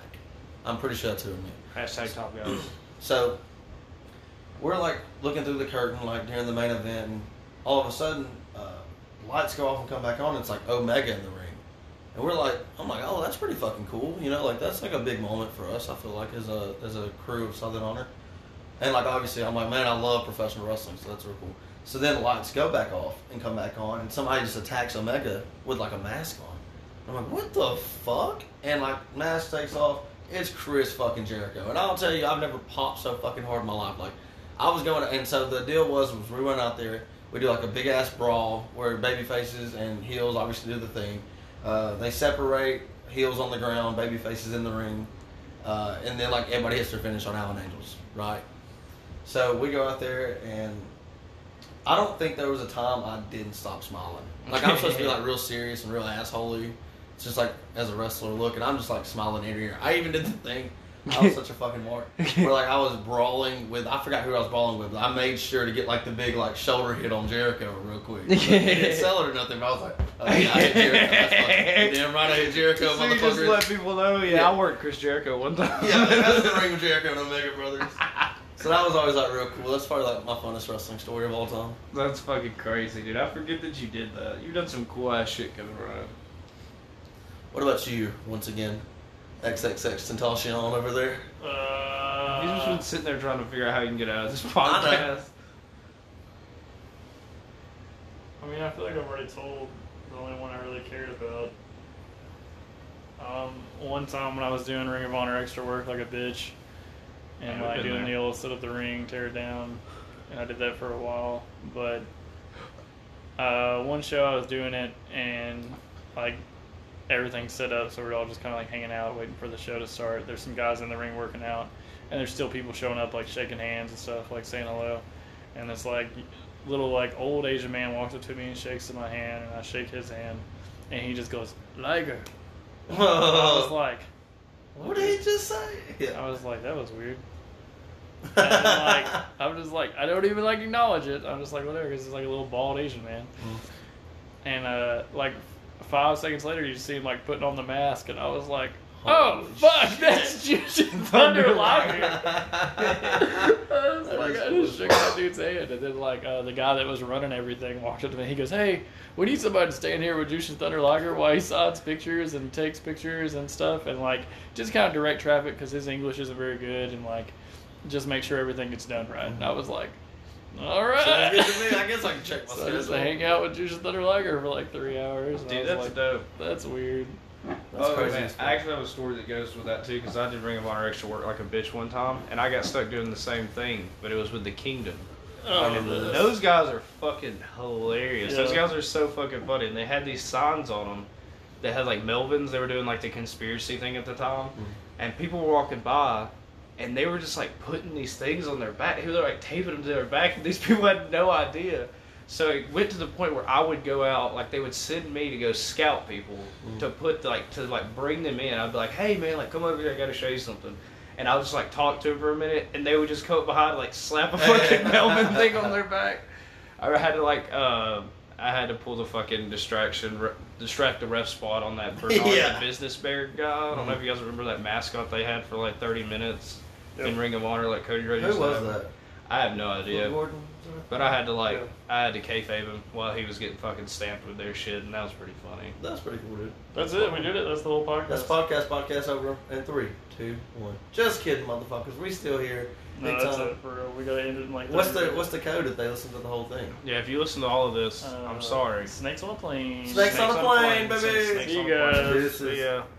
[SPEAKER 4] I'm pretty sure that's who it knew.
[SPEAKER 3] Hashtag Top Guys.
[SPEAKER 4] So we're like looking through the curtain, like during the main event, and all of a sudden, uh, lights go off and come back on. And it's like Omega in the ring, and we're like, I'm like, oh, that's pretty fucking cool, you know, like that's like a big moment for us. I feel like as a as a crew of Southern Honor, and like obviously, I'm like, man, I love professional wrestling, so that's real cool. So then lights go back off and come back on, and somebody just attacks Omega with like a mask on. I'm like, what the fuck? And like, mask takes off. It's Chris fucking Jericho. And I'll tell you, I've never popped so fucking hard in my life. Like, I was going, and so the deal was, was we went out there, we do like a big ass brawl where baby faces and heels obviously do the thing. Uh, they separate, heels on the ground, baby faces in the ring. Uh, and then like everybody hits their finish on Allen Angels, right? So we go out there and I don't think there was a time I didn't stop smiling. Like I'm supposed to be like real serious and real assholey. It's just like as a wrestler look, and I'm just like smiling ear to ear. I even did the thing. I was such a fucking mark. Where like I was brawling with, I forgot who I was brawling with, but I made sure to get like the big like shoulder hit on Jericho real quick. Like, he didn't sell it or nothing, but I was like, oh, yeah, I hit Jericho. That's fucking, damn right, I hit Jericho,
[SPEAKER 3] so you
[SPEAKER 4] motherfucker.
[SPEAKER 3] just let people know. Yeah,
[SPEAKER 4] Yeah.
[SPEAKER 3] I worked Chris Jericho one time.
[SPEAKER 4] Yeah, that's the ring of Jericho and Omega Brothers. So that was always like real cool. That's probably like my funnest wrestling story of all time.
[SPEAKER 3] That's fucking crazy, dude. I forget that you did that. You've done some cool ass shit, Kevin Ryan.
[SPEAKER 4] What about you, once again? XXX Tentacion over there.
[SPEAKER 2] Uh,
[SPEAKER 3] He's just been sitting there trying to figure out how he can get out of this
[SPEAKER 8] I know.
[SPEAKER 3] podcast.
[SPEAKER 2] I mean, I feel like I've already told the only one I really cared about. Um, one time when I was doing Ring of Honor extra work like a bitch, and
[SPEAKER 3] I've
[SPEAKER 2] like
[SPEAKER 3] been
[SPEAKER 2] doing
[SPEAKER 3] there.
[SPEAKER 2] the old set up the ring, tear it down, and I did that for a while. But uh, one show I was doing it, and like everything's set up, so we're all just kind of like hanging out, waiting for the show to start. There's some guys in the ring working out, and there's still people showing up, like shaking hands and stuff, like saying hello. And this like little like old Asian man walks up to me and shakes my hand, and I shake his hand, and he just goes Liger. And I was like,
[SPEAKER 8] Oh. what did he just say?
[SPEAKER 2] I
[SPEAKER 8] Yeah.
[SPEAKER 2] was like, that was weird. And like, I'm just like, I don't even like acknowledge it. I'm just like, whatever, because it's like a little bald Asian man. And uh, like five seconds later, you just see him like putting on the mask, and I was like, oh
[SPEAKER 8] Holy
[SPEAKER 2] fuck, that's Jushin Thunder Liger. I was
[SPEAKER 8] That
[SPEAKER 2] like,
[SPEAKER 8] is
[SPEAKER 2] I
[SPEAKER 8] cool.
[SPEAKER 2] just shook that dude's hand, and then like uh, the guy that was running everything walked up to me. He goes, "Hey, we need somebody to stand here with Jushin Thunder Liger while he signs pictures and takes pictures and stuff, and like just kind of direct traffic because his English isn't very good, and like just make sure everything gets done right." And I was like, "All
[SPEAKER 8] Sounds
[SPEAKER 2] right."
[SPEAKER 8] good to me. I guess I can check my
[SPEAKER 2] so I just
[SPEAKER 8] schedule.
[SPEAKER 2] hang out with Jushin Thunder Liger for like three hours. and I
[SPEAKER 3] Dude,
[SPEAKER 2] was
[SPEAKER 3] that's
[SPEAKER 2] like,
[SPEAKER 3] dope.
[SPEAKER 2] That's weird.
[SPEAKER 8] That's
[SPEAKER 3] oh,
[SPEAKER 8] crazy
[SPEAKER 3] man.
[SPEAKER 8] as fuck.
[SPEAKER 3] I actually have a story that goes with that too, because I did Ring of Honor extra work like a bitch one time, and I got stuck doing the same thing, but it was with the Kingdom.
[SPEAKER 2] Oh,
[SPEAKER 8] remember this.
[SPEAKER 3] Um, Those guys are fucking hilarious. Those
[SPEAKER 2] Yeah.
[SPEAKER 3] guys are so fucking funny, and they had these signs on them that had like Melvins. They were doing like the conspiracy thing at the time, and people were walking by. And they were just like putting these things on their back. They were like taping them to their back, and these people had no idea. So it went to the point where I would go out, like they would send me to go scout people to put like to like bring them in. I'd be like, hey man, like come over here, I gotta show you something. And I would just like talk to them for a minute, and they would just come up behind, like slap a fucking helmet thing on their back. I had to like, uh, I had to pull the fucking distraction, re- distract the ref spot on that Bernard
[SPEAKER 8] Yeah.
[SPEAKER 3] the business bear guy. I don't know if you guys remember that mascot they had for like 30 minutes in
[SPEAKER 2] Yep.
[SPEAKER 3] Ring of Honor, like Cody Rhodes.
[SPEAKER 8] Who
[SPEAKER 3] used to
[SPEAKER 8] was
[SPEAKER 3] have.
[SPEAKER 8] that?
[SPEAKER 3] I have no idea.
[SPEAKER 8] Gordon.
[SPEAKER 3] But I had to like,
[SPEAKER 2] Yeah.
[SPEAKER 3] I had to kayfabe him while he was getting fucking stamped with their shit, and that was pretty funny.
[SPEAKER 8] That's pretty cool, dude.
[SPEAKER 2] That's it. We did it. That's the whole podcast.
[SPEAKER 8] That's podcast, podcast over, and three, two, one. Just kidding, motherfuckers. We still here. Big
[SPEAKER 2] No, that's
[SPEAKER 8] time.
[SPEAKER 2] it for real. We gotta end it in like.
[SPEAKER 8] What's
[SPEAKER 2] 30
[SPEAKER 8] the What's the code if they listen to the whole thing?
[SPEAKER 3] Yeah, if you listen to all of this,
[SPEAKER 2] Uh,
[SPEAKER 3] I'm sorry.
[SPEAKER 2] Snakes on a plane.
[SPEAKER 8] Snakes on a plane, baby.
[SPEAKER 3] Snakes
[SPEAKER 2] See
[SPEAKER 3] on
[SPEAKER 2] you
[SPEAKER 3] a plane.
[SPEAKER 2] guys.
[SPEAKER 8] This is-
[SPEAKER 3] See ya.